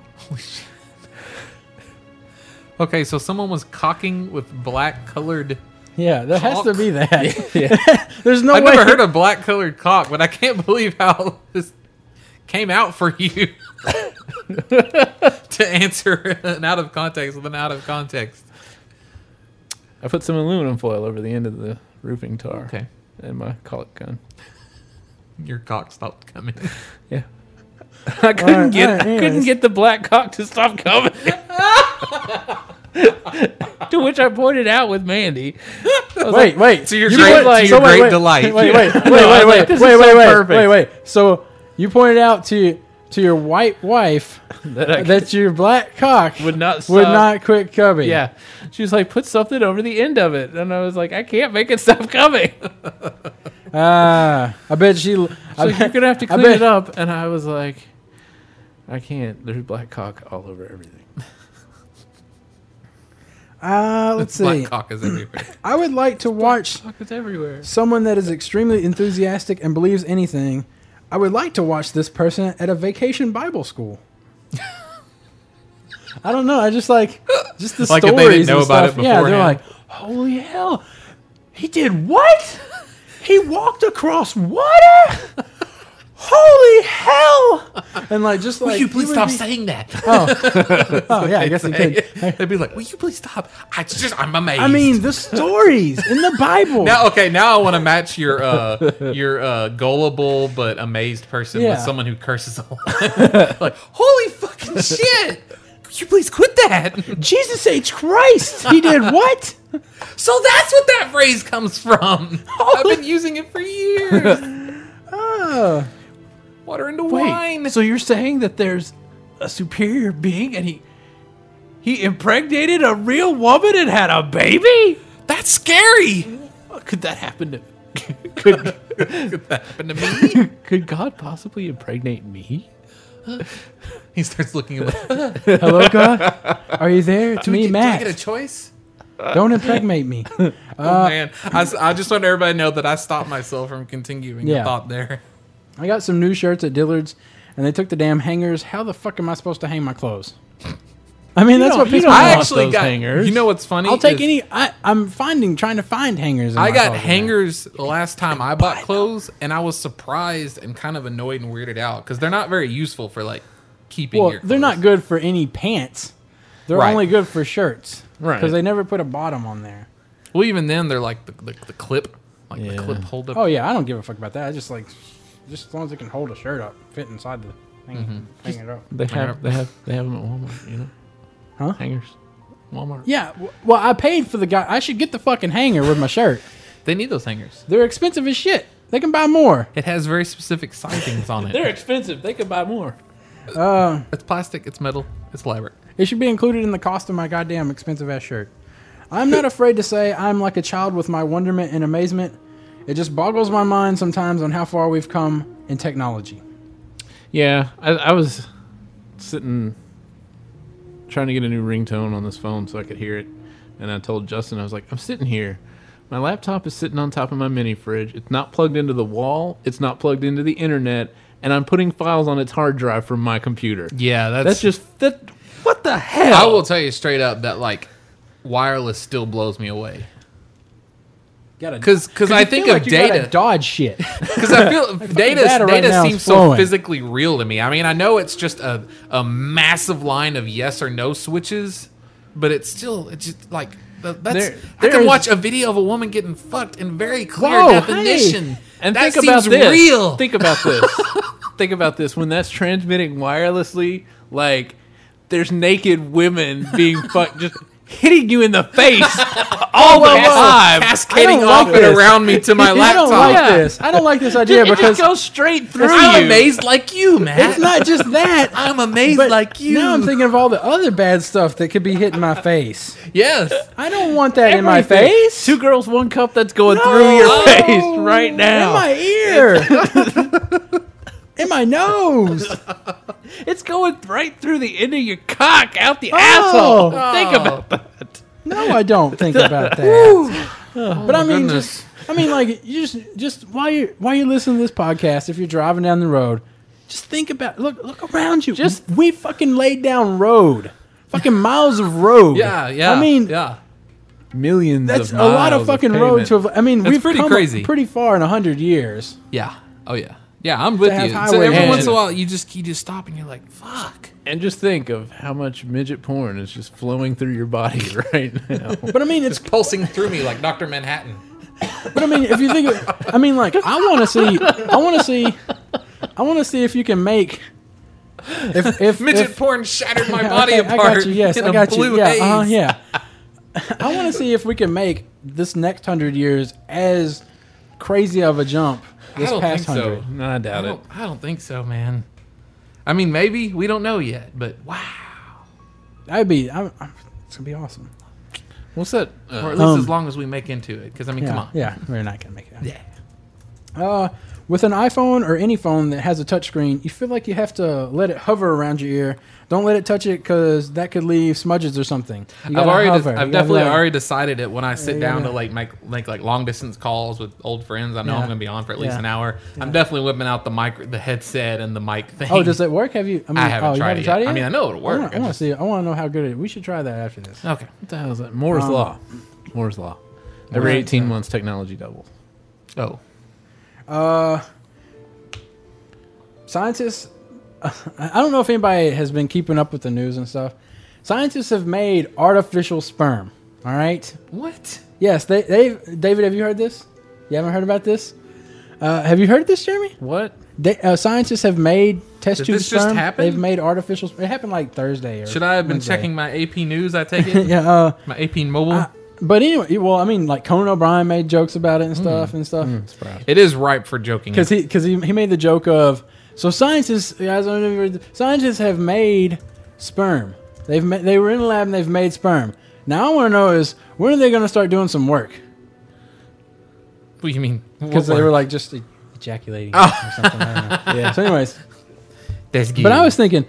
Speaker 4: Okay, so someone was cocking with black colored.
Speaker 2: Yeah, there has to
Speaker 4: Cock.
Speaker 2: be that. There's no
Speaker 4: I've
Speaker 2: way.
Speaker 4: never heard of black colored cock, but I can't believe how this came out for you to answer an out of context with an out of context.
Speaker 3: I put some aluminum foil over the end of the roofing tar
Speaker 4: Okay,
Speaker 3: and my colic gun.
Speaker 4: your cock stopped coming.
Speaker 3: I couldn't
Speaker 2: Alright,
Speaker 3: get
Speaker 2: alright,
Speaker 3: I couldn't
Speaker 2: anyways.
Speaker 3: get the black cock to stop coming. to which I pointed out with Mandy.
Speaker 2: Wait, wait.
Speaker 4: To your
Speaker 2: You
Speaker 4: great-
Speaker 2: pointed-
Speaker 4: to your
Speaker 2: so wait,
Speaker 4: great
Speaker 2: wait,
Speaker 4: delight.
Speaker 2: Wait, wait, wait, wait,
Speaker 3: No, I was like,
Speaker 2: wait,
Speaker 3: this is
Speaker 2: wait,
Speaker 3: so
Speaker 2: wait, wait,
Speaker 3: perfect.
Speaker 2: wait, wait. So you pointed out to to your white wife
Speaker 3: That I
Speaker 2: that your black cock
Speaker 3: would not
Speaker 2: would
Speaker 3: stop.
Speaker 2: not quit coming.
Speaker 3: Yeah. She was like, put something over the end of it. And I was like, I can't make it stop coming.
Speaker 2: Ah, I bet she.
Speaker 3: So
Speaker 2: I
Speaker 3: you're
Speaker 2: bet,
Speaker 3: gonna have to
Speaker 2: I
Speaker 3: clean
Speaker 2: bet-
Speaker 3: it up. And I was like, I can't. There's black cock all over everything.
Speaker 2: uh, let's see.
Speaker 4: Black cock is everywhere.
Speaker 2: I would like to watch
Speaker 3: Cock is everywhere.
Speaker 2: someone that is extremely enthusiastic and believes anything. I would like to watch this person at a vacation Bible school. I don't know. I just like just the
Speaker 4: Like if
Speaker 2: stories
Speaker 4: they didn't
Speaker 2: and
Speaker 4: know about it
Speaker 2: stuff. Yeah, they're
Speaker 4: beforehand.
Speaker 2: like, holy hell, he did what? He walked across water. holy hell! And like just like
Speaker 4: Will you please
Speaker 2: would
Speaker 4: stop
Speaker 2: be-
Speaker 4: saying that?
Speaker 2: Oh yeah, I guess he could.
Speaker 4: They'd be like, "Will you please stop?" I just, I'm amazed.
Speaker 2: I mean, the stories in the Bible.
Speaker 4: now, okay, now I want to match your uh, your uh, gullible but amazed person
Speaker 2: Yeah.
Speaker 4: with someone who curses a lot. like, holy fucking shit! Could you please quit that?
Speaker 2: Jesus H Christ, he did what?
Speaker 4: So that's what that phrase comes from. I've been using it for years. Uh,
Speaker 2: Oh,
Speaker 4: Water into
Speaker 5: Wait,
Speaker 4: wine.
Speaker 5: so you're saying that there's a superior being and he he impregnated a real woman and had a baby?
Speaker 4: That's scary.
Speaker 5: Could that happen to
Speaker 4: Happened to me.
Speaker 5: could God possibly impregnate me?
Speaker 4: he starts looking at me.
Speaker 2: hello God, are you there? It's me,
Speaker 4: Do I get a
Speaker 2: Max.
Speaker 4: choice?
Speaker 2: Don't impregnate me.
Speaker 4: Oh man, I, s- I just want everybody to know that I stopped myself from continuing the
Speaker 2: Yeah.
Speaker 4: thought there.
Speaker 2: I got some new shirts at Dillard's, and they took the damn hangers. How the fuck am I supposed to hang my clothes? I mean, that's
Speaker 5: don't-
Speaker 2: what
Speaker 5: you
Speaker 2: people.
Speaker 5: don't
Speaker 4: I
Speaker 5: want
Speaker 2: want.
Speaker 4: actually
Speaker 5: those
Speaker 4: got.
Speaker 5: hangers.
Speaker 4: You know what's funny?
Speaker 2: I'll take
Speaker 4: is
Speaker 2: any. I, I'm finding, trying to find hangers. In my
Speaker 4: I got
Speaker 2: closet now.
Speaker 4: hangers the last time I bought clothes, and I was surprised and kind of annoyed and weirded out because they're not very useful for like keeping.
Speaker 2: Well,
Speaker 4: your
Speaker 2: they're not
Speaker 4: clothes.
Speaker 2: good for any pants. They're
Speaker 4: Right.
Speaker 2: only good for shirts,
Speaker 5: Right.
Speaker 2: Because they never put a bottom on there.
Speaker 4: Well, even then, they're like the, the, the clip, like
Speaker 5: Yeah.
Speaker 4: the clip hold up.
Speaker 2: Oh yeah, I don't give a fuck about that. I just like, just as long as it can hold a shirt up, fit inside the thing, hang it up.
Speaker 5: They have they have they have them at Walmart, you know?
Speaker 2: Huh?
Speaker 5: Hangers. Walmart.
Speaker 2: Yeah, w- well, I paid for the guy. I should get the fucking hanger with my shirt.
Speaker 4: They need those hangers.
Speaker 2: They're expensive as shit. They can buy more.
Speaker 4: It has very specific sizings on
Speaker 5: They're
Speaker 4: it.
Speaker 5: expensive. They could buy more.
Speaker 4: It's plastic. It's metal. It's elaborate.
Speaker 2: It should be included in the cost of my goddamn expensive ass shirt. I'm not afraid to say I'm like a child with my wonderment and amazement. It just boggles my mind sometimes on how far we've come in technology.
Speaker 3: Yeah, I, I was sitting trying to get a new ringtone on this phone so I could hear it, and I told Justin I was like, I'm sitting here. My laptop is sitting on top of my mini fridge. It's not plugged into the wall. It's not plugged into the internet, and I'm putting files on its hard drive from my computer.
Speaker 4: Yeah,
Speaker 3: That's just that. What the hell?
Speaker 4: I will tell you straight up that like wireless still blows me away.
Speaker 2: Gotta-
Speaker 4: Because because I
Speaker 2: you
Speaker 4: think
Speaker 2: feel
Speaker 4: of
Speaker 2: like you gotta
Speaker 4: data.
Speaker 2: dodge shit.
Speaker 4: Because I feel data
Speaker 2: data
Speaker 4: data
Speaker 2: right now is
Speaker 4: seems so
Speaker 2: flowing.
Speaker 4: physically real to me. I mean, I know it's just a a massive line of yes or no switches, but it's still it's just like th- that's
Speaker 3: There-
Speaker 4: I can
Speaker 3: there's-
Speaker 4: watch a video of a woman getting fucked in very clear
Speaker 2: Whoa,
Speaker 4: definition.
Speaker 3: And
Speaker 4: that
Speaker 3: think about
Speaker 4: seems
Speaker 3: this.
Speaker 4: real.
Speaker 3: Think about this. think about this. When that's transmitting wirelessly, like there's naked women being fucked, just hitting you in the face all the time.
Speaker 2: I
Speaker 4: cascading
Speaker 2: don't
Speaker 4: off
Speaker 2: like
Speaker 4: and
Speaker 2: this.
Speaker 4: around me to my
Speaker 2: I
Speaker 4: laptop.
Speaker 2: don't like
Speaker 3: Yeah.
Speaker 2: this. I don't like this idea
Speaker 3: it just
Speaker 2: because
Speaker 3: goes straight through
Speaker 4: I'm
Speaker 3: you.
Speaker 4: amazed like you, man.
Speaker 2: it's not just that.
Speaker 4: I'm amazed
Speaker 2: But
Speaker 4: like you.
Speaker 2: Now I'm thinking of all the other bad stuff that could be hitting my face.
Speaker 4: yes.
Speaker 2: I don't want that in my
Speaker 3: Everything.
Speaker 2: face.
Speaker 3: Two girls, one cup. That's going through your face right now.
Speaker 2: Oh. In my ear. in my nose.
Speaker 3: it's going right through the end of your cock, out the
Speaker 2: Oh.
Speaker 3: asshole. Think about that.
Speaker 2: No, I don't think about that. Oh, but I mean,
Speaker 4: goodness.
Speaker 2: just I mean, like you just just while you while you listen to this podcast, if you're driving down the road, just think about look look around you. Just we fucking laid down road, fucking miles of road.
Speaker 4: Yeah, yeah.
Speaker 2: I mean,
Speaker 4: yeah.
Speaker 3: Millions.
Speaker 2: that's a lot of fucking roads to have. I mean, we've
Speaker 4: pretty
Speaker 2: come
Speaker 4: crazy.
Speaker 2: pretty far in a hundred years.
Speaker 4: Yeah. Oh yeah. Yeah, I'm with
Speaker 2: have
Speaker 4: you. So
Speaker 2: highway
Speaker 4: every
Speaker 2: lanes.
Speaker 4: once in a while, you just you just stop and you're like, "Fuck."
Speaker 3: And just think of how much midget porn is just flowing through your body right now.
Speaker 2: But I mean, it's
Speaker 4: Pulsing through me like Doctor Manhattan.
Speaker 2: But I mean, if you think, of, I mean, like I want to see, I want to see, I want to see if you can make. If if
Speaker 4: Midget
Speaker 2: if,
Speaker 4: porn shattered my
Speaker 2: yeah,
Speaker 4: body
Speaker 2: okay,
Speaker 4: apart.
Speaker 2: I got you. Yes,
Speaker 4: in
Speaker 2: I
Speaker 4: a
Speaker 2: got
Speaker 4: blue
Speaker 2: you. Yeah, uh-huh,
Speaker 4: haze.
Speaker 2: yeah. I want to see if we can make this next hundred years as crazy of a jump this
Speaker 4: I don't
Speaker 2: past
Speaker 4: think
Speaker 2: hundred.
Speaker 4: so.
Speaker 3: no, I
Speaker 4: I
Speaker 3: doubt it.
Speaker 4: don't, I don't think so, man. I mean, maybe we don't know yet, but wow,
Speaker 2: That'd be, I'm, I'm, it's gonna be awesome.
Speaker 3: What's that?
Speaker 4: or
Speaker 3: Uh,
Speaker 4: at least
Speaker 2: Um,
Speaker 4: as long as we make into it. Because I mean,
Speaker 2: Yeah,
Speaker 4: come on.
Speaker 2: yeah, we're not gonna make it.
Speaker 4: Yeah.
Speaker 2: Uh, with an iPhone or any phone that has a touchscreen, you feel like you have to let it hover around your ear. Don't let it touch it because that could leave smudges or something. You
Speaker 4: I've
Speaker 2: gotta
Speaker 4: already,
Speaker 2: hover. You
Speaker 4: I've
Speaker 2: gotta
Speaker 4: definitely
Speaker 2: let it-
Speaker 4: already decided it when I sit
Speaker 2: Yeah,
Speaker 4: down
Speaker 2: yeah.
Speaker 4: to like make like like long distance calls with old friends. I know I'm
Speaker 2: Yeah.
Speaker 4: going to be on for at least
Speaker 2: Yeah.
Speaker 4: an hour. I'm definitely whipping out the mic, the headset, and the mic thing.
Speaker 2: Oh, does it work? Have you? I, mean,
Speaker 4: I haven't
Speaker 2: oh, you
Speaker 4: tried
Speaker 2: haven't
Speaker 4: it
Speaker 2: tried
Speaker 4: yet. I mean, I know it'll
Speaker 2: I
Speaker 4: work. I
Speaker 2: want to
Speaker 4: just-
Speaker 2: see. I want to know how good it. is. We should try that after this.
Speaker 4: Okay.
Speaker 3: what the hell is that? Moore's
Speaker 2: Um,
Speaker 3: Law. Moore's Law. Every
Speaker 2: Moore's
Speaker 3: 18 months, technology doubles.
Speaker 4: Oh,
Speaker 2: Uh, scientists I I don't know if anybody has been keeping up with the news and stuff. Scientists have made artificial sperm. All right.
Speaker 4: What?
Speaker 2: Yes, they they David, have you heard this? You haven't heard about this? Uh, have you heard this, Jeremy?
Speaker 3: What?
Speaker 2: They, uh, scientists have made test
Speaker 4: Did
Speaker 2: tube
Speaker 4: this just
Speaker 2: sperm.
Speaker 4: happen?
Speaker 2: They've made artificial. sp- It happened like Thursday. Or
Speaker 4: Should I have been
Speaker 2: Wednesday.
Speaker 4: checking my AP news? I take it.
Speaker 2: Yeah. Uh,
Speaker 4: My AP mobile.
Speaker 2: I- but anyway, well, I mean, like Conan O'Brien made jokes about it and
Speaker 4: Hmm.
Speaker 2: stuff and stuff.
Speaker 4: it is ripe for joking.
Speaker 2: because he because he, he made the joke of so scientists guys I don't know if you read the- scientists have made sperm they've ma- they were in the lab and they've made sperm now I want to know is when are they going to start doing some work
Speaker 4: what do you mean?
Speaker 2: because they were like just e- ejaculating or something I don't know. yeah so anyways
Speaker 4: That's
Speaker 2: but I was thinking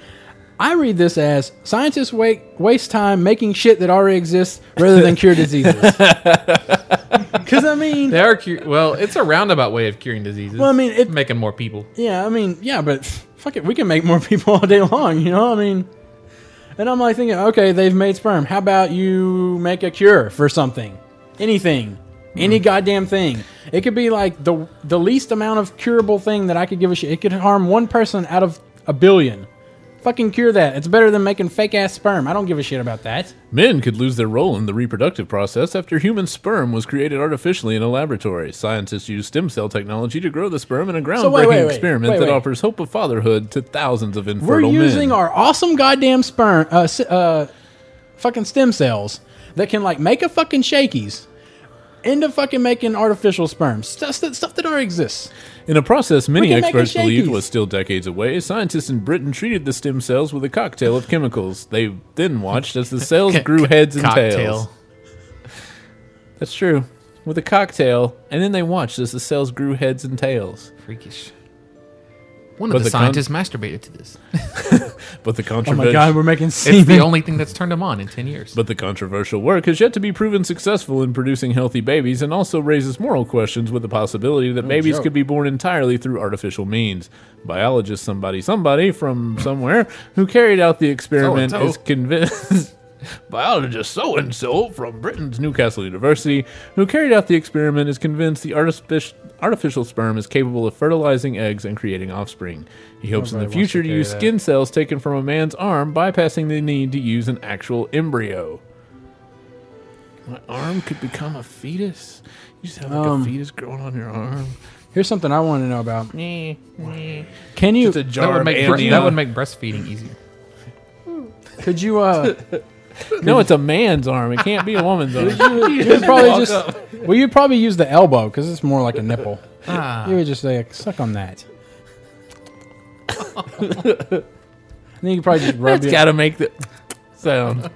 Speaker 2: I read this as scientists wake, waste time making shit that already exists rather than cure diseases because I mean
Speaker 4: They are cu- well. It's a roundabout way of curing diseases.
Speaker 2: Well, I mean, it-
Speaker 4: making more people.
Speaker 2: Yeah, I mean, yeah, but fuck it, we can make more people all day long, you know? I mean, and I'm like thinking, okay, they've made sperm. How about you make a cure for something? Anything. Any goddamn thing. It could be like the the least amount of curable thing that I could give a shit. It could harm one person out of a billion. Fucking cure that. It's better than making fake ass sperm. I don't give a shit about that.
Speaker 3: Men could lose their role in the reproductive process after human sperm was created artificially in a laboratory. Scientists used stem cell technology to grow the sperm in a groundbreaking
Speaker 2: wait, wait, wait.
Speaker 3: experiment
Speaker 2: Wait,
Speaker 3: that
Speaker 2: wait.
Speaker 3: offers hope of fatherhood to thousands of
Speaker 2: We're
Speaker 3: infertile
Speaker 2: using
Speaker 3: men.
Speaker 2: our awesome goddamn sperm, uh, s- uh, fucking stem cells that can like make a fucking shakies into fucking making artificial sperm stuff that stuff that already exists.
Speaker 3: in a process many
Speaker 2: can make
Speaker 3: experts
Speaker 2: a
Speaker 3: believed
Speaker 2: shakies.
Speaker 3: was still decades away, scientists in Britain treated the stem cells with a cocktail of chemicals. They then watched as the cells grew heads and tails.
Speaker 5: Cocktail.
Speaker 3: That's true. With a cocktail, and then they watched as the cells grew heads and tails.
Speaker 4: Freakish. One
Speaker 3: But
Speaker 4: of the,
Speaker 3: the con-
Speaker 4: scientists masturbated to this.
Speaker 3: But the
Speaker 2: Oh
Speaker 3: controversy.
Speaker 2: my god, we're making
Speaker 4: It's the
Speaker 2: semen.
Speaker 4: only thing that's turned him on in ten years.
Speaker 3: But the controversial work has yet to be proven successful in producing healthy babies and also raises moral questions with the possibility that babies
Speaker 2: joke.
Speaker 3: could be born entirely through artificial means. Biologist somebody somebody from somewhere who carried out the experiment
Speaker 4: So-and-so.
Speaker 3: is convinced biologist so and so from Britain's Newcastle University who carried out the experiment is convinced the artific- artificial sperm is capable of fertilizing eggs and creating offspring. He hopes in the
Speaker 2: Nobody wants to
Speaker 3: future to
Speaker 2: carry
Speaker 3: use
Speaker 2: that.
Speaker 3: skin cells taken from a man's arm, bypassing the need to use an actual embryo. My arm could become a fetus. You just have like
Speaker 2: Um,
Speaker 3: a fetus growing on your arm.
Speaker 2: Here's something I want to know about. Can you
Speaker 3: It's a jar
Speaker 4: that would
Speaker 3: of
Speaker 4: make bre-
Speaker 3: amnion.
Speaker 4: that would make breastfeeding easier.
Speaker 2: could you uh
Speaker 3: no, it's a man's arm. It can't be a woman's arm.
Speaker 2: you would probably just well you'd probably use the elbow because it's more like a nipple.
Speaker 4: Ah,
Speaker 2: You would just like suck on that. I think you probably just rub
Speaker 3: It's
Speaker 2: your
Speaker 3: got to make the sound.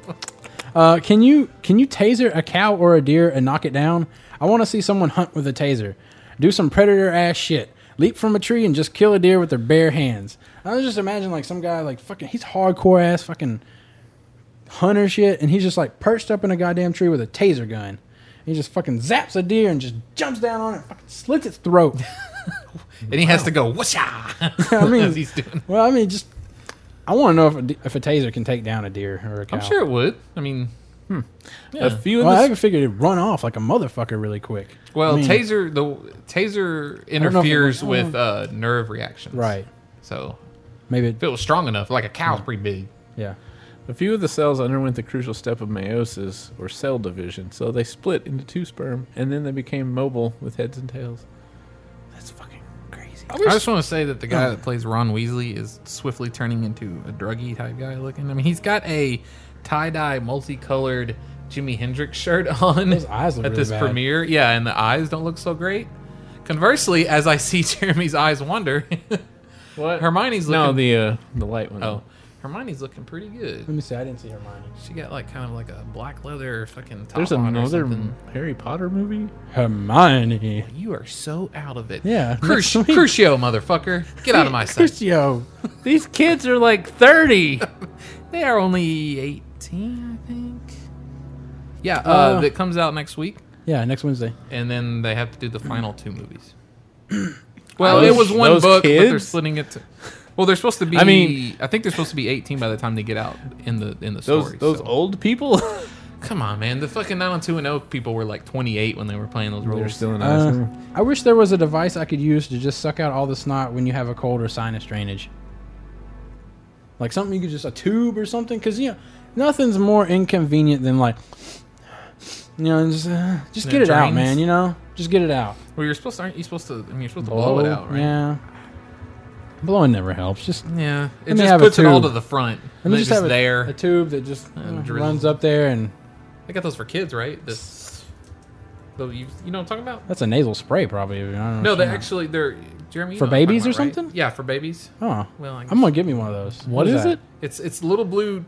Speaker 2: Uh, can you can you taser a cow or a deer and knock it down? I want to see someone hunt with a taser, do some predator ass shit, leap from a tree and just kill a deer with their bare hands. I was just imagine like some guy like fucking he's hardcore ass fucking hunter shit, and he's just like perched up in a goddamn tree with a taser gun. He just fucking zaps a deer and just jumps down on it, and fucking slits its throat.
Speaker 4: and he has to go whoosha.
Speaker 2: I mean,
Speaker 4: as he's doing.
Speaker 2: well, I mean, just I want to know if a, de- if a taser can take down a deer or a cow.
Speaker 4: I'm sure it would. I mean,
Speaker 3: A few in
Speaker 2: Well, I
Speaker 3: the
Speaker 2: haven't figured it'd run off like a motherfucker really quick.
Speaker 4: well,
Speaker 2: I mean-
Speaker 4: taser the
Speaker 2: don't
Speaker 4: taser
Speaker 2: know if it
Speaker 4: interferes
Speaker 2: would-
Speaker 4: with uh, nerve reactions.
Speaker 2: Right.
Speaker 4: So
Speaker 2: Maybe
Speaker 4: if it was strong enough, like a cow's pretty big.
Speaker 2: yeah.
Speaker 3: A few of the cells underwent the crucial step of meiosis, or cell division, so they split into two sperm, and then they became mobile with heads and tails. That's fucking crazy.
Speaker 4: I just want to say that the
Speaker 2: Oh.
Speaker 4: guy that plays Ron Weasley is swiftly turning into a druggy type guy looking. I mean, he's got a tie dye, multicolored Jimi Hendrix shirt on
Speaker 2: His eyes look
Speaker 4: at
Speaker 2: really
Speaker 4: this
Speaker 2: bad.
Speaker 4: premiere. Yeah, and the eyes don't look so great. Conversely, as I see Jeremy's eyes wander,
Speaker 3: What?
Speaker 4: Hermione's looking.
Speaker 3: No, the uh, the light one.
Speaker 4: oh, Hermione's looking pretty good.
Speaker 2: Let me see. I didn't see Hermione.
Speaker 4: She got like kind of like a black leather fucking top
Speaker 3: There's
Speaker 4: on or
Speaker 3: another
Speaker 4: something.
Speaker 3: Harry Potter movie.
Speaker 2: Hermione.
Speaker 4: You are so out of it.
Speaker 2: Yeah,
Speaker 4: Crush-
Speaker 2: next week.
Speaker 4: Crucio, motherfucker. Get out of my sight.
Speaker 2: Crucio.
Speaker 3: These kids are like 30.
Speaker 4: They are only 18, I think. Yeah, uh,
Speaker 2: Uh,
Speaker 4: that comes out next week,
Speaker 2: Yeah, next Wednesday.
Speaker 4: and then they have to do the final two movies. Well,
Speaker 3: Those-
Speaker 4: it was one
Speaker 3: those
Speaker 4: book, but they're
Speaker 3: kids?
Speaker 4: splitting it. To, well, they're supposed to be. I
Speaker 3: mean-
Speaker 4: mean, I think they're supposed to be 18 by the time they get out in the in the
Speaker 3: Those
Speaker 4: story.
Speaker 3: those
Speaker 4: so.
Speaker 3: old people.
Speaker 4: Come on, man. The fucking 90210 people were like 28 when they were playing those
Speaker 3: They're
Speaker 4: rules.
Speaker 3: still in high
Speaker 2: Uh,
Speaker 3: school.
Speaker 2: I wish there was a device I could use to just suck out all the snot when you have a cold or sinus drainage. Like something you could just a tube or something, because you know nothing's more inconvenient than like, you know, just uh, just
Speaker 4: It
Speaker 2: get it out,
Speaker 4: drains.
Speaker 2: man. You know, just get it out.
Speaker 4: well, you're supposed to. Aren't you supposed to? I mean, you're supposed to blow, it out, right?
Speaker 2: Yeah, blowing never helps. Just
Speaker 4: Yeah. It
Speaker 2: me
Speaker 4: just
Speaker 2: have a
Speaker 4: puts it all
Speaker 2: tube.
Speaker 4: to the
Speaker 2: let
Speaker 4: front. And
Speaker 2: me
Speaker 4: it's
Speaker 2: just, have
Speaker 4: just
Speaker 2: a,
Speaker 4: there.
Speaker 2: a tube that just
Speaker 4: And
Speaker 2: uh,
Speaker 4: drizzles.
Speaker 2: runs up there, and
Speaker 4: they got those for kids, right? This. The, you, you know what I'm talking about?
Speaker 2: that's a nasal spray, probably. I don't
Speaker 4: No, they
Speaker 2: understand.
Speaker 4: actually they're Jeremy you
Speaker 2: For
Speaker 4: know what I'm
Speaker 2: babies
Speaker 4: talking
Speaker 2: or
Speaker 4: about, right?
Speaker 2: something?
Speaker 4: Yeah, for babies.
Speaker 2: Huh.
Speaker 4: Well, I guess
Speaker 2: I'm gonna get me one of those.
Speaker 3: What is
Speaker 2: that?
Speaker 3: it?
Speaker 4: it's it's little blue,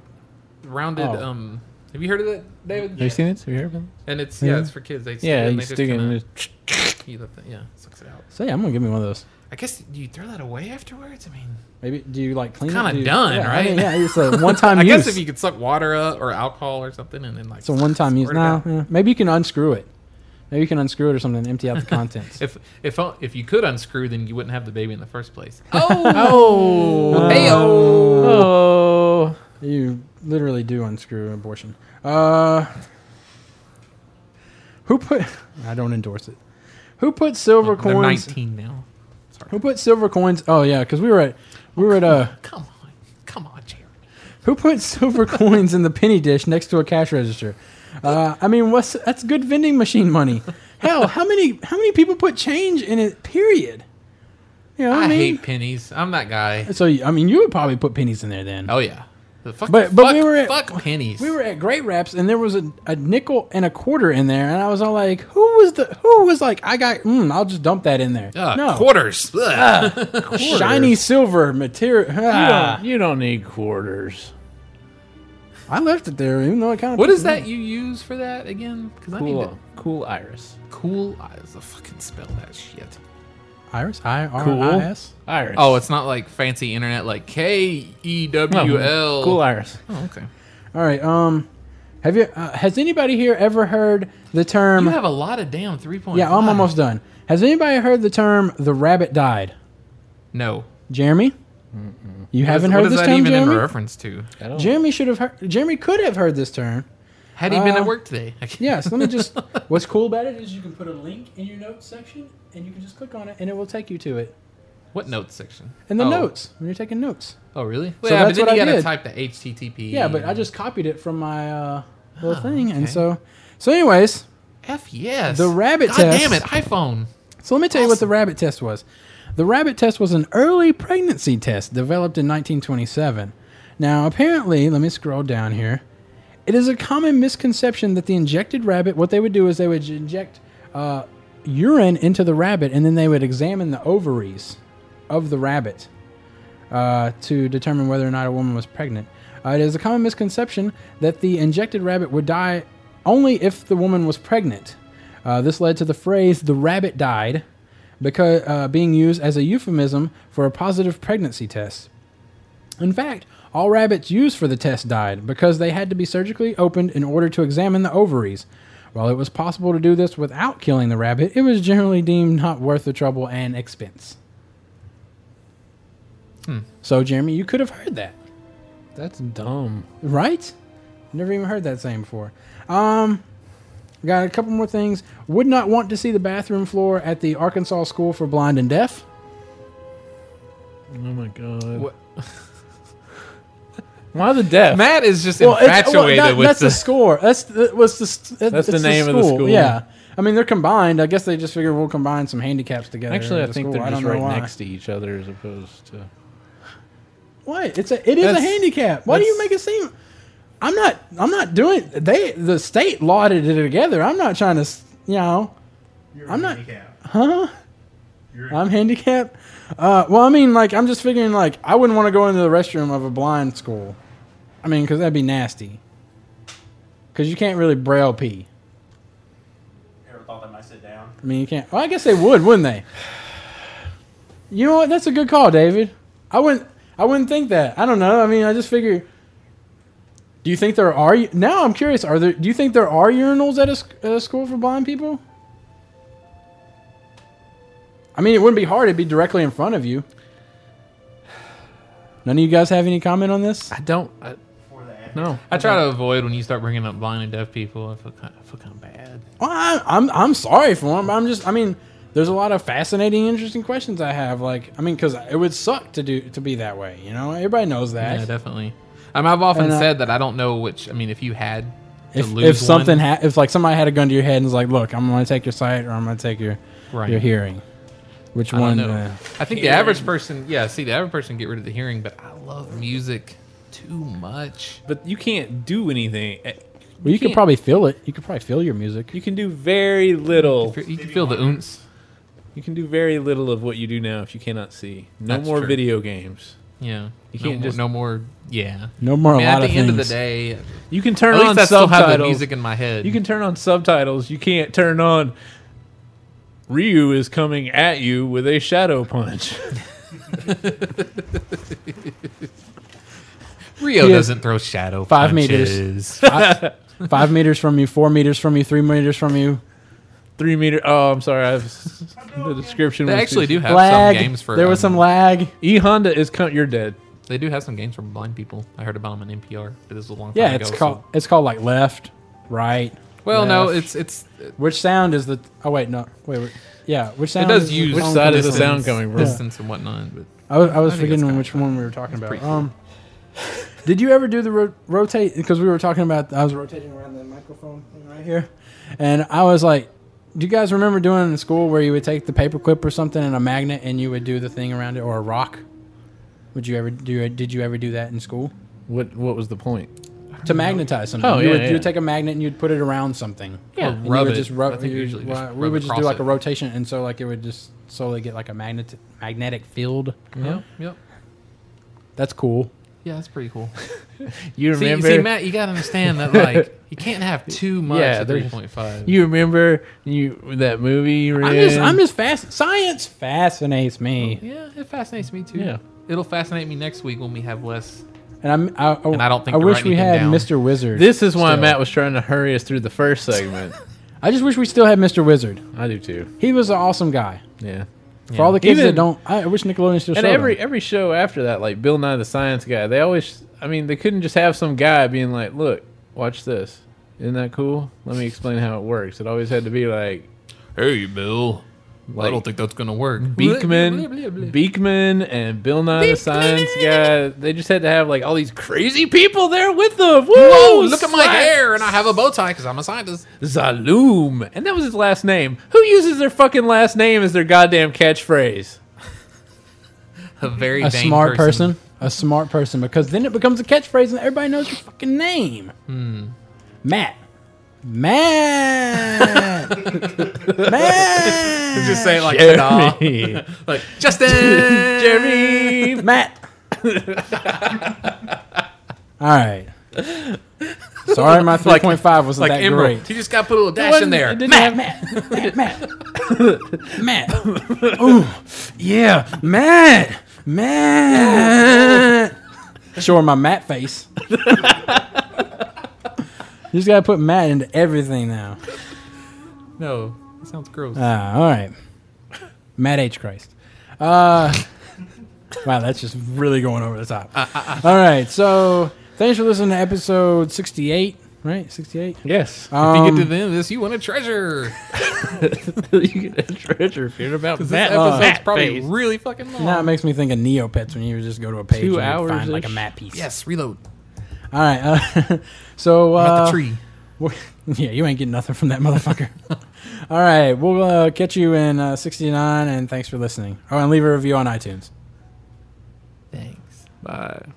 Speaker 4: rounded.
Speaker 2: Oh.
Speaker 4: Um, have you heard of that, David?
Speaker 3: Have you seen it? Have you heard of it?
Speaker 4: And it's yeah, it's for kids. They
Speaker 3: Yeah,
Speaker 4: and
Speaker 3: you
Speaker 4: they just
Speaker 3: stick it
Speaker 4: kinda-
Speaker 3: in.
Speaker 4: you let the- yeah, sucks it out.
Speaker 2: So yeah, I'm gonna give me one of those.
Speaker 4: I guess do you throw that away afterwards. I mean,
Speaker 2: Maybe do you like clean? it?
Speaker 4: Kinda
Speaker 2: Do you-
Speaker 4: done,
Speaker 2: yeah, I
Speaker 4: right?
Speaker 2: mean, yeah, it's a one-time
Speaker 4: I
Speaker 2: use.
Speaker 4: guess if you could suck water up or alcohol or something, and then like
Speaker 2: it's a one-time use.
Speaker 4: squirt it out.
Speaker 2: Now, maybe you can unscrew it. Maybe you can unscrew it or something, and empty out the contents.
Speaker 4: If if if you could unscrew, then you wouldn't have the baby in the first place.
Speaker 3: Oh, oh,
Speaker 2: you literally do unscrew abortion. Uh, who put? I don't endorse it. Who put silver
Speaker 4: They're
Speaker 2: coins?
Speaker 4: 19 now.
Speaker 2: Who put silver coins? Oh yeah, because we were at we were at uh.
Speaker 4: Come on, come on, Jeremy.
Speaker 2: Who put silver coins in the penny dish next to a cash register? Uh, I mean, what's that's good vending machine money. Hell, how many how many people put change in it? Period. You know what I,
Speaker 4: I
Speaker 2: mean?
Speaker 4: hate pennies. I'm that guy.
Speaker 2: so I mean, you would probably put pennies in there then.
Speaker 4: Oh yeah. The fuck,
Speaker 2: But- but
Speaker 4: fuck,
Speaker 2: we were at-
Speaker 4: fuck pennies.
Speaker 2: We were at Great Wraps and there was a, a nickel and a quarter in there, and I was all like, "Who was the who was like I got? Mm, I'll just dump that in there."
Speaker 4: Ugh,
Speaker 2: no, Ah.
Speaker 4: quarters. Ugh.
Speaker 2: shiny silver material.
Speaker 3: you
Speaker 2: Ah,
Speaker 3: don't, you don't need quarters.
Speaker 2: I left it there, even though it kind of
Speaker 4: What is that you use for that again? Because I need
Speaker 3: Cool, cool iris,
Speaker 4: to cool. I I fucking spell that shit.
Speaker 2: Iris I R
Speaker 3: cool
Speaker 2: I S.
Speaker 3: iris.
Speaker 4: Oh, it's not like fancy internet like K E
Speaker 3: No,
Speaker 4: W L.
Speaker 3: cool iris.
Speaker 4: Oh, okay.
Speaker 2: All right. Um, have you? Uh, has anybody here ever heard the term?
Speaker 4: You have a lot of damn three points.
Speaker 2: yeah, I'm almost done. Has anybody heard the term "the rabbit died"?
Speaker 4: No.
Speaker 2: Jeremy, you
Speaker 4: What is-
Speaker 2: haven't
Speaker 4: what
Speaker 2: heard
Speaker 4: is
Speaker 2: this
Speaker 4: that
Speaker 2: term,
Speaker 4: even in
Speaker 2: Jeremy.
Speaker 4: reference to?
Speaker 3: I don't-
Speaker 2: Jeremy should have heard. Jeremy could have heard this term.
Speaker 4: Had he been
Speaker 2: Uh,
Speaker 4: at work today? I can't-
Speaker 2: Yes. let me just. What's cool about it is you can put a link in your notes section, and you can just click on it, and it will take you to it.
Speaker 4: What notes section?
Speaker 2: In the
Speaker 4: Oh.
Speaker 2: notes when you're taking notes.
Speaker 4: Oh, really?
Speaker 2: So
Speaker 4: Well, yeah,
Speaker 2: that's
Speaker 4: but
Speaker 2: what
Speaker 4: then you
Speaker 2: I
Speaker 4: gotta
Speaker 2: did.
Speaker 4: type the HTTP.
Speaker 2: Yeah, but I just copied it from my uh, little
Speaker 4: Oh,
Speaker 2: thing, and
Speaker 4: okay.
Speaker 2: so. So, anyways,
Speaker 4: F yes.
Speaker 2: The rabbit
Speaker 4: God
Speaker 2: test.
Speaker 4: damn it! iPhone.
Speaker 2: So let me tell you what the rabbit test was. The rabbit test was an early pregnancy test developed in 1927. Now, apparently, let me scroll down here. It is a common misconception that the injected rabbit, what they would do is they would inject uh, urine into the rabbit and then they would examine the ovaries of the rabbit uh, to determine whether or not a woman was pregnant. Uh, it is a common misconception that the injected rabbit would die only if the woman was pregnant. Uh, this led to the phrase "the rabbit died," because uh, being used as a euphemism for a positive pregnancy test. In fact, all rabbits used for the test died because they had to be surgically opened in order to examine the ovaries. While it was possible to do this without killing the rabbit, it was generally deemed not worth the trouble and expense. So, Jeremy, you could have heard that,
Speaker 3: That's dumb.
Speaker 2: right? Never even heard that saying before. Um, got a couple more things. Would not want to see the bathroom floor at the Arkansas School for Blind and Deaf.
Speaker 3: Oh my god.
Speaker 4: What-
Speaker 3: Why the death?
Speaker 4: Matt is just
Speaker 2: it's- well,
Speaker 4: infatuated
Speaker 2: that-
Speaker 4: with
Speaker 2: that's the,
Speaker 4: the
Speaker 2: score. That's the, was the st- that-
Speaker 3: That's the
Speaker 2: it's
Speaker 3: name of the school.
Speaker 2: Yeah, I mean they're combined. I guess they just figured we'll combine some handicaps together.
Speaker 3: Actually, I
Speaker 2: into
Speaker 3: think
Speaker 2: school.
Speaker 3: they're
Speaker 2: don't
Speaker 3: just
Speaker 2: know
Speaker 3: right
Speaker 2: why.
Speaker 3: next to each other as opposed to.
Speaker 2: What? It's a it is a
Speaker 3: That's-
Speaker 2: handicap. Why do you
Speaker 3: that's-
Speaker 2: make it seem? I'm not. I'm not doing. They the state lauded it together. I'm not trying to. s- You know.
Speaker 6: You're
Speaker 2: I'm not-
Speaker 6: handicapped.
Speaker 2: Huh?
Speaker 6: You're
Speaker 2: I'm handicapped. Uh, well, I mean, like, I'm just figuring, like, I wouldn't want to go into the restroom of a blind school. I mean, because that'd be nasty. Because you can't really braille pee.
Speaker 6: ever thought that might sit down?
Speaker 2: I mean, you can't. Well, I guess they would, wouldn't they? You know what? That's a good call, David. I wouldn't. I wouldn't think that. I don't know. I mean, I just figure. Do you think there are? Now I'm curious. Are there? Do you think there are urinals at a, sc- at a school for blind people? I mean, it wouldn't be hard. It'd be directly in front of you. None of you guys have any comment on this?
Speaker 3: I don't. I,
Speaker 6: Before the
Speaker 4: No, I try to avoid when you start bringing up blind and deaf people. I feel kind, I feel kind of bad.
Speaker 2: Well, I, I'm I'm sorry for him. I'm just I mean, there's a lot of fascinating, interesting questions I have. Like I mean, because it would suck to do to be that way. You know, everybody knows that.
Speaker 4: Yeah, definitely. I mean, I've often
Speaker 2: And, uh,
Speaker 4: said that I don't know which. I mean, if you had to
Speaker 2: if,
Speaker 4: lose
Speaker 2: if something
Speaker 4: one,
Speaker 2: ha- if like somebody had a gun to your head and was like, "Look, I'm going to take your sight or I'm going to take your
Speaker 4: Right.
Speaker 2: your hearing," which
Speaker 4: I don't
Speaker 2: one?
Speaker 4: know.
Speaker 2: Uh,
Speaker 4: I think the average person, yeah, see, the average person get rid of the hearing, but I love music too much.
Speaker 3: But you can't do anything. Eh,
Speaker 2: well, you could
Speaker 3: can't-
Speaker 2: probably feel it. You could probably feel your music.
Speaker 3: You can do very little.
Speaker 4: You can feel the oonce.
Speaker 3: You can do very little of what you do now if you cannot see. No
Speaker 4: That's
Speaker 3: more
Speaker 4: true.
Speaker 3: video games.
Speaker 4: Yeah, you
Speaker 3: can't
Speaker 4: no,
Speaker 3: just-
Speaker 4: more, no more. Yeah,
Speaker 2: No more
Speaker 4: I mean,
Speaker 2: a
Speaker 4: at
Speaker 2: lot
Speaker 4: the
Speaker 2: of
Speaker 4: end of the
Speaker 2: things.
Speaker 4: day,
Speaker 3: You can turn
Speaker 4: at
Speaker 3: on
Speaker 4: least I still have the
Speaker 3: subtitles.
Speaker 4: music in my head.
Speaker 3: You can turn on subtitles. You can't turn on Ryu is coming at you with a shadow punch.
Speaker 4: Rio
Speaker 2: Yeah.
Speaker 4: doesn't throw shadow
Speaker 2: Five meters.
Speaker 4: punches.
Speaker 2: Five meters from you, four meters from you, three meters from you.
Speaker 3: Three meter. Oh, I'm sorry. I've, the description.
Speaker 4: They
Speaker 3: was
Speaker 4: actually
Speaker 3: too-
Speaker 4: do have
Speaker 2: lag.
Speaker 4: some games for.
Speaker 2: there was
Speaker 4: um,
Speaker 2: some lag.
Speaker 3: E Honda is. Com- you're dead.
Speaker 4: They do have some games for blind people. I heard about them on NPR, but this was a long time
Speaker 2: Yeah,
Speaker 4: ago.
Speaker 2: it's
Speaker 4: so-
Speaker 2: called it's called like left, right.
Speaker 4: Well, no,
Speaker 2: left.
Speaker 4: it's it's
Speaker 2: Which sound is the? Oh wait, no, wait, wait. yeah. Which sound?
Speaker 4: it does
Speaker 2: is
Speaker 4: use
Speaker 2: The,
Speaker 3: Which side is the
Speaker 4: distance-
Speaker 3: sound coming from?
Speaker 4: Distance and whatnot, but
Speaker 2: I was, I was
Speaker 4: I think it's
Speaker 2: forgetting
Speaker 4: kinda
Speaker 2: which one we were talking about.
Speaker 4: pretty cool.
Speaker 2: Um, did you ever do the ro- rotate? Because we were talking about I was rotating around the microphone thing right here, and I was like, "Do you guys remember doing in school where you would take the paper clip or something and a magnet and you would do the thing around it or a rock? Would you ever do? Did you ever do that in school
Speaker 3: What What was the point?
Speaker 2: to magnetize something?
Speaker 3: Oh,
Speaker 2: you
Speaker 3: yeah,
Speaker 2: would, You
Speaker 3: yeah.
Speaker 2: would take a magnet and you'd put it around something.
Speaker 4: Or
Speaker 2: And you
Speaker 4: rub
Speaker 2: would
Speaker 4: it.
Speaker 2: just ru-
Speaker 4: I think
Speaker 2: you-
Speaker 4: usually just
Speaker 2: we
Speaker 4: rub
Speaker 2: would just do
Speaker 4: across
Speaker 2: like
Speaker 4: it.
Speaker 2: a rotation, and so like it would just slowly get like a magnet magnetic field.
Speaker 4: Yep, yep.
Speaker 2: That's cool.
Speaker 4: Yeah, that's pretty cool.
Speaker 3: You
Speaker 4: See,
Speaker 3: remember?
Speaker 4: see, Matt, you gotta understand that like you can't have too much
Speaker 3: Yeah,
Speaker 4: at
Speaker 3: there's-
Speaker 4: three point five.
Speaker 3: you remember you that movie? You were
Speaker 2: I'm
Speaker 3: in?
Speaker 2: just, I'm just fast. Science fascinates me,
Speaker 4: yeah, it fascinates me too.
Speaker 3: Yeah.
Speaker 4: it'll fascinate me next week when we have less.
Speaker 2: and I'm. I, I,
Speaker 4: And I don't think
Speaker 2: I
Speaker 4: to
Speaker 2: wish
Speaker 4: write
Speaker 2: we
Speaker 4: anything
Speaker 2: had
Speaker 4: down.
Speaker 2: Mr. Wizard.
Speaker 3: This is why
Speaker 2: still.
Speaker 3: Matt was trying to hurry us through the first segment.
Speaker 2: I just wish we still had Mr. Wizard.
Speaker 3: I do too.
Speaker 2: He was an awesome guy.
Speaker 3: Yeah.
Speaker 2: For all the kids
Speaker 3: Even-
Speaker 2: that don't, I I wish Nickelodeon still.
Speaker 3: And
Speaker 2: showed him.
Speaker 3: every every show after that, like Bill Nye the Science Guy, they always. I mean, they couldn't just have some guy being like, "Look, watch this. Isn't that cool? Let me explain how it works." It always had to be like
Speaker 4: Hey, Bill. I
Speaker 3: Like-
Speaker 4: don't think that's gonna work.
Speaker 3: Beekman, Beekman, and Bill Nye the Science Guy. They just had to have like all these crazy people there with them. Whoa!
Speaker 4: Whoa! Look at my hair, and I have a bow tie because I'm a scientist.
Speaker 3: Zaloom, and that was his last name. Who uses their fucking last name as their goddamn catchphrase?
Speaker 4: A very
Speaker 2: a
Speaker 4: vain
Speaker 2: smart person. a smart person, because then it becomes a catchphrase and everybody knows your fucking name.
Speaker 4: Hmm.
Speaker 2: Matt. Matt. Matt.
Speaker 4: Just say it like ta-da.
Speaker 3: Jeremy.
Speaker 4: like Justin.
Speaker 3: Jeremy.
Speaker 2: Matt. All right. Sorry, my 3.5 wasn't
Speaker 4: Like
Speaker 2: that
Speaker 4: Emerald.
Speaker 2: great.
Speaker 4: He just got put a little dash in
Speaker 3: wasn't-
Speaker 4: there.
Speaker 3: it didn't
Speaker 4: Matt.
Speaker 2: Matt, Matt, Matt. Ooh, yeah, Matt, Matt. Show her my Matt face. you just gotta put Matt into everything now.
Speaker 4: No, that sounds gross.
Speaker 2: Ah, all right, Matt H. Christ. Uh, wow, that's just really going over the top. All right, so thanks for listening to episode sixty-eight. Right, sixty-eight.
Speaker 3: Yes.
Speaker 4: if
Speaker 2: Um,
Speaker 4: you get to the end of this, you win a treasure.
Speaker 3: you get a treasure fearing about
Speaker 4: This
Speaker 3: Matt.
Speaker 4: episode's
Speaker 3: Matt
Speaker 4: probably
Speaker 3: face.
Speaker 4: really fucking long.
Speaker 2: Now it makes me think of Neopets when you would just go to a page
Speaker 3: Two
Speaker 2: and you'd find like a
Speaker 3: hours-ish.
Speaker 2: map piece.
Speaker 4: yes, reload.
Speaker 2: All right. Uh, so
Speaker 4: I'm at
Speaker 2: uh,
Speaker 4: the tree.
Speaker 2: we're- yeah, you ain't getting nothing from that motherfucker. All right, we'll uh, catch you in uh, '69, and thanks for listening. Oh, and leave a review on iTunes.
Speaker 4: Thanks.
Speaker 3: Bye.